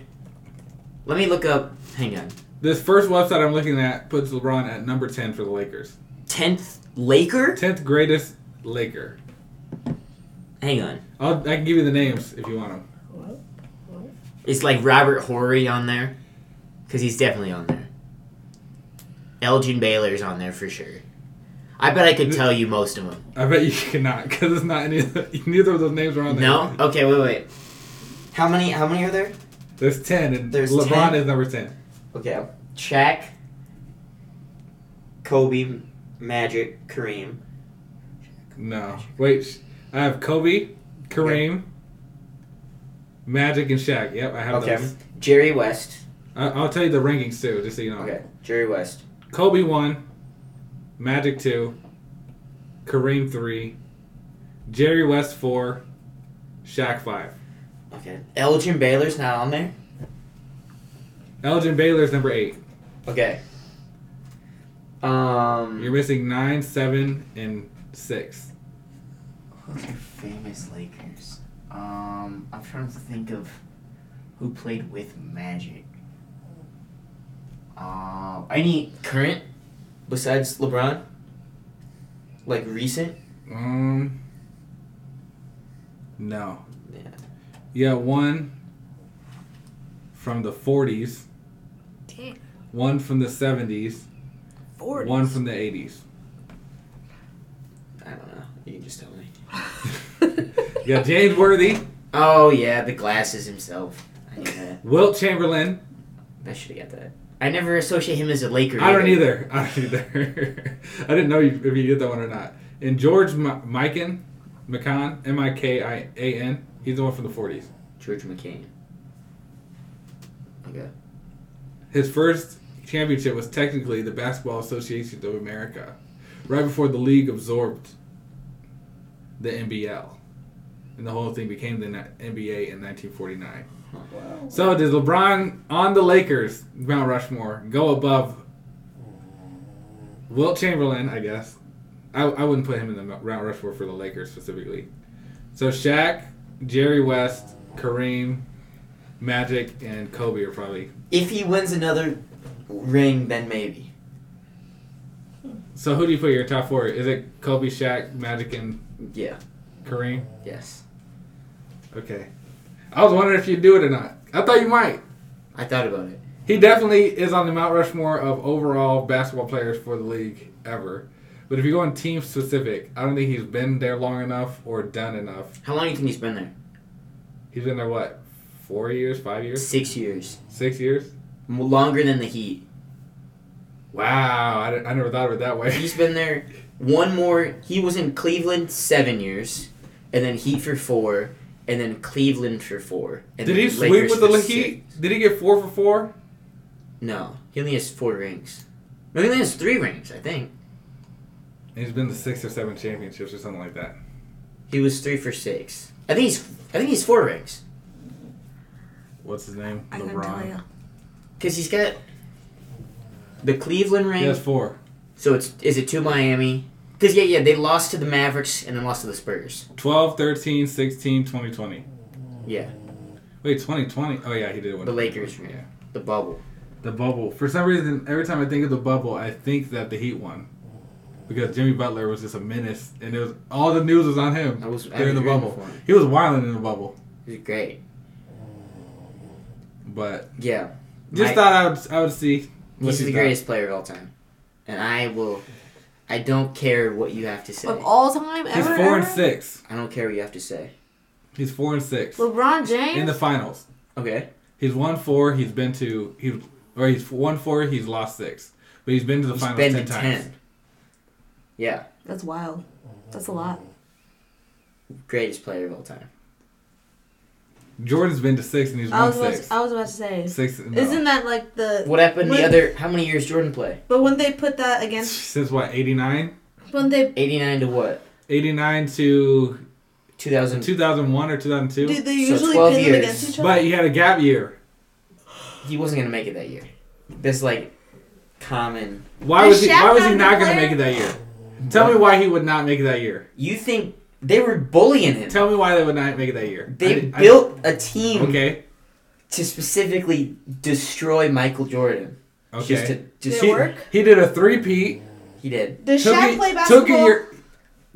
Speaker 2: Let me look up. Hang on.
Speaker 1: This first website I'm looking at puts LeBron at number ten for the Lakers.
Speaker 2: Tenth Laker.
Speaker 1: Tenth greatest Laker.
Speaker 2: Hang on.
Speaker 1: I'll, I can give you the names if you want them.
Speaker 3: What?
Speaker 2: It's like Robert Horry on there, because he's definitely on there. Elgin Baylor's on there for sure. I bet I could tell you most of them.
Speaker 1: I bet you cannot because it's not any. Of the, neither of those names Oh, are on there.
Speaker 2: No. Okay. Wait. Wait. How many? How many are there?
Speaker 1: There's ten, and
Speaker 2: There's
Speaker 1: LeBron
Speaker 2: 10?
Speaker 1: is number ten.
Speaker 2: Okay. Shaq, Kobe, Magic, Kareem.
Speaker 1: No, wait. sh- I have Kobe, Kareem, Magic, and Shaq. Yep, I have
Speaker 2: Okay.
Speaker 1: those.
Speaker 2: Jerry West.
Speaker 1: I, I'll tell you the rankings too, just so you know.
Speaker 2: Okay. Jerry West.
Speaker 1: Kobe one, Magic two, Kareem three, Jerry West four, Shaq five.
Speaker 2: Okay. Elgin Baylor's not on there.
Speaker 1: Elgin Baylor's number eight.
Speaker 2: Okay. Um.
Speaker 1: You're missing nine, seven, and six.
Speaker 2: Who's your famous Lakers? Um, I'm trying to think of who played with Magic. Um, any current besides LeBron? Like recent?
Speaker 1: Um. No.
Speaker 2: Yeah.
Speaker 1: You got one from the 40s,
Speaker 3: Damn.
Speaker 1: one from the 70s,
Speaker 3: Forty.
Speaker 1: one from the 80s.
Speaker 2: I don't know. You can just tell me.
Speaker 1: You got James Worthy,
Speaker 2: Oh yeah, the glasses himself. I knew that.
Speaker 1: Wilt Chamberlain,
Speaker 2: I should have got that. I I never associate him as a Laker.
Speaker 1: I don't either. I don't either. I didn't know you, if you did that one or not. And George Mi- Mikan, McCann, M I K I A N. He's the one from the '40s.
Speaker 2: George McCain. Okay.
Speaker 1: His first championship was technically the Basketball Association of America, right before the league absorbed the NBL, and the whole thing became the na- NBA in 1949.
Speaker 3: Wow.
Speaker 1: So does LeBron on the Lakers, Mount Rushmore, go above Wilt Chamberlain? I guess I, I wouldn't put him in the Mount Mount Rushmore for the Lakers specifically. So Shaq, Jerry West, Kareem, Magic, and Kobe are probably.
Speaker 2: If he wins another ring, then maybe.
Speaker 1: So who do you put your top four? Is it Kobe, Shaq, Magic, and
Speaker 2: Yeah.
Speaker 1: Kareem?
Speaker 2: Yes.
Speaker 1: Okay. I was wondering if you'd do it or not. I thought you might.
Speaker 2: I thought about it.
Speaker 1: He definitely is on the Mount Rushmore of overall basketball players for the league ever. But if you're going team specific, I don't think he's been there long enough or done enough.
Speaker 2: How long do you think he's been there?
Speaker 1: He's been there what, four years, five years,
Speaker 2: Six years.
Speaker 1: six years?
Speaker 2: M- Longer than the Heat.
Speaker 1: Wow, I, di- I never thought of it that way.
Speaker 2: He's been there one more. He was in Cleveland seven years, and then Heat for four, and then Cleveland for four. And
Speaker 1: Did
Speaker 2: then
Speaker 1: he sweep
Speaker 2: Lakers
Speaker 1: with the
Speaker 2: for
Speaker 1: Heat? Did he get four for four?
Speaker 2: six. No, he only has four rings. No, he only has three rings, I think.
Speaker 1: And he's been to six or seven championships or something like that.
Speaker 2: He was three for six. I think he's. I think he's four rings
Speaker 1: What's his name?
Speaker 4: I couldn't tell you.
Speaker 2: because he's got the Cleveland ring.
Speaker 1: He has four.
Speaker 2: So it's is it to Miami? Because yeah, yeah, they lost to the Mavericks and then lost to the Spurs.
Speaker 1: 12, 13, 16, 2020.
Speaker 2: Yeah,
Speaker 1: Wait, 2020? Oh, yeah, he did win.
Speaker 2: The Lakers, yeah.
Speaker 1: Yeah.
Speaker 2: the bubble.
Speaker 1: The bubble. For some reason, every time I think of the bubble, I think that the Heat won. Because Jimmy Butler was just a menace, and it was all the news was on him
Speaker 2: I was I
Speaker 1: during the
Speaker 2: was rooting
Speaker 1: bubble.
Speaker 2: for him.
Speaker 1: He was wilding in the bubble,
Speaker 2: It was great.
Speaker 1: but
Speaker 2: Yeah,
Speaker 1: just
Speaker 2: My-
Speaker 1: thought I would I would see. what
Speaker 2: he's
Speaker 1: you
Speaker 2: the
Speaker 1: thought.
Speaker 2: greatest player of all time, and I will. I don't care what you have to say.
Speaker 4: Of all time ever.
Speaker 1: He's four and
Speaker 4: ever?
Speaker 1: six.
Speaker 2: I don't care what you have to say.
Speaker 1: He's four and six
Speaker 4: LeBron James.
Speaker 1: in the finals.
Speaker 2: Okay.
Speaker 1: He's won four. He's been to he or he's won four. He's lost six, but he's been to the
Speaker 2: He's
Speaker 1: finals
Speaker 2: been
Speaker 1: ten
Speaker 2: to
Speaker 1: times.
Speaker 2: ten. Yeah,
Speaker 4: That's wild. That's a lot.
Speaker 2: greatest player of all time.
Speaker 1: Jordan's been to six, and he's
Speaker 4: I
Speaker 1: won
Speaker 4: was, about
Speaker 1: six.
Speaker 4: to, I was about to say.
Speaker 1: Six. No.
Speaker 4: Isn't that like the?
Speaker 2: What happened the
Speaker 4: When-
Speaker 2: other? How many years Jordan play?
Speaker 4: But when they put that against,
Speaker 1: since what 89?
Speaker 4: when they
Speaker 2: Eighty nine to what?
Speaker 1: 89 to
Speaker 2: Two thousand.
Speaker 1: 2001 or 2002.
Speaker 4: do, they
Speaker 2: So
Speaker 4: usually
Speaker 2: 12
Speaker 4: pit them
Speaker 2: years.
Speaker 4: against each other.
Speaker 1: But you had a gap year.
Speaker 2: He wasn't gonna make it that year. That's like common.
Speaker 1: Why
Speaker 4: Is
Speaker 1: was he?
Speaker 4: Shaq
Speaker 1: Why was he
Speaker 4: not
Speaker 1: not
Speaker 4: the
Speaker 1: going to
Speaker 4: player?
Speaker 1: make it that year? Tell me why he would not make it that year.
Speaker 2: You think they were bullying him?
Speaker 1: Tell me why they would not make it that year. I
Speaker 2: They
Speaker 1: did- I-
Speaker 2: built a team
Speaker 1: okay.
Speaker 2: to specifically destroy Michael Jordan. Just
Speaker 1: Okay.
Speaker 2: to just
Speaker 4: Did
Speaker 1: He,
Speaker 4: it work?
Speaker 1: he did a three peat.
Speaker 2: He did.
Speaker 4: Does
Speaker 1: Took
Speaker 4: Shaq
Speaker 1: a,
Speaker 4: play
Speaker 1: took a
Speaker 4: basketball?
Speaker 1: year.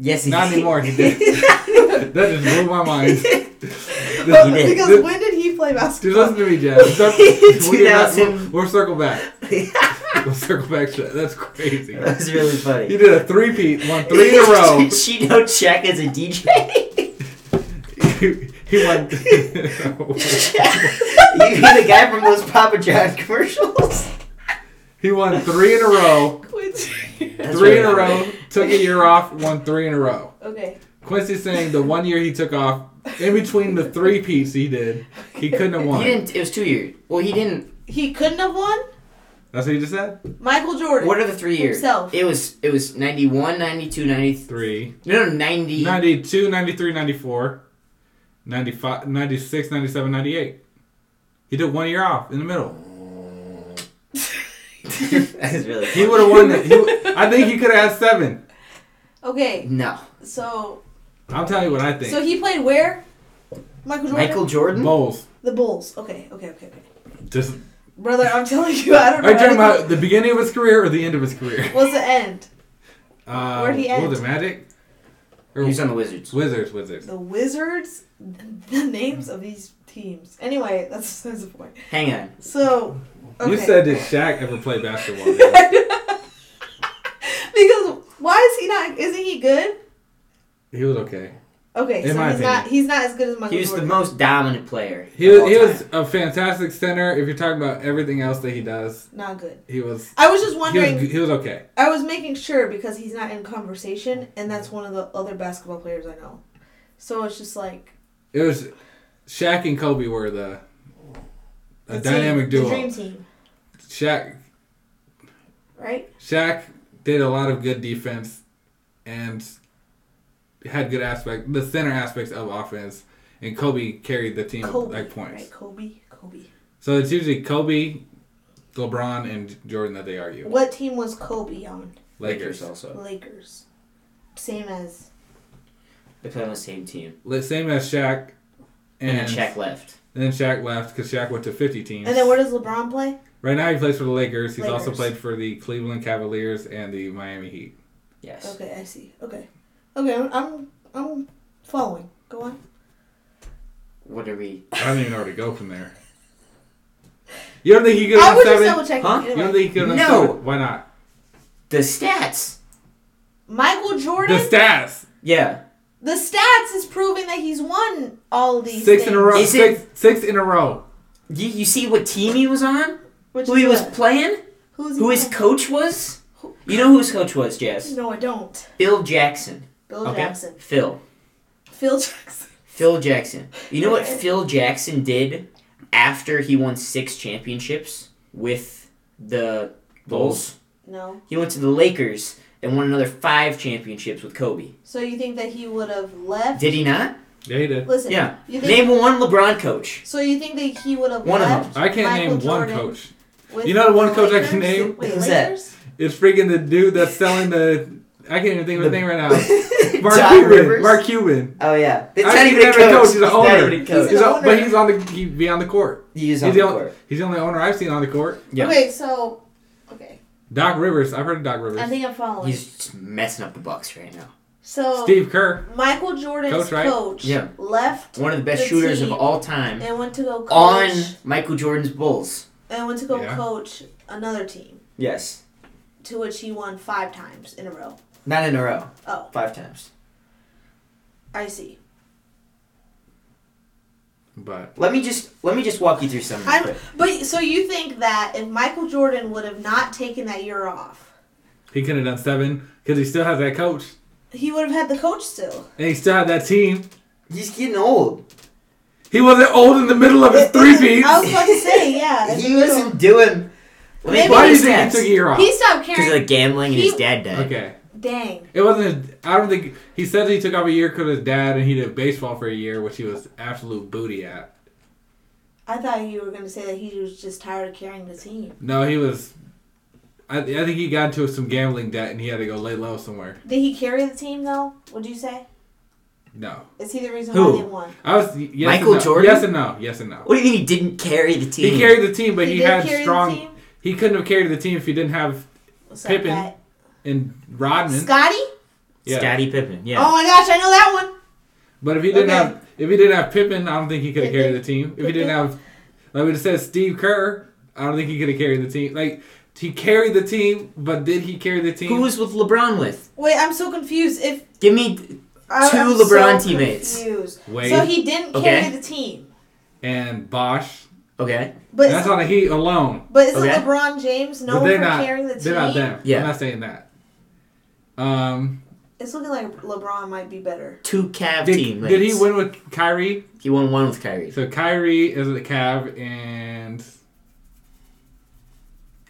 Speaker 2: Yes, he
Speaker 1: Not
Speaker 2: did.
Speaker 1: anymore. He did. that just blew my mind.
Speaker 4: But-
Speaker 2: He did.
Speaker 4: because
Speaker 1: Did-
Speaker 4: when did he play basketball?
Speaker 1: Dude, listen to me, Jeff. Stop- we'll, get back-
Speaker 2: 2000.
Speaker 1: we'll- we'll circle back. We'll circle back. to that. That's crazy.
Speaker 2: That's really
Speaker 1: He
Speaker 2: funny.
Speaker 1: did a three peat. Won three in a row.
Speaker 2: Did she know Shaq as a DJ?
Speaker 1: he he won.
Speaker 2: you mean the guy from those Papa John commercials?
Speaker 1: he won three in a row.
Speaker 2: That's
Speaker 1: three in a
Speaker 2: really
Speaker 1: row.
Speaker 2: funny.
Speaker 1: Took a year off. Won three in a row.
Speaker 4: okay.
Speaker 1: Quincy's saying the one year he took off, in between the three piece he did, he couldn't have
Speaker 2: He
Speaker 1: won.
Speaker 2: didn't. It was two years. Well, he didn't.
Speaker 4: He couldn't have won.
Speaker 1: That's what you just said.
Speaker 4: Michael Jordan.
Speaker 2: What are the three years?
Speaker 4: Himself.
Speaker 2: It was. It was 91, 92, 93.
Speaker 1: Three.
Speaker 2: No, no, 90.
Speaker 1: 92, 93, 94, 95, 96, 97, 98. He took one year off in the middle.
Speaker 2: That's really.
Speaker 1: He
Speaker 2: Funny.
Speaker 1: would have won. The, he, would- I think he could have had seven.
Speaker 4: Okay.
Speaker 2: No.
Speaker 4: So
Speaker 1: I'm telling you what I think.
Speaker 4: so he played where? Michael Jordan.
Speaker 2: Michael Jordan.
Speaker 1: Bowls.
Speaker 4: The Bulls. Okay. Okay. Okay. Okay.
Speaker 1: Just,
Speaker 4: Brother, I'm telling you, I don't know.
Speaker 1: are you talking
Speaker 4: anything.
Speaker 1: about the beginning of his career or the end of his career?
Speaker 4: What's the end?
Speaker 1: Uh,
Speaker 4: Where'd he
Speaker 1: What
Speaker 4: end?
Speaker 1: was it, Magic?
Speaker 2: He was on the Wizards.
Speaker 1: Wizards, Wizards.
Speaker 4: The Wizards. The names of these teams. Anyway, that's that's the point.
Speaker 2: Hang on.
Speaker 4: So. Okay.
Speaker 1: You said did Shaq ever play basketball? Dale?
Speaker 4: because why is he not? Isn't he good?
Speaker 1: he was okay.
Speaker 4: Okay,
Speaker 1: In
Speaker 4: so
Speaker 1: my
Speaker 4: he's not he's not as good as Michael
Speaker 2: He was the
Speaker 4: Jordan.
Speaker 2: most dominant player.
Speaker 1: He
Speaker 2: of
Speaker 1: was,
Speaker 2: all
Speaker 1: he was
Speaker 2: time.
Speaker 1: a fantastic center. If you're talking about everything else that he does,
Speaker 4: not good.
Speaker 1: he was
Speaker 4: I was just
Speaker 1: he was,
Speaker 4: wondering.
Speaker 1: he was okay.
Speaker 4: I was making sure because he's not in conversation, and that's one of the other basketball players I know. So it's just like
Speaker 1: It was Shaq and Kobe were the a
Speaker 4: the team-
Speaker 1: dynamic
Speaker 4: the dream
Speaker 1: duo.
Speaker 4: team,
Speaker 1: Shaq
Speaker 4: right?
Speaker 1: Shaq did a lot of good defense and had good aspect the center aspects of offense, and Kobe carried the team
Speaker 4: Kobe,
Speaker 1: like points.
Speaker 4: right? Kobe, Kobe.
Speaker 1: So it's usually Kobe, LeBron, and Jordan that they argue.
Speaker 4: What team was Kobe on?
Speaker 1: Lakers.
Speaker 2: also.
Speaker 4: Lakers. Same as
Speaker 2: They played on the same team.
Speaker 1: Lakers. Same as Shaq.
Speaker 2: And,
Speaker 1: And,
Speaker 2: then Shaq left.
Speaker 1: and then Shaq left because Shaq went to 50 teams.
Speaker 4: and then where does LeBron play?
Speaker 1: Right now he plays for the Lakers. He's also
Speaker 4: Lakers.
Speaker 1: played for the Cleveland Cavaliers and the Miami Heat.
Speaker 2: Yes.
Speaker 4: Okay, I see. Okay, okay, I'm I'm, I'm following. Go on.
Speaker 2: What are we?
Speaker 1: I don't even know where to go from there. You don't think he could
Speaker 4: I
Speaker 1: have
Speaker 4: was
Speaker 1: done
Speaker 4: just
Speaker 1: seven?
Speaker 4: double checking.
Speaker 2: Huh?
Speaker 1: You
Speaker 4: Anyway,
Speaker 1: don't think he could have done
Speaker 2: No.
Speaker 1: seven? Why not?
Speaker 2: The stats.
Speaker 4: Michael
Speaker 1: The
Speaker 4: Jordan.
Speaker 1: stats.
Speaker 2: Yeah.
Speaker 4: The stats is proving that he's won all these
Speaker 1: Six
Speaker 4: things.
Speaker 1: in a row.
Speaker 2: Is
Speaker 1: Six, six in a row.
Speaker 2: You, you see what team he was on?
Speaker 4: Which
Speaker 2: Who he was
Speaker 4: what?
Speaker 2: playing?
Speaker 4: Who's
Speaker 2: Who his
Speaker 4: playing?
Speaker 2: coach was? You know who his coach was, Jazz?
Speaker 4: No, I don't.
Speaker 2: Bill Jackson.
Speaker 4: Bill
Speaker 2: Okay.
Speaker 4: Jackson.
Speaker 2: Phil.
Speaker 4: Phil Jackson.
Speaker 2: Phil Jackson. You know what
Speaker 4: Okay.
Speaker 2: Phil Jackson did after he won six championships with the Bulls?
Speaker 4: No.
Speaker 2: He went to the Lakers and won another five championships with Kobe.
Speaker 4: So you think that he would have left?
Speaker 2: Did he not?
Speaker 1: Yeah, he did.
Speaker 4: Listen.
Speaker 2: Yeah.
Speaker 4: You think,
Speaker 2: Name one LeBron coach.
Speaker 4: so you think that he would have
Speaker 2: One of
Speaker 4: left?
Speaker 2: them.
Speaker 1: I can't
Speaker 4: Michael
Speaker 1: name
Speaker 4: Jordan.
Speaker 1: one coach.
Speaker 4: with
Speaker 1: You know the one coach I
Speaker 4: Lakers?
Speaker 1: can name?
Speaker 4: Wait,
Speaker 2: Who's that?
Speaker 4: Lakers?
Speaker 1: It's freaking the dude that's selling the. I can't even think of his
Speaker 2: The-
Speaker 1: name right now. Mark
Speaker 2: Doc
Speaker 1: Cuban.
Speaker 2: Rivers?
Speaker 1: Mark Cuban.
Speaker 2: Oh yeah. It's
Speaker 1: I
Speaker 2: not
Speaker 1: think
Speaker 2: even a
Speaker 1: he's
Speaker 2: coach.
Speaker 1: not a coach, he's an
Speaker 2: not
Speaker 1: owner.
Speaker 2: even a
Speaker 4: He's
Speaker 2: coach.
Speaker 4: an
Speaker 1: He's on, but
Speaker 4: owner.
Speaker 1: he's on the he be on the court.
Speaker 2: He's
Speaker 1: He's
Speaker 2: on
Speaker 1: the,
Speaker 2: the
Speaker 1: on-
Speaker 2: court.
Speaker 1: he's the only owner I've seen on the court.
Speaker 2: Yeah.
Speaker 4: Okay, so okay,
Speaker 1: Doc Rivers. I've heard of Doc Rivers.
Speaker 4: I think I'm following.
Speaker 2: He's just messing up the Bucks right now.
Speaker 4: so
Speaker 1: Steve Kerr.
Speaker 4: Michael Jordan's coach,
Speaker 1: Coach, right?
Speaker 2: Yeah.
Speaker 4: left
Speaker 2: One of the best
Speaker 4: The
Speaker 2: shooters
Speaker 4: team.
Speaker 2: of all time.
Speaker 4: and went to go coach
Speaker 2: On Michael Jordan's Bulls.
Speaker 4: and went to go
Speaker 1: Yeah.
Speaker 4: coach another team
Speaker 2: Yes.
Speaker 4: to which he won five times in a row.
Speaker 2: Not in a row.
Speaker 4: Oh,
Speaker 2: Five times.
Speaker 4: I see.
Speaker 1: But
Speaker 2: Let me just let me just walk you through something.
Speaker 4: I'm, but so you think that if Michael Jordan would have not taken that year off,
Speaker 1: he could have done seven because he still has that coach
Speaker 4: he would have had the coach still.
Speaker 1: and he still had that team.
Speaker 2: He's getting old.
Speaker 1: He wasn't old in the middle of his three feet.
Speaker 4: I was about to say, yeah.
Speaker 2: He wasn't doing. Let me
Speaker 4: Maybe
Speaker 2: pull
Speaker 1: Why do
Speaker 2: up
Speaker 1: you
Speaker 2: his
Speaker 1: think he took a
Speaker 2: stats.
Speaker 1: year off?
Speaker 4: He stopped
Speaker 2: Because
Speaker 4: caring.
Speaker 2: of the gambling and
Speaker 4: He-
Speaker 2: his dad died.
Speaker 1: Okay.
Speaker 4: Dang.
Speaker 1: It wasn't. I don't think he said that he took off a year because his dad and he did baseball for a year, which he was absolute booty at.
Speaker 4: I thought you were going to say that he was just tired of carrying the team.
Speaker 1: No, he was. I, I think he got into some gambling debt and he had to go lay low somewhere.
Speaker 4: Did he carry the team, though? Would you say?
Speaker 1: No,
Speaker 4: Is he the reason
Speaker 1: Who?
Speaker 4: why they won?
Speaker 1: I was. Yes and
Speaker 2: Michael
Speaker 1: no.
Speaker 2: Jordan?
Speaker 1: Yes and no. Yes and no.
Speaker 2: What do you mean he didn't carry the team?
Speaker 1: He carried the team, but he,
Speaker 4: did
Speaker 1: had
Speaker 4: carry the
Speaker 1: strong.
Speaker 4: team?
Speaker 1: He couldn't have carried the team if he didn't have
Speaker 4: What's that
Speaker 1: Pippen
Speaker 4: guy?
Speaker 1: and Rodman.
Speaker 4: Scotty?
Speaker 1: Yeah.
Speaker 2: Scottie Pippen. Yeah.
Speaker 4: Oh my gosh, I know that one.
Speaker 1: But if he didn't
Speaker 4: Okay.
Speaker 1: have if he didn't have Pippen, I don't think he could have carried the team. If he
Speaker 4: Pippen.
Speaker 1: didn't have like we just said Steve Kerr, I don't think he could have carried the team. Like he carried the team, but did he carry the team?
Speaker 2: Who was with LeBron with?
Speaker 4: Wait, I'm so confused. If
Speaker 2: Give me.
Speaker 4: I-
Speaker 2: Two
Speaker 4: I'm
Speaker 2: LeBron
Speaker 4: so
Speaker 2: teammates.
Speaker 4: Confused.
Speaker 1: Wade
Speaker 4: So he didn't carry
Speaker 2: Okay.
Speaker 4: the team.
Speaker 1: and Bosch?
Speaker 2: Okay.
Speaker 4: But
Speaker 1: That's
Speaker 4: isn't,
Speaker 1: on the Heat alone.
Speaker 4: but isn't
Speaker 2: okay.
Speaker 4: LeBron James
Speaker 1: but
Speaker 4: known
Speaker 1: they're
Speaker 4: for
Speaker 1: not.
Speaker 4: carrying the team?
Speaker 1: They're not them.
Speaker 2: Yeah.
Speaker 1: I'm not saying that. Um,
Speaker 4: It's looking like LeBron might be better.
Speaker 2: Two Cav
Speaker 1: did,
Speaker 2: teammates.
Speaker 1: did he win with Kyrie?
Speaker 2: He won one with Kyrie.
Speaker 1: So Kyrie is a Cav, and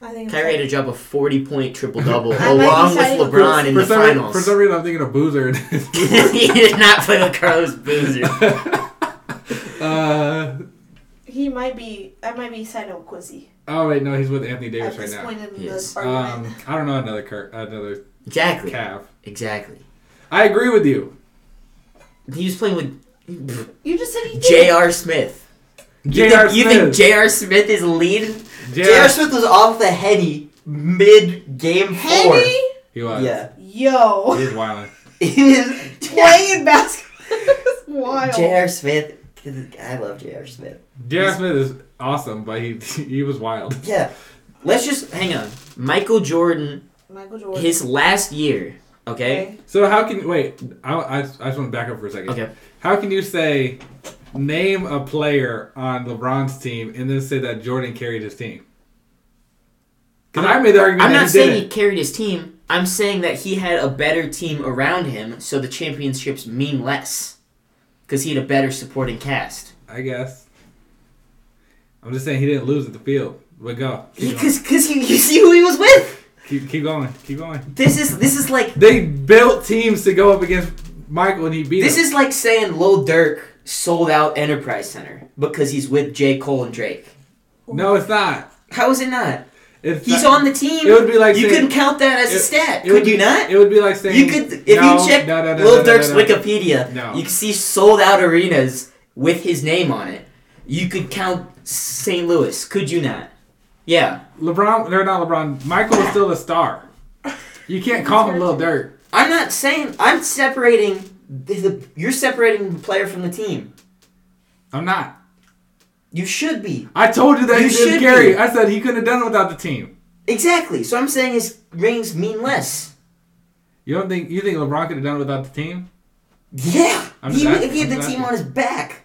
Speaker 4: I think.
Speaker 2: Kyrie had
Speaker 4: it's
Speaker 2: to drop a forty-point triple-double
Speaker 4: I might
Speaker 2: along
Speaker 4: be
Speaker 2: with
Speaker 4: siding with
Speaker 2: LeBron in
Speaker 1: for
Speaker 2: the
Speaker 1: some reason- for
Speaker 2: finals.
Speaker 1: some reason, I'm thinking of Boozer.
Speaker 2: he did not play with Carlos Boozer.
Speaker 1: uh,
Speaker 4: like- he might be. I might be siding with Quincy
Speaker 1: oh wait, no, he's with Anthony
Speaker 4: at
Speaker 1: Davis right
Speaker 4: this
Speaker 1: now.
Speaker 4: point in
Speaker 2: Yes.
Speaker 4: this argument.
Speaker 1: Um, I don't know another Kirk, another
Speaker 2: Exactly.
Speaker 1: Cav.
Speaker 2: Exactly.
Speaker 1: I agree with you.
Speaker 2: He was playing with
Speaker 4: you just said he did.
Speaker 2: J.R. Smith. You
Speaker 1: J.R.
Speaker 2: think, you think
Speaker 1: Smith.
Speaker 2: J.R. Smith is leading?
Speaker 1: J.R.
Speaker 2: J.R. Smith was off the heady mid game four.
Speaker 4: Henny?
Speaker 1: He was.
Speaker 2: Yeah.
Speaker 4: Yo,
Speaker 1: He was wild.
Speaker 2: He was-
Speaker 4: playing basketball is wild.
Speaker 2: J.R. Smith. I love J.R. Smith.
Speaker 1: J.R. Smith is awesome, but he he was wild.
Speaker 2: Yeah. Let's just hang on. Michael Jordan,
Speaker 4: Michael Jordan.
Speaker 2: his last year Okay?
Speaker 1: So how can wait? I, I, I just want to back up for a second.
Speaker 2: Okay.
Speaker 1: How can you say name a player on LeBron's team and then say that Jordan carried his team? Because I made the argument
Speaker 2: I'm
Speaker 1: that
Speaker 2: not
Speaker 1: he
Speaker 2: saying
Speaker 1: didn't.
Speaker 2: he carried his team. I'm saying that he had a better team around him, so the championships mean less. Because he had a better supporting cast.
Speaker 1: I guess. I'm just saying he didn't lose at the field. But go. Keep, going.
Speaker 2: Because you, you see who he was with.
Speaker 1: keep, keep going. Keep going.
Speaker 2: This is this is like
Speaker 1: They built teams to go up against Michael and he beat
Speaker 2: this
Speaker 1: him.
Speaker 2: is like saying Lil Durk sold out Enterprise Center because he's with J Cole and Drake.
Speaker 1: no, it's not.
Speaker 2: How is it not?
Speaker 1: It's
Speaker 2: He's
Speaker 1: not-
Speaker 2: on the team.
Speaker 1: It would be like
Speaker 2: you
Speaker 1: saying-
Speaker 2: could count that as a stat,
Speaker 1: would
Speaker 2: could you
Speaker 1: be-
Speaker 2: not?
Speaker 1: It would be like saying
Speaker 2: You could if
Speaker 1: no,
Speaker 2: you check
Speaker 1: no, no, no,
Speaker 2: Lil
Speaker 1: no, no,
Speaker 2: Durk's
Speaker 1: no, no.
Speaker 2: Wikipedia,
Speaker 1: No.
Speaker 2: you can see sold out arenas with his name on it. You could count St. Louis, could you not? Yeah,
Speaker 1: LeBron, they're not LeBron. Michael is still a star. You can't call him Lil Durk.
Speaker 2: I'm not saying I'm separating. The, the, you're separating the player from the team.
Speaker 1: I'm not.
Speaker 2: You should be.
Speaker 1: I told you that
Speaker 2: You
Speaker 1: he didn't
Speaker 2: should
Speaker 1: carry.
Speaker 2: be.
Speaker 1: I said he couldn't have done it without the team.
Speaker 2: Exactly. So I'm saying his rings mean less.
Speaker 1: You don't think you think LeBron could have done it without the team?
Speaker 2: Yeah.
Speaker 1: I'm
Speaker 2: He,
Speaker 1: just asking-
Speaker 2: if he had
Speaker 1: I'm
Speaker 2: the
Speaker 1: just
Speaker 2: team on his back,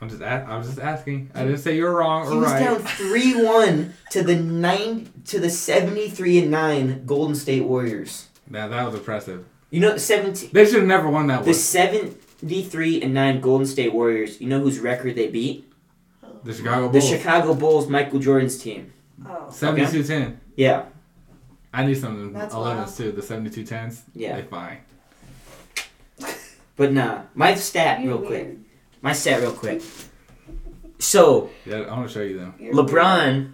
Speaker 1: I'm just a- I was just asking. I didn't say you were wrong
Speaker 2: he
Speaker 1: or
Speaker 2: was
Speaker 1: right.
Speaker 2: down three one to the nine to the seventy three and nine Golden State Warriors.
Speaker 1: Nah, that was impressive.
Speaker 2: You know seventeen.
Speaker 1: They should have never won that
Speaker 2: The
Speaker 1: one.
Speaker 2: seventy three and nine Golden State Warriors. You know whose record they beat?
Speaker 1: The Chicago
Speaker 2: The
Speaker 1: Bulls.
Speaker 2: Chicago Bulls. Michael Jordan's team.
Speaker 4: Oh.
Speaker 1: 72-10.
Speaker 2: Yeah.
Speaker 1: I knew some of them
Speaker 4: That's
Speaker 1: 11s too. The 72-10s.
Speaker 2: Yeah.
Speaker 1: They fine.
Speaker 2: But nah. My stat
Speaker 4: You're
Speaker 2: real quick.
Speaker 4: weird.
Speaker 2: My stat real quick. So.
Speaker 1: Yeah, I want to show you them.
Speaker 4: You're weird.
Speaker 2: LeBron,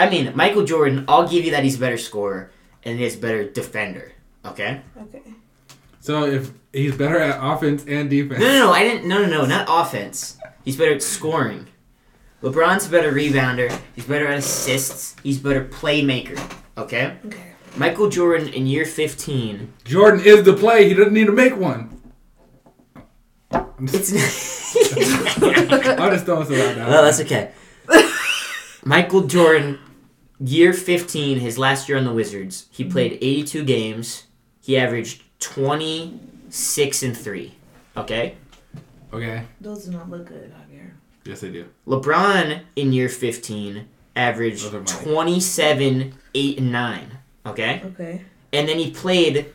Speaker 2: I mean Michael Jordan. I'll give you that he's a better scorer and he's a better defender. Okay.
Speaker 4: Okay.
Speaker 1: So if he's better at offense and defense.
Speaker 2: No, no, no. I didn't. No, no, no. Not offense. He's better at scoring. LeBron's a better rebounder. He's better at assists. He's better playmaker. Okay.
Speaker 4: Okay.
Speaker 2: Michael Jordan in year 15.
Speaker 1: Jordan is the play. He doesn't need to make one.
Speaker 2: It's.
Speaker 1: I'm just throwing some out now.
Speaker 2: No, that's okay. Michael Jordan, year 15, his last year on the Wizards, he played 82 games. He averaged 26 and 3. Okay?
Speaker 1: okay.
Speaker 4: Those do not look good, Javier.
Speaker 1: Yes, I do.
Speaker 2: LeBron in year 15 averaged
Speaker 1: Those are mine.
Speaker 2: 27, 8 and 9. Okay?
Speaker 4: Okay.
Speaker 2: And then he played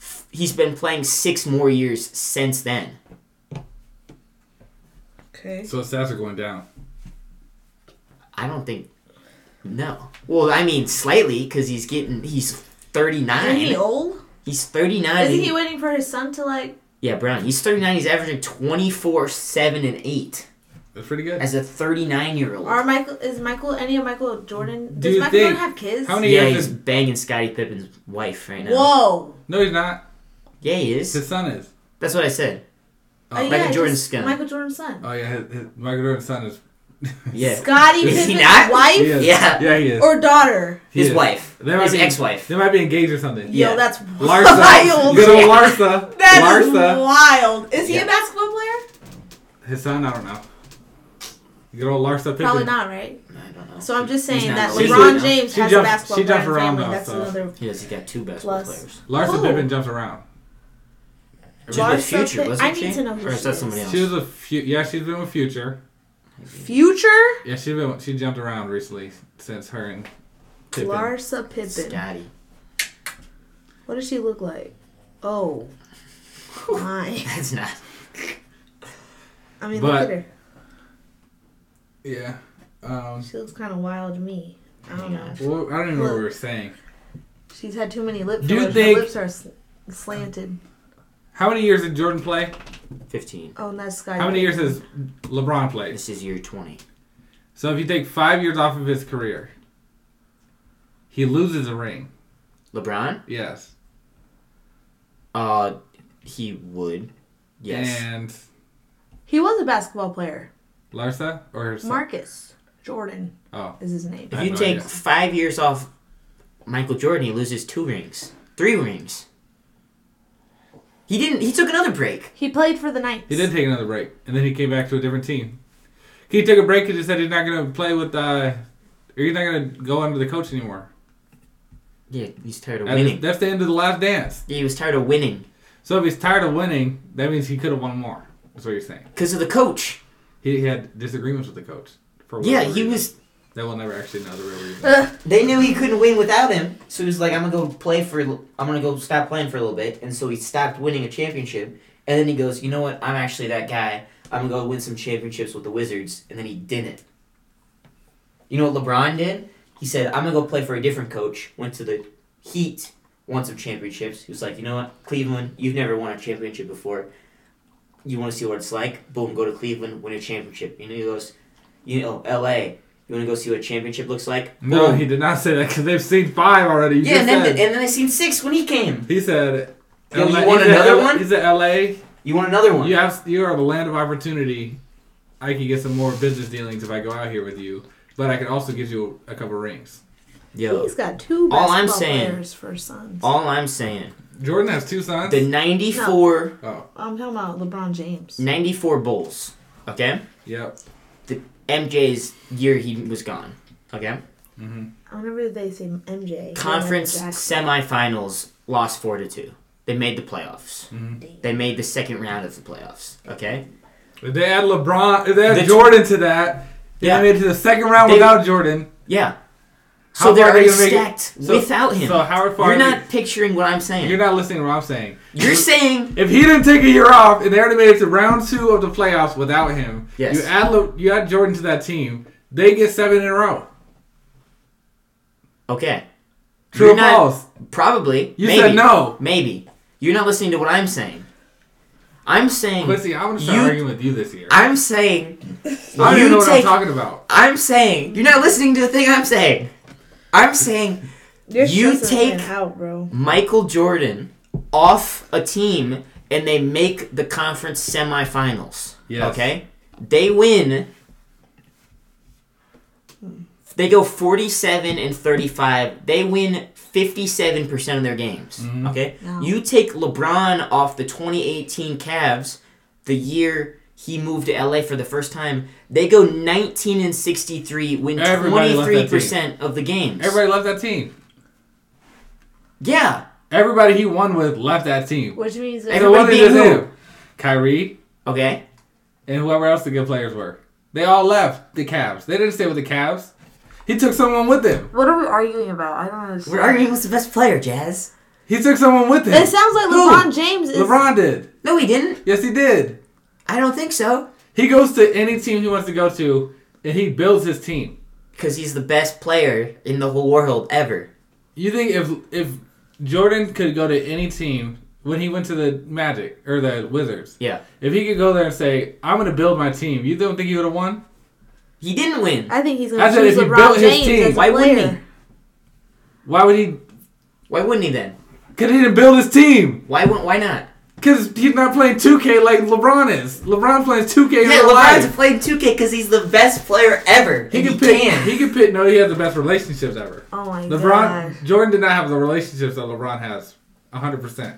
Speaker 2: f- he's been playing 6 more years since then.
Speaker 4: Okay.
Speaker 1: So his stats are going down.
Speaker 2: I don't think no. Well, I mean slightly cuz he's getting he's 39.
Speaker 4: Isn't he old?
Speaker 2: He's 39.
Speaker 4: Isn't he waiting for his son to like?
Speaker 2: yeah, Brown. He's 39. He's averaging 24, 7, and 8
Speaker 1: That's pretty good.
Speaker 2: as a 39 year old.
Speaker 4: Are Michael? Is Michael any of Michael Jordan?
Speaker 1: Do
Speaker 4: Does
Speaker 1: you
Speaker 4: Michael
Speaker 1: think-
Speaker 4: Jordan have kids?
Speaker 1: How many
Speaker 2: Yeah,
Speaker 1: years?
Speaker 2: he's
Speaker 1: Is,
Speaker 2: banging Scottie Pippen's wife right now.
Speaker 4: Whoa!
Speaker 1: no, he's not.
Speaker 2: Yeah, he is.
Speaker 1: His son is.
Speaker 2: That's what I said.
Speaker 1: Oh,
Speaker 4: Oh,
Speaker 2: Michael
Speaker 4: yeah,
Speaker 2: Jordan's
Speaker 4: his-
Speaker 2: skin.
Speaker 4: Michael Jordan's son.
Speaker 1: Oh yeah, his, his, Michael Jordan's son is.
Speaker 2: Yeah.
Speaker 4: Scotty
Speaker 2: Is he
Speaker 4: Pippen's
Speaker 2: not?
Speaker 1: He
Speaker 4: wife
Speaker 1: is.
Speaker 2: Yeah.
Speaker 1: Yeah, he is.
Speaker 4: or daughter?
Speaker 1: He
Speaker 2: His
Speaker 1: is.
Speaker 2: wife.
Speaker 1: They might
Speaker 2: His
Speaker 1: be-
Speaker 2: ex-wife.
Speaker 1: They might be engaged or something.
Speaker 2: Yeah.
Speaker 4: Yo, that's wild.
Speaker 1: Larsa. Good old Larsa.
Speaker 4: That is
Speaker 1: Larsa.
Speaker 4: wild. Is he
Speaker 2: Yeah.
Speaker 4: a basketball player?
Speaker 1: His son, I don't know. Good old Larsa Pippen.
Speaker 4: Probably not, right?
Speaker 2: I don't know.
Speaker 4: So I'm just
Speaker 2: He's
Speaker 4: saying
Speaker 2: not
Speaker 4: that
Speaker 2: eligible.
Speaker 4: LeBron
Speaker 1: She's a-
Speaker 4: James
Speaker 1: she
Speaker 4: has
Speaker 1: jumped-
Speaker 4: a basketball
Speaker 1: she
Speaker 4: player
Speaker 1: jumped
Speaker 4: in the
Speaker 1: around
Speaker 4: family.
Speaker 1: though,
Speaker 4: That's
Speaker 1: so-
Speaker 4: another.
Speaker 2: He has got two basketball
Speaker 4: Plus.
Speaker 2: players.
Speaker 1: Larsa
Speaker 4: Oh.
Speaker 1: Pippen jumps around.
Speaker 2: To
Speaker 4: Larsa
Speaker 2: the future,
Speaker 4: Pippen-
Speaker 2: wasn't
Speaker 4: I
Speaker 2: she?
Speaker 4: need to know who
Speaker 2: or is
Speaker 4: she
Speaker 2: that
Speaker 4: is.
Speaker 2: somebody else?
Speaker 1: She was a few. Yeah, she's been with Future.
Speaker 4: Future
Speaker 1: Yeah, she's been. She jumped around recently since her and Pippen.
Speaker 4: Larsa Pippen.
Speaker 2: Scotty.
Speaker 4: What does she look like? Oh, my.
Speaker 2: That's not.
Speaker 4: I mean,
Speaker 1: But-
Speaker 4: look at her.
Speaker 1: Yeah. Um.
Speaker 4: She looks kind of wild to me. I don't know.
Speaker 1: Well, I don't even know what we were saying.
Speaker 4: She's had too many lip
Speaker 1: Do you
Speaker 4: fillers.
Speaker 1: think-
Speaker 4: Her lips are sl- slanted.
Speaker 1: How many years did Jordan play?
Speaker 2: 15.
Speaker 4: Oh, and that's Scotty.
Speaker 1: How many years has LeBron played?
Speaker 2: This is year 20.
Speaker 1: So if you take five years off of his career, he loses a ring.
Speaker 2: LeBron?
Speaker 1: Yes.
Speaker 2: Uh, he would. Yes.
Speaker 1: And
Speaker 4: He was a basketball player.
Speaker 1: Larsa or her son?
Speaker 4: Marcus Jordan
Speaker 1: Oh,
Speaker 4: is his name.
Speaker 1: I
Speaker 2: If
Speaker 1: have
Speaker 2: you
Speaker 1: no
Speaker 2: take
Speaker 1: idea.
Speaker 2: five years off Michael Jordan, he loses two rings, three rings. He didn't. He took another break.
Speaker 4: He played for the Knights.
Speaker 1: he did take another break, and then he came back to a different team. He took a break and just said he's not going to play with. Uh, or he's not going to go under the coach anymore.
Speaker 2: Yeah, he's tired of
Speaker 1: And
Speaker 2: winning.
Speaker 1: that's the end of the last dance.
Speaker 2: Yeah, he was tired of winning
Speaker 1: So if he's tired of winning, that means he could have won more. That's what you're saying.
Speaker 2: because of the coach.
Speaker 1: He had disagreements with the coach. For
Speaker 2: Yeah,
Speaker 1: whatever
Speaker 2: he
Speaker 1: reason.
Speaker 2: was. Uh,
Speaker 1: They will never actually know the real reason.
Speaker 2: They knew he couldn't win without him, so he was like, "I'm gonna go play for. a li- I'm gonna go stop playing for a little bit." And so he stopped winning a championship, and then he goes, "You know what? I'm actually that guy. I'm gonna go win some championships with the Wizards." And then he didn't. You know what LeBron did? He said, "I'm gonna go play for a different coach." Went to the Heat, won some championships. He was like, "You know what? Cleveland, you've never won a championship before. You want to see what it's like? Boom, go to Cleveland, win a championship." You know he goes, "You know L.A." You want to go see what a championship looks like?
Speaker 1: no,
Speaker 2: Boom.
Speaker 1: he did not say that because they've seen five already. You
Speaker 2: Yeah,
Speaker 1: just
Speaker 2: and then,
Speaker 1: said.
Speaker 2: and then they seen six when he came.
Speaker 1: he said.
Speaker 2: Yo, you
Speaker 1: LA
Speaker 2: want
Speaker 1: he said
Speaker 2: another
Speaker 1: LA
Speaker 2: one?
Speaker 1: He said L.A.
Speaker 2: You want another one?
Speaker 1: You have you are the land of opportunity. I can get some more business dealings if I go out here with you, but I can also give you a, couple rings.
Speaker 2: Yo,
Speaker 4: He's got two
Speaker 2: All
Speaker 4: basketball
Speaker 2: I'm saying-
Speaker 4: players for sons.
Speaker 2: all I'm saying,
Speaker 1: Jordan has two sons.
Speaker 2: the 94,
Speaker 1: oh,
Speaker 4: I'm talking about LeBron James.
Speaker 2: 94 Bulls, okay?
Speaker 1: yep.
Speaker 2: MJ's year he was gone, okay?
Speaker 4: Whenever they say MJ,
Speaker 2: Conference
Speaker 4: Jackson.
Speaker 2: semifinals lost 4 to 2. They made the playoffs.
Speaker 4: Damn.
Speaker 2: They made the second round of the playoffs, okay?
Speaker 1: If they add LeBron, if they add
Speaker 2: The tw-
Speaker 1: Jordan to that, yeah,
Speaker 2: Yeah.
Speaker 1: they made it to the second round
Speaker 2: They-
Speaker 1: without Jordan.
Speaker 2: Yeah.
Speaker 1: How
Speaker 2: So they're
Speaker 1: far are
Speaker 2: already
Speaker 1: they gonna make it?
Speaker 2: stacked
Speaker 1: So-
Speaker 2: without him.
Speaker 1: so how far are
Speaker 2: You're
Speaker 1: they-
Speaker 2: not picturing what I'm saying.
Speaker 1: You're
Speaker 2: You're,
Speaker 1: not listening to what I'm saying.
Speaker 2: saying
Speaker 1: If he didn't take a year off and they already made it to round two of the playoffs without him,
Speaker 2: Yes.
Speaker 1: you add Le- you add Jordan to that team, they get seven in a row.
Speaker 2: okay,
Speaker 1: True
Speaker 2: You're
Speaker 1: or
Speaker 2: not-
Speaker 1: false?
Speaker 2: probably.
Speaker 1: You
Speaker 2: maybe,
Speaker 1: said no.
Speaker 2: Maybe. You're not listening to what I'm saying. I'm saying
Speaker 1: Quincy, I'm gonna start
Speaker 2: You-
Speaker 1: arguing with you this year. I,
Speaker 2: I'm saying.
Speaker 1: don't
Speaker 2: you
Speaker 1: even know what
Speaker 2: take-
Speaker 1: I'm talking about.
Speaker 2: I'm saying. You're not listening to the thing I'm saying. I'm saying
Speaker 4: You're
Speaker 2: You
Speaker 4: stressing
Speaker 2: take-
Speaker 4: him out, bro.
Speaker 2: Michael Jordan off a team and they make the conference semifinals.
Speaker 1: Yes.
Speaker 2: Okay? They win. They go 47 and 35. They win 57% of their games.
Speaker 1: Mhm.
Speaker 2: Okay?
Speaker 4: Wow.
Speaker 2: You take LeBron off the 2018 Cavs the year he moved to LA for the first time. They go 19 and 63, win
Speaker 1: Everybody left that team.
Speaker 2: 23% of the games.
Speaker 1: Everybody left that team.
Speaker 2: Yeah.
Speaker 1: Everybody he won with left that team.
Speaker 4: Which means
Speaker 2: Hey,
Speaker 4: that
Speaker 1: So what
Speaker 2: everybody
Speaker 1: did it
Speaker 2: being who?
Speaker 1: do? Kyrie
Speaker 2: Okay.
Speaker 1: and whoever else the good players were. They all left the Cavs. They didn't stay with the Cavs. He took someone with him.
Speaker 4: what are we arguing about? I don't understand.
Speaker 2: We're arguing who's the best player, Jazz.
Speaker 1: He took someone with him.
Speaker 4: It sounds like
Speaker 1: Who?
Speaker 4: LeBron James is.
Speaker 1: LeBron did.
Speaker 2: No, he didn't.
Speaker 1: Yes, he did.
Speaker 2: I don't think so.
Speaker 1: He goes to any team he wants to go to, and he builds his team.
Speaker 2: Because he's the best player in the whole world ever.
Speaker 1: You think if if Jordan could go to any team when he went to the Magic or the Wizards,
Speaker 2: Yeah.
Speaker 1: if he could go there and say, "I'm going to build my team," you don't think he would have won?
Speaker 2: He didn't win.
Speaker 4: I think he's
Speaker 1: I
Speaker 4: gonna
Speaker 1: said if
Speaker 4: choose
Speaker 1: he
Speaker 4: LeBron
Speaker 1: built his
Speaker 4: James
Speaker 1: team,
Speaker 4: as a
Speaker 2: why wouldn't
Speaker 4: player.
Speaker 2: he?
Speaker 1: Why would he?
Speaker 2: Why wouldn't he then?
Speaker 1: Because he didn't build his team.
Speaker 2: Why wouldn't? Why not?
Speaker 1: Because he's not playing 2K like LeBron is. LeBron plays 2K in
Speaker 2: Yeah,
Speaker 1: real
Speaker 2: LeBron's
Speaker 1: life.
Speaker 2: playing 2K because he's the best player ever.
Speaker 1: He
Speaker 2: and
Speaker 1: could
Speaker 2: he
Speaker 1: pick.
Speaker 2: can.
Speaker 1: He could pick. No, he has the best relationships ever.
Speaker 4: Oh my
Speaker 1: LeBron
Speaker 4: god!
Speaker 1: Jordan did not have the relationships that LeBron has. 100. percent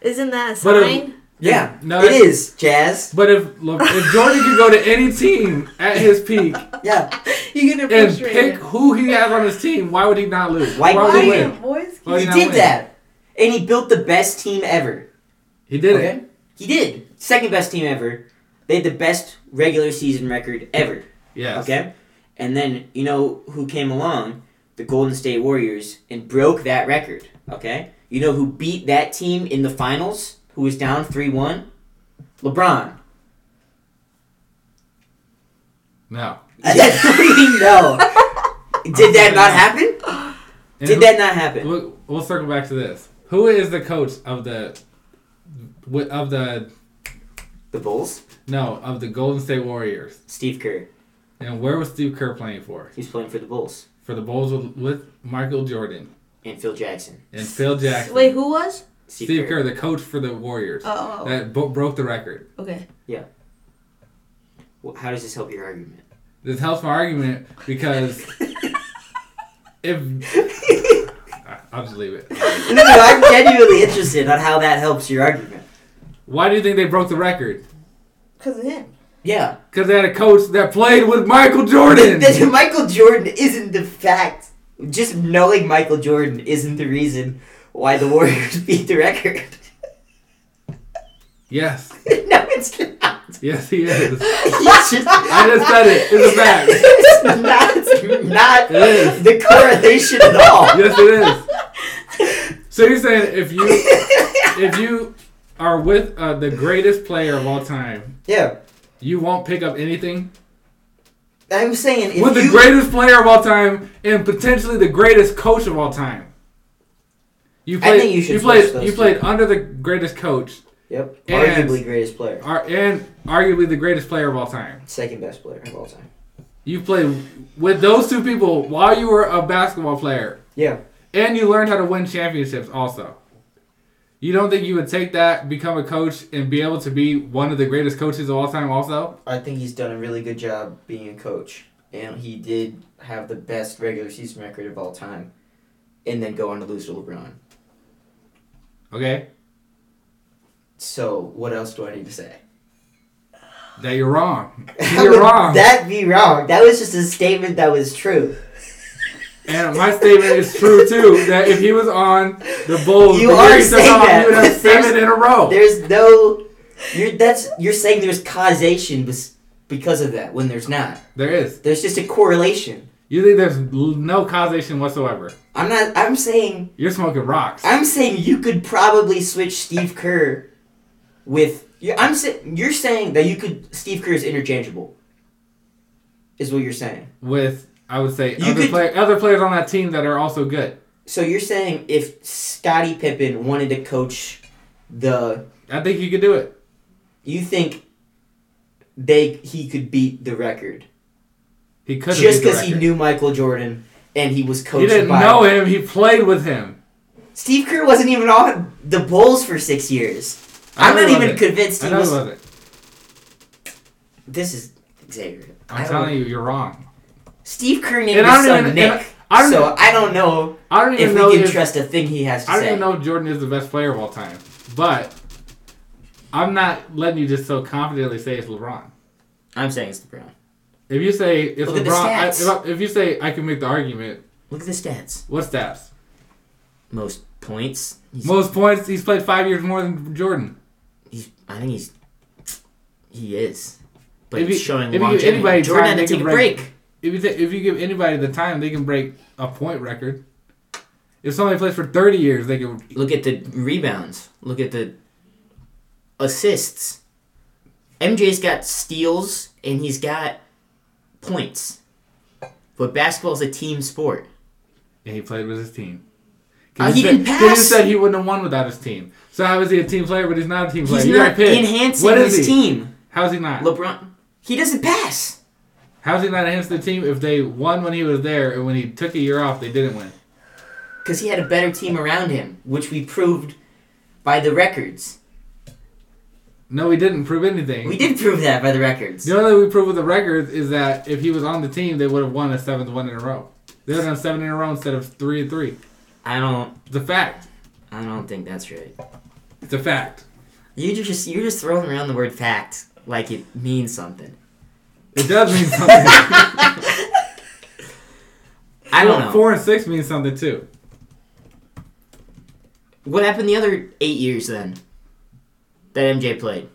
Speaker 4: Isn't that a
Speaker 1: But if-
Speaker 4: sign?
Speaker 2: yeah,
Speaker 1: No,
Speaker 2: it
Speaker 1: it's-
Speaker 2: is, Jazz.
Speaker 1: But if Le- if Jordan could go to any team at his peak
Speaker 2: Yeah.
Speaker 4: You're gonna
Speaker 1: and
Speaker 4: frustrate.
Speaker 1: pick who he has on his team, why would he not lose?
Speaker 2: Why
Speaker 1: would he
Speaker 2: couldn't he?
Speaker 1: win?
Speaker 4: boys.
Speaker 1: Why would
Speaker 2: he
Speaker 1: not
Speaker 2: did
Speaker 1: win?
Speaker 2: that. And he built the best team ever.
Speaker 1: He did
Speaker 2: Okay.
Speaker 1: it.
Speaker 2: He did. Second best team ever. They had the best regular season record ever.
Speaker 1: Yes.
Speaker 2: Okay? And then, you know who came along? The Golden State Warriors and broke that record. Okay? You know who beat that team in the finals? Who was down 3 1? LeBron.
Speaker 1: No.
Speaker 2: no. Did that not happen?
Speaker 1: And
Speaker 2: Did
Speaker 1: who-
Speaker 2: that not happen?
Speaker 1: We'll, we'll circle back to this. Who is the coach of the wi- of the
Speaker 2: The Bulls?
Speaker 1: no of the Golden State Warriors?
Speaker 2: Steve Kerr.
Speaker 1: And where was Steve Kerr playing for?
Speaker 2: He's playing for the Bulls.
Speaker 1: For the Bulls with, with Michael Jordan
Speaker 2: And Phil Jackson.
Speaker 1: and Phil Jackson.
Speaker 4: Wait, who was?
Speaker 2: Steve,
Speaker 1: Steve Kerr, the coach for the Warriors,
Speaker 4: Oh, oh,
Speaker 1: that bo- broke the record.
Speaker 4: oh, okay.
Speaker 2: Wh- How does this help your argument?
Speaker 1: This helps my argument because if I'll just leave it.
Speaker 2: No, I'm genuinely interested on how that helps your argument.
Speaker 1: Why do you think they broke the record?
Speaker 4: Cause of him.
Speaker 2: Yeah.
Speaker 1: Because they had a coach that played with Michael Jordan.
Speaker 2: That Michael Jordan isn't the fact
Speaker 6: Just knowing Michael Jordan isn't the reason why the Warriors beat the record.
Speaker 1: Yes.
Speaker 6: no, it's not.
Speaker 1: Yes, he is.
Speaker 6: It's just-
Speaker 1: I just said it. It's a fact.
Speaker 6: It's not, it's not
Speaker 1: It is.
Speaker 6: the correlation at all.
Speaker 1: Yes, it is. So you're saying if you if you are with uh, the greatest player of all time,
Speaker 6: Yeah,
Speaker 1: you won't pick up anything
Speaker 6: I'm saying if
Speaker 1: with the
Speaker 6: you,
Speaker 1: greatest player of all time and potentially the greatest coach of all time. You
Speaker 6: I
Speaker 1: played.
Speaker 6: think you should switch
Speaker 1: played.
Speaker 6: those
Speaker 1: You
Speaker 6: two.
Speaker 1: played under the greatest coach,
Speaker 6: Yep,
Speaker 1: And-
Speaker 6: arguably greatest player,
Speaker 1: ar- and arguably the greatest player of all time.
Speaker 6: second best player of all time.
Speaker 1: You played with those two people while you were a basketball player,
Speaker 6: Yeah,
Speaker 1: and you learned how to win championships. Also, you don't think you would take that, become a coach, and be able to be one of the greatest coaches of all time? Also,
Speaker 6: I think he's done a really good job being a coach, and he did have the best regular season record of all time, and then go on to lose to LeBron.
Speaker 1: okay,
Speaker 6: So what else do I need to say?
Speaker 1: that you're wrong.
Speaker 6: How
Speaker 1: You're
Speaker 6: would
Speaker 1: wrong.
Speaker 6: That be wrong. That was just a statement that was true.
Speaker 1: And my statement is true too. That if he was on the Bulls,
Speaker 6: You
Speaker 1: the
Speaker 6: are
Speaker 1: Warriors
Speaker 6: saying
Speaker 1: somehow,
Speaker 6: that.
Speaker 1: he would have
Speaker 6: There's-
Speaker 1: seven in a row.
Speaker 6: There's no. You're that's you're saying there's causation bes- because of that when there's not.
Speaker 1: There is.
Speaker 6: There's just a correlation.
Speaker 1: You think there's l- no causation whatsoever?
Speaker 6: I'm not. I'm saying.
Speaker 1: You're smoking rocks.
Speaker 6: I'm saying you could probably switch Steve Kerr with. You're, I'm saying you're saying that you could. Steve Kerr is interchangeable. Is what you're saying.
Speaker 1: With I would say
Speaker 6: You
Speaker 1: other,
Speaker 6: could-
Speaker 1: play, other players on that team that are also good.
Speaker 6: So you're saying if Scottie Pippen wanted to coach the
Speaker 1: I think you could do it.
Speaker 6: you think they he could beat the record
Speaker 1: He could
Speaker 6: just because he knew Michael Jordan and he was coached
Speaker 1: He didn't
Speaker 6: by
Speaker 1: know him. He played with him.
Speaker 6: Steve Kerr wasn't even on the Bulls for six years.
Speaker 1: I
Speaker 6: I'm
Speaker 1: know
Speaker 6: not
Speaker 1: he
Speaker 6: even
Speaker 1: wasn't.
Speaker 6: convinced
Speaker 1: I
Speaker 6: he
Speaker 1: know he
Speaker 6: was.
Speaker 1: wasn't.
Speaker 6: This is Xavier.
Speaker 1: I'm
Speaker 6: I
Speaker 1: telling
Speaker 6: don't-
Speaker 1: you, you're wrong.
Speaker 6: Steve Kerr named
Speaker 1: And
Speaker 6: his
Speaker 1: I
Speaker 6: son
Speaker 1: don't even. and
Speaker 6: Nick.
Speaker 1: I don't.
Speaker 6: so I don't know
Speaker 1: I don't
Speaker 6: if
Speaker 1: even
Speaker 6: we
Speaker 1: know.
Speaker 6: can
Speaker 1: if-
Speaker 6: trust a thing he has to
Speaker 1: I don't
Speaker 6: say.
Speaker 1: even know Jordan is the best player of all time, but I'm not letting you just so confidently say it's LeBron.
Speaker 2: I'm saying it's LeBron.
Speaker 1: If you say it's
Speaker 6: Look at the
Speaker 1: LeBron, I, if,
Speaker 6: stats.
Speaker 1: I- if you say I can make the argument,
Speaker 2: Look at the stats.
Speaker 1: what stats?
Speaker 2: Most points. He's,
Speaker 1: Most points. He's played five years more than Jordan.
Speaker 2: he's, I think he's. He is. But
Speaker 1: If
Speaker 2: it's
Speaker 1: you-
Speaker 2: showing
Speaker 1: if you give
Speaker 2: longevity.
Speaker 1: anybody
Speaker 2: Jordan
Speaker 1: time,
Speaker 2: had
Speaker 1: they
Speaker 2: to
Speaker 1: can
Speaker 2: take a
Speaker 1: break-
Speaker 2: break.
Speaker 1: If you th- if you give anybody the time, they can break a point record. If somebody plays for 30 years, they can.
Speaker 2: Look at the rebounds. Look at the assists. MJ's got steals and he's got points. But basketball's a team sport.
Speaker 1: And he played with his team.
Speaker 2: Uh, he
Speaker 1: said-
Speaker 2: didn't
Speaker 1: 'cause
Speaker 2: pass.
Speaker 1: You said he wouldn't have won without his team. So how is he a team player? But he's not a team player.
Speaker 2: He's
Speaker 1: You gotta
Speaker 2: not
Speaker 1: pick.
Speaker 2: enhancing
Speaker 1: What is
Speaker 2: his
Speaker 1: he?
Speaker 2: team.
Speaker 1: How's he not?
Speaker 2: LeBron, he doesn't pass.
Speaker 1: How's he not enhancing the team if they won when he was there and when he took a year off they didn't win?
Speaker 2: Because he had a better team around him, which we proved by the records.
Speaker 1: No, he didn't prove anything.
Speaker 2: We did prove that by the records.
Speaker 1: The only thing we prove with the records is that if he was on the team, they would have won a seventh one in a row. They would have done seven in a row instead of three and three.
Speaker 2: I don't
Speaker 1: It's a fact.
Speaker 2: I don't think that's right.
Speaker 1: It's a fact.
Speaker 2: You just you're just throwing around the word fact like it means something.
Speaker 1: It does mean something.
Speaker 2: I don't know.
Speaker 1: Four and six means something too.
Speaker 2: What happened the other eight years then? That MJ played.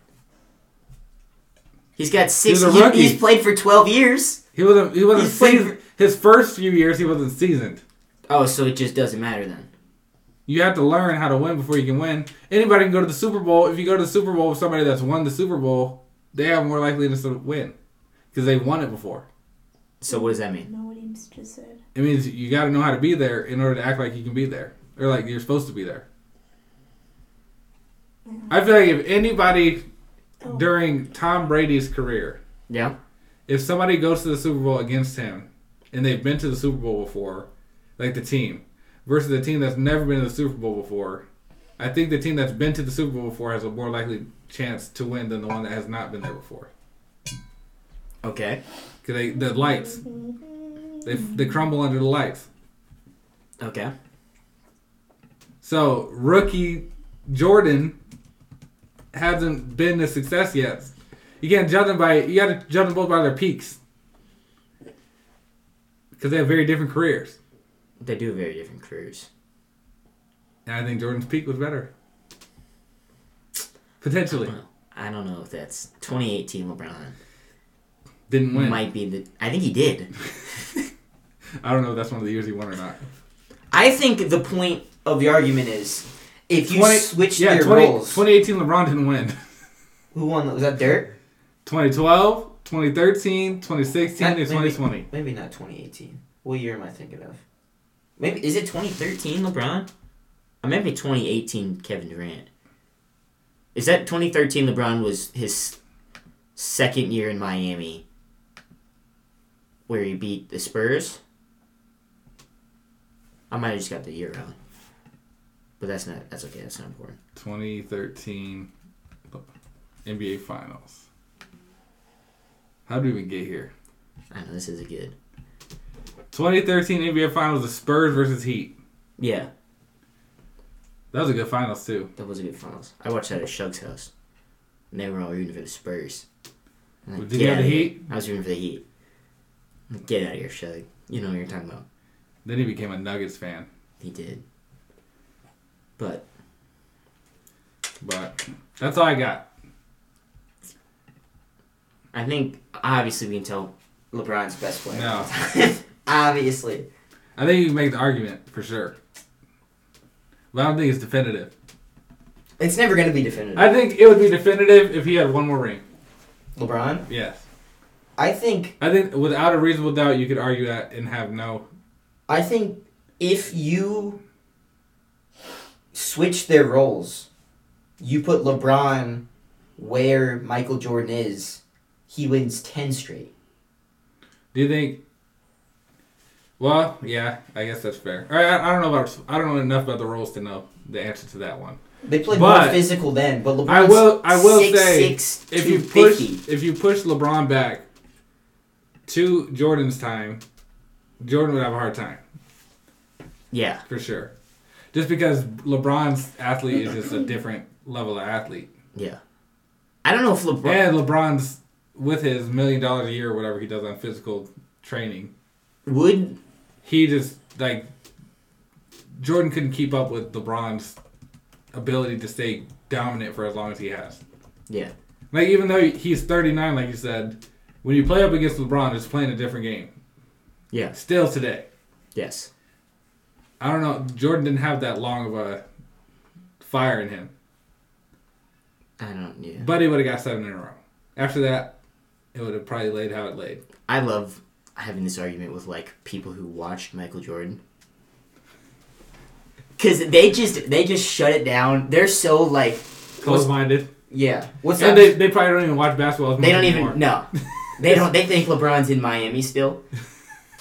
Speaker 2: He's got six.
Speaker 1: He's a
Speaker 2: he-
Speaker 1: rookie.
Speaker 2: he's played for twelve years.
Speaker 1: He wasn't. He wasn't
Speaker 2: He's played
Speaker 1: seasoned. His first few years, he wasn't seasoned.
Speaker 2: Oh, so it just doesn't matter then.
Speaker 1: You have to learn how to win before you can win. Anybody can go to the Super Bowl. If you go to the Super Bowl with somebody that's won the Super Bowl, they have more likeliness to win because they've won it before.
Speaker 2: So what does that mean?
Speaker 4: know what he just said.
Speaker 1: It means you got to know how to be there in order to act like you can be there or like you're supposed to be there. I feel like if anybody
Speaker 4: Oh.
Speaker 1: during Tom Brady's career,
Speaker 2: Yeah.
Speaker 1: if somebody goes to the Super Bowl against him and they've been to the Super Bowl before, like the team, versus the team that's never been to the Super Bowl before, I think the team that's been to the Super Bowl before has a more likely chance to win than the one that has not been there before.
Speaker 2: Okay.
Speaker 1: Because they the lights, they, they crumble under the lights.
Speaker 2: Okay.
Speaker 1: So rookie Jordan hasn't been a success yet. You can't judge them by you got to judge them both by their peaks because they have very different careers.
Speaker 2: They do very different careers.
Speaker 1: And I think Jordan's peak was better. Potentially.
Speaker 2: I don't know if that's 2018 LeBron
Speaker 1: Didn't win.
Speaker 2: might be the. I think he did.
Speaker 1: I don't know if that's one of the years he won or not.
Speaker 2: I think the point of the argument is if you
Speaker 1: 20
Speaker 2: switch
Speaker 1: Yeah,
Speaker 2: their
Speaker 1: 20,
Speaker 2: roles.
Speaker 1: 2018 LeBron didn't win.
Speaker 2: Who won? Was that Dirt?
Speaker 1: 2012, 2013, 2016,
Speaker 2: That-
Speaker 1: and
Speaker 2: wait, wait.
Speaker 1: 2020.
Speaker 2: Maybe not 2018. What year am I thinking of? Maybe is it 2013 LeBron? Or maybe 2018 Kevin Durant. Is that 2013 LeBron was his second year in Miami, where he beat the Spurs? I might have just got the year wrong, but that's not that's okay. That's not important.
Speaker 1: 2013 NBA Finals. How did we even get here?
Speaker 2: I know this is a good.
Speaker 1: 2013 NBA Finals, the Spurs versus Heat.
Speaker 2: Yeah,
Speaker 1: That was a good finals too.
Speaker 2: that was a good finals. I watched that at Shug's house, and they were all rooting for the Spurs. I'm
Speaker 1: Did you
Speaker 2: "Get
Speaker 1: have
Speaker 2: outta
Speaker 1: the
Speaker 2: here."
Speaker 1: Heat?
Speaker 2: I was rooting for the Heat. I'm like, Get out of here, Shug. You know what you're talking about.
Speaker 1: Then he became a Nuggets fan.
Speaker 2: He did. But
Speaker 1: But that's all I got.
Speaker 2: I think obviously we can tell LeBron's best player.
Speaker 1: No.
Speaker 2: obviously.
Speaker 1: I think you can make the argument for sure. But I don't think it's definitive.
Speaker 2: It's never gonna be definitive.
Speaker 1: I think it would be definitive if he had one more ring.
Speaker 2: LeBron?
Speaker 1: Yes.
Speaker 2: I think
Speaker 1: I think without a reasonable doubt you could argue that and have no
Speaker 2: I think if you switch their roles, you put LeBron where Michael Jordan is, he wins ten straight.
Speaker 1: Do you think? Well, yeah, I guess that's fair. I, I, I don't know about I don't know enough about the roles to know the answer to that one.
Speaker 2: They played
Speaker 1: But-
Speaker 2: more physical then, but LeBron's
Speaker 1: I will I will say
Speaker 2: six,
Speaker 1: if you push if you push LeBron back to Jordan's time, Jordan would have a hard time
Speaker 2: yeah,
Speaker 1: for sure. Just because LeBron's athlete is just a different level of athlete,
Speaker 2: yeah. I don't know if LeBron.
Speaker 1: and LeBron's with his million dollars a year or whatever he does on physical training,
Speaker 2: Would
Speaker 1: he just like Jordan couldn't keep up with LeBron's ability to stay dominant for as long as he has.
Speaker 2: Yeah.
Speaker 1: Like even though he's 39, like you said, when you play up against LeBron, it's playing a different game.
Speaker 2: Yes.
Speaker 1: Still today,
Speaker 2: Yes.
Speaker 1: I don't know. Jordan didn't have that long of a fire in him,
Speaker 2: I don't. Yeah.
Speaker 1: but he would have got seven in a row. After that, it would have probably laid how it laid.
Speaker 2: I love having this argument with like people who watched Michael Jordan. Cause they just they just shut it down. They're so like
Speaker 1: Close-minded,
Speaker 2: yeah. What's
Speaker 1: and
Speaker 2: up?
Speaker 1: they, they probably don't even watch basketball. As much
Speaker 2: They don't
Speaker 1: anymore.
Speaker 2: even no. They don't. They think LeBron's in Miami still,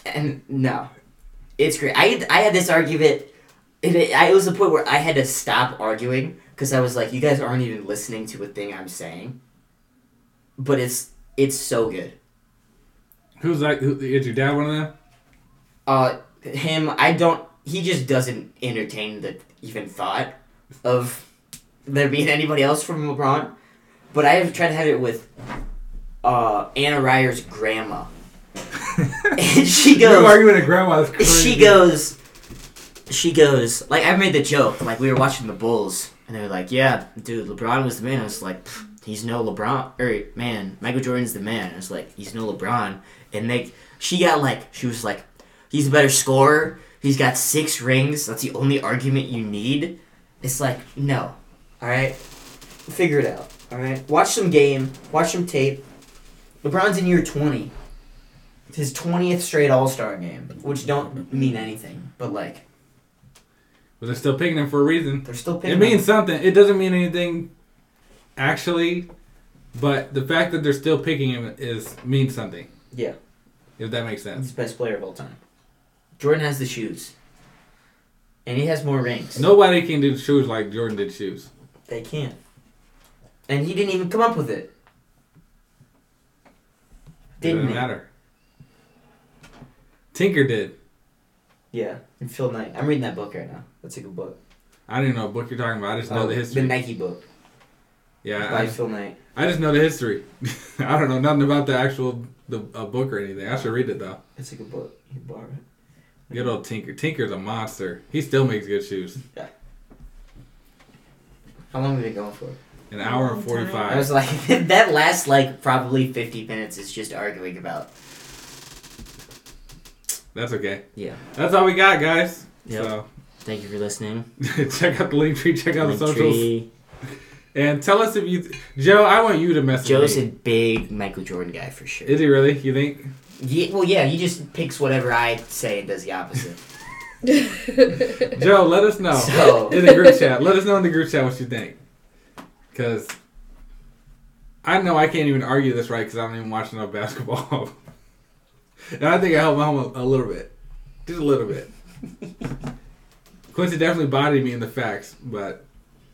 Speaker 2: and no, it's great. I had, I had this argument. And it, I, it was the point where I had to stop arguing because I was like, "You guys aren't even listening to a thing I'm saying." But it's it's so good.
Speaker 1: Who's like? Who, is your dad one of them?
Speaker 2: Uh, him. I don't. He just doesn't entertain the even thought of there being anybody else from LeBron. But I have tried to have it with uh Anna Ryer's grandma. and she
Speaker 1: Your
Speaker 2: goes
Speaker 1: argument at grandma's crazy.
Speaker 2: she goes she goes like i made the joke like we were watching the bulls and they were like yeah dude lebron was the man i was like "Pfft, he's no lebron or man michael jordan's the man i was like he's no lebron and they she got like she was like he's a better scorer he's got six rings that's the only argument you need it's like no all right figure it out all right watch some game watch some tape lebron's in year 20 it's his 20th straight All Star game, which don't mean anything, but like,
Speaker 1: But they're still picking him for a reason.
Speaker 2: they're still
Speaker 1: It
Speaker 2: picking.
Speaker 1: means something. It doesn't mean anything, actually, but the fact that they're still picking him is means something.
Speaker 2: Yeah.
Speaker 1: If that makes sense.
Speaker 2: He's the best player of all time. Jordan has the shoes. And he has more rings.
Speaker 1: Nobody can do shoes like Jordan did shoes.
Speaker 2: They can't. And he didn't even come up with it.
Speaker 1: It
Speaker 2: Didn't
Speaker 1: doesn't
Speaker 2: he?
Speaker 1: matter. Tinker did.
Speaker 2: Yeah. And Phil Knight. I'm reading that book right now. That's a good book.
Speaker 1: I don't even know what book you're talking about. I just know
Speaker 2: Oh,
Speaker 1: the history. Uh-uh.
Speaker 2: Nike book
Speaker 1: yeah,
Speaker 2: by
Speaker 1: I just,
Speaker 2: Phil Knight.
Speaker 1: I just know the history. I don't know nothing about the actual the a book or anything. I should read it though.
Speaker 2: It's a good book. You can borrow it.
Speaker 1: Good old Tinker. Tinker's a monster. He still makes good shoes.
Speaker 6: How long have we been going for?
Speaker 1: An hour and forty
Speaker 6: I
Speaker 1: five.
Speaker 6: was like, that lasts like probably 50 minutes is just arguing about.
Speaker 1: That's okay.
Speaker 2: Yeah.
Speaker 1: That's all we got, guys.
Speaker 2: Yep.
Speaker 1: So
Speaker 2: Thank you for listening.
Speaker 1: check out the link tree. Check out the socials.
Speaker 2: Linktree.
Speaker 1: And tell us if you, Joe. I want you to message
Speaker 2: Joe's a
Speaker 1: me.
Speaker 2: big Michael Jordan guy for sure.
Speaker 1: Is he really? You think?
Speaker 6: Yeah, well, yeah, he just picks whatever I say and does the opposite.
Speaker 4: Oh.
Speaker 1: Joe, let us know
Speaker 6: So-
Speaker 1: in the group chat. Let us know in the group chat what you think, because I know I can't even argue this right because I don't even watch enough basketball. and I think I helped my home a, a little bit, just a little bit. Quincy definitely bodied me in the facts, but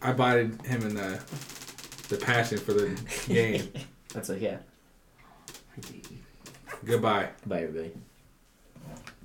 Speaker 1: I bodied him in the the passion for the game.
Speaker 2: That's okay.
Speaker 1: Goodbye.
Speaker 2: Bye, everybody.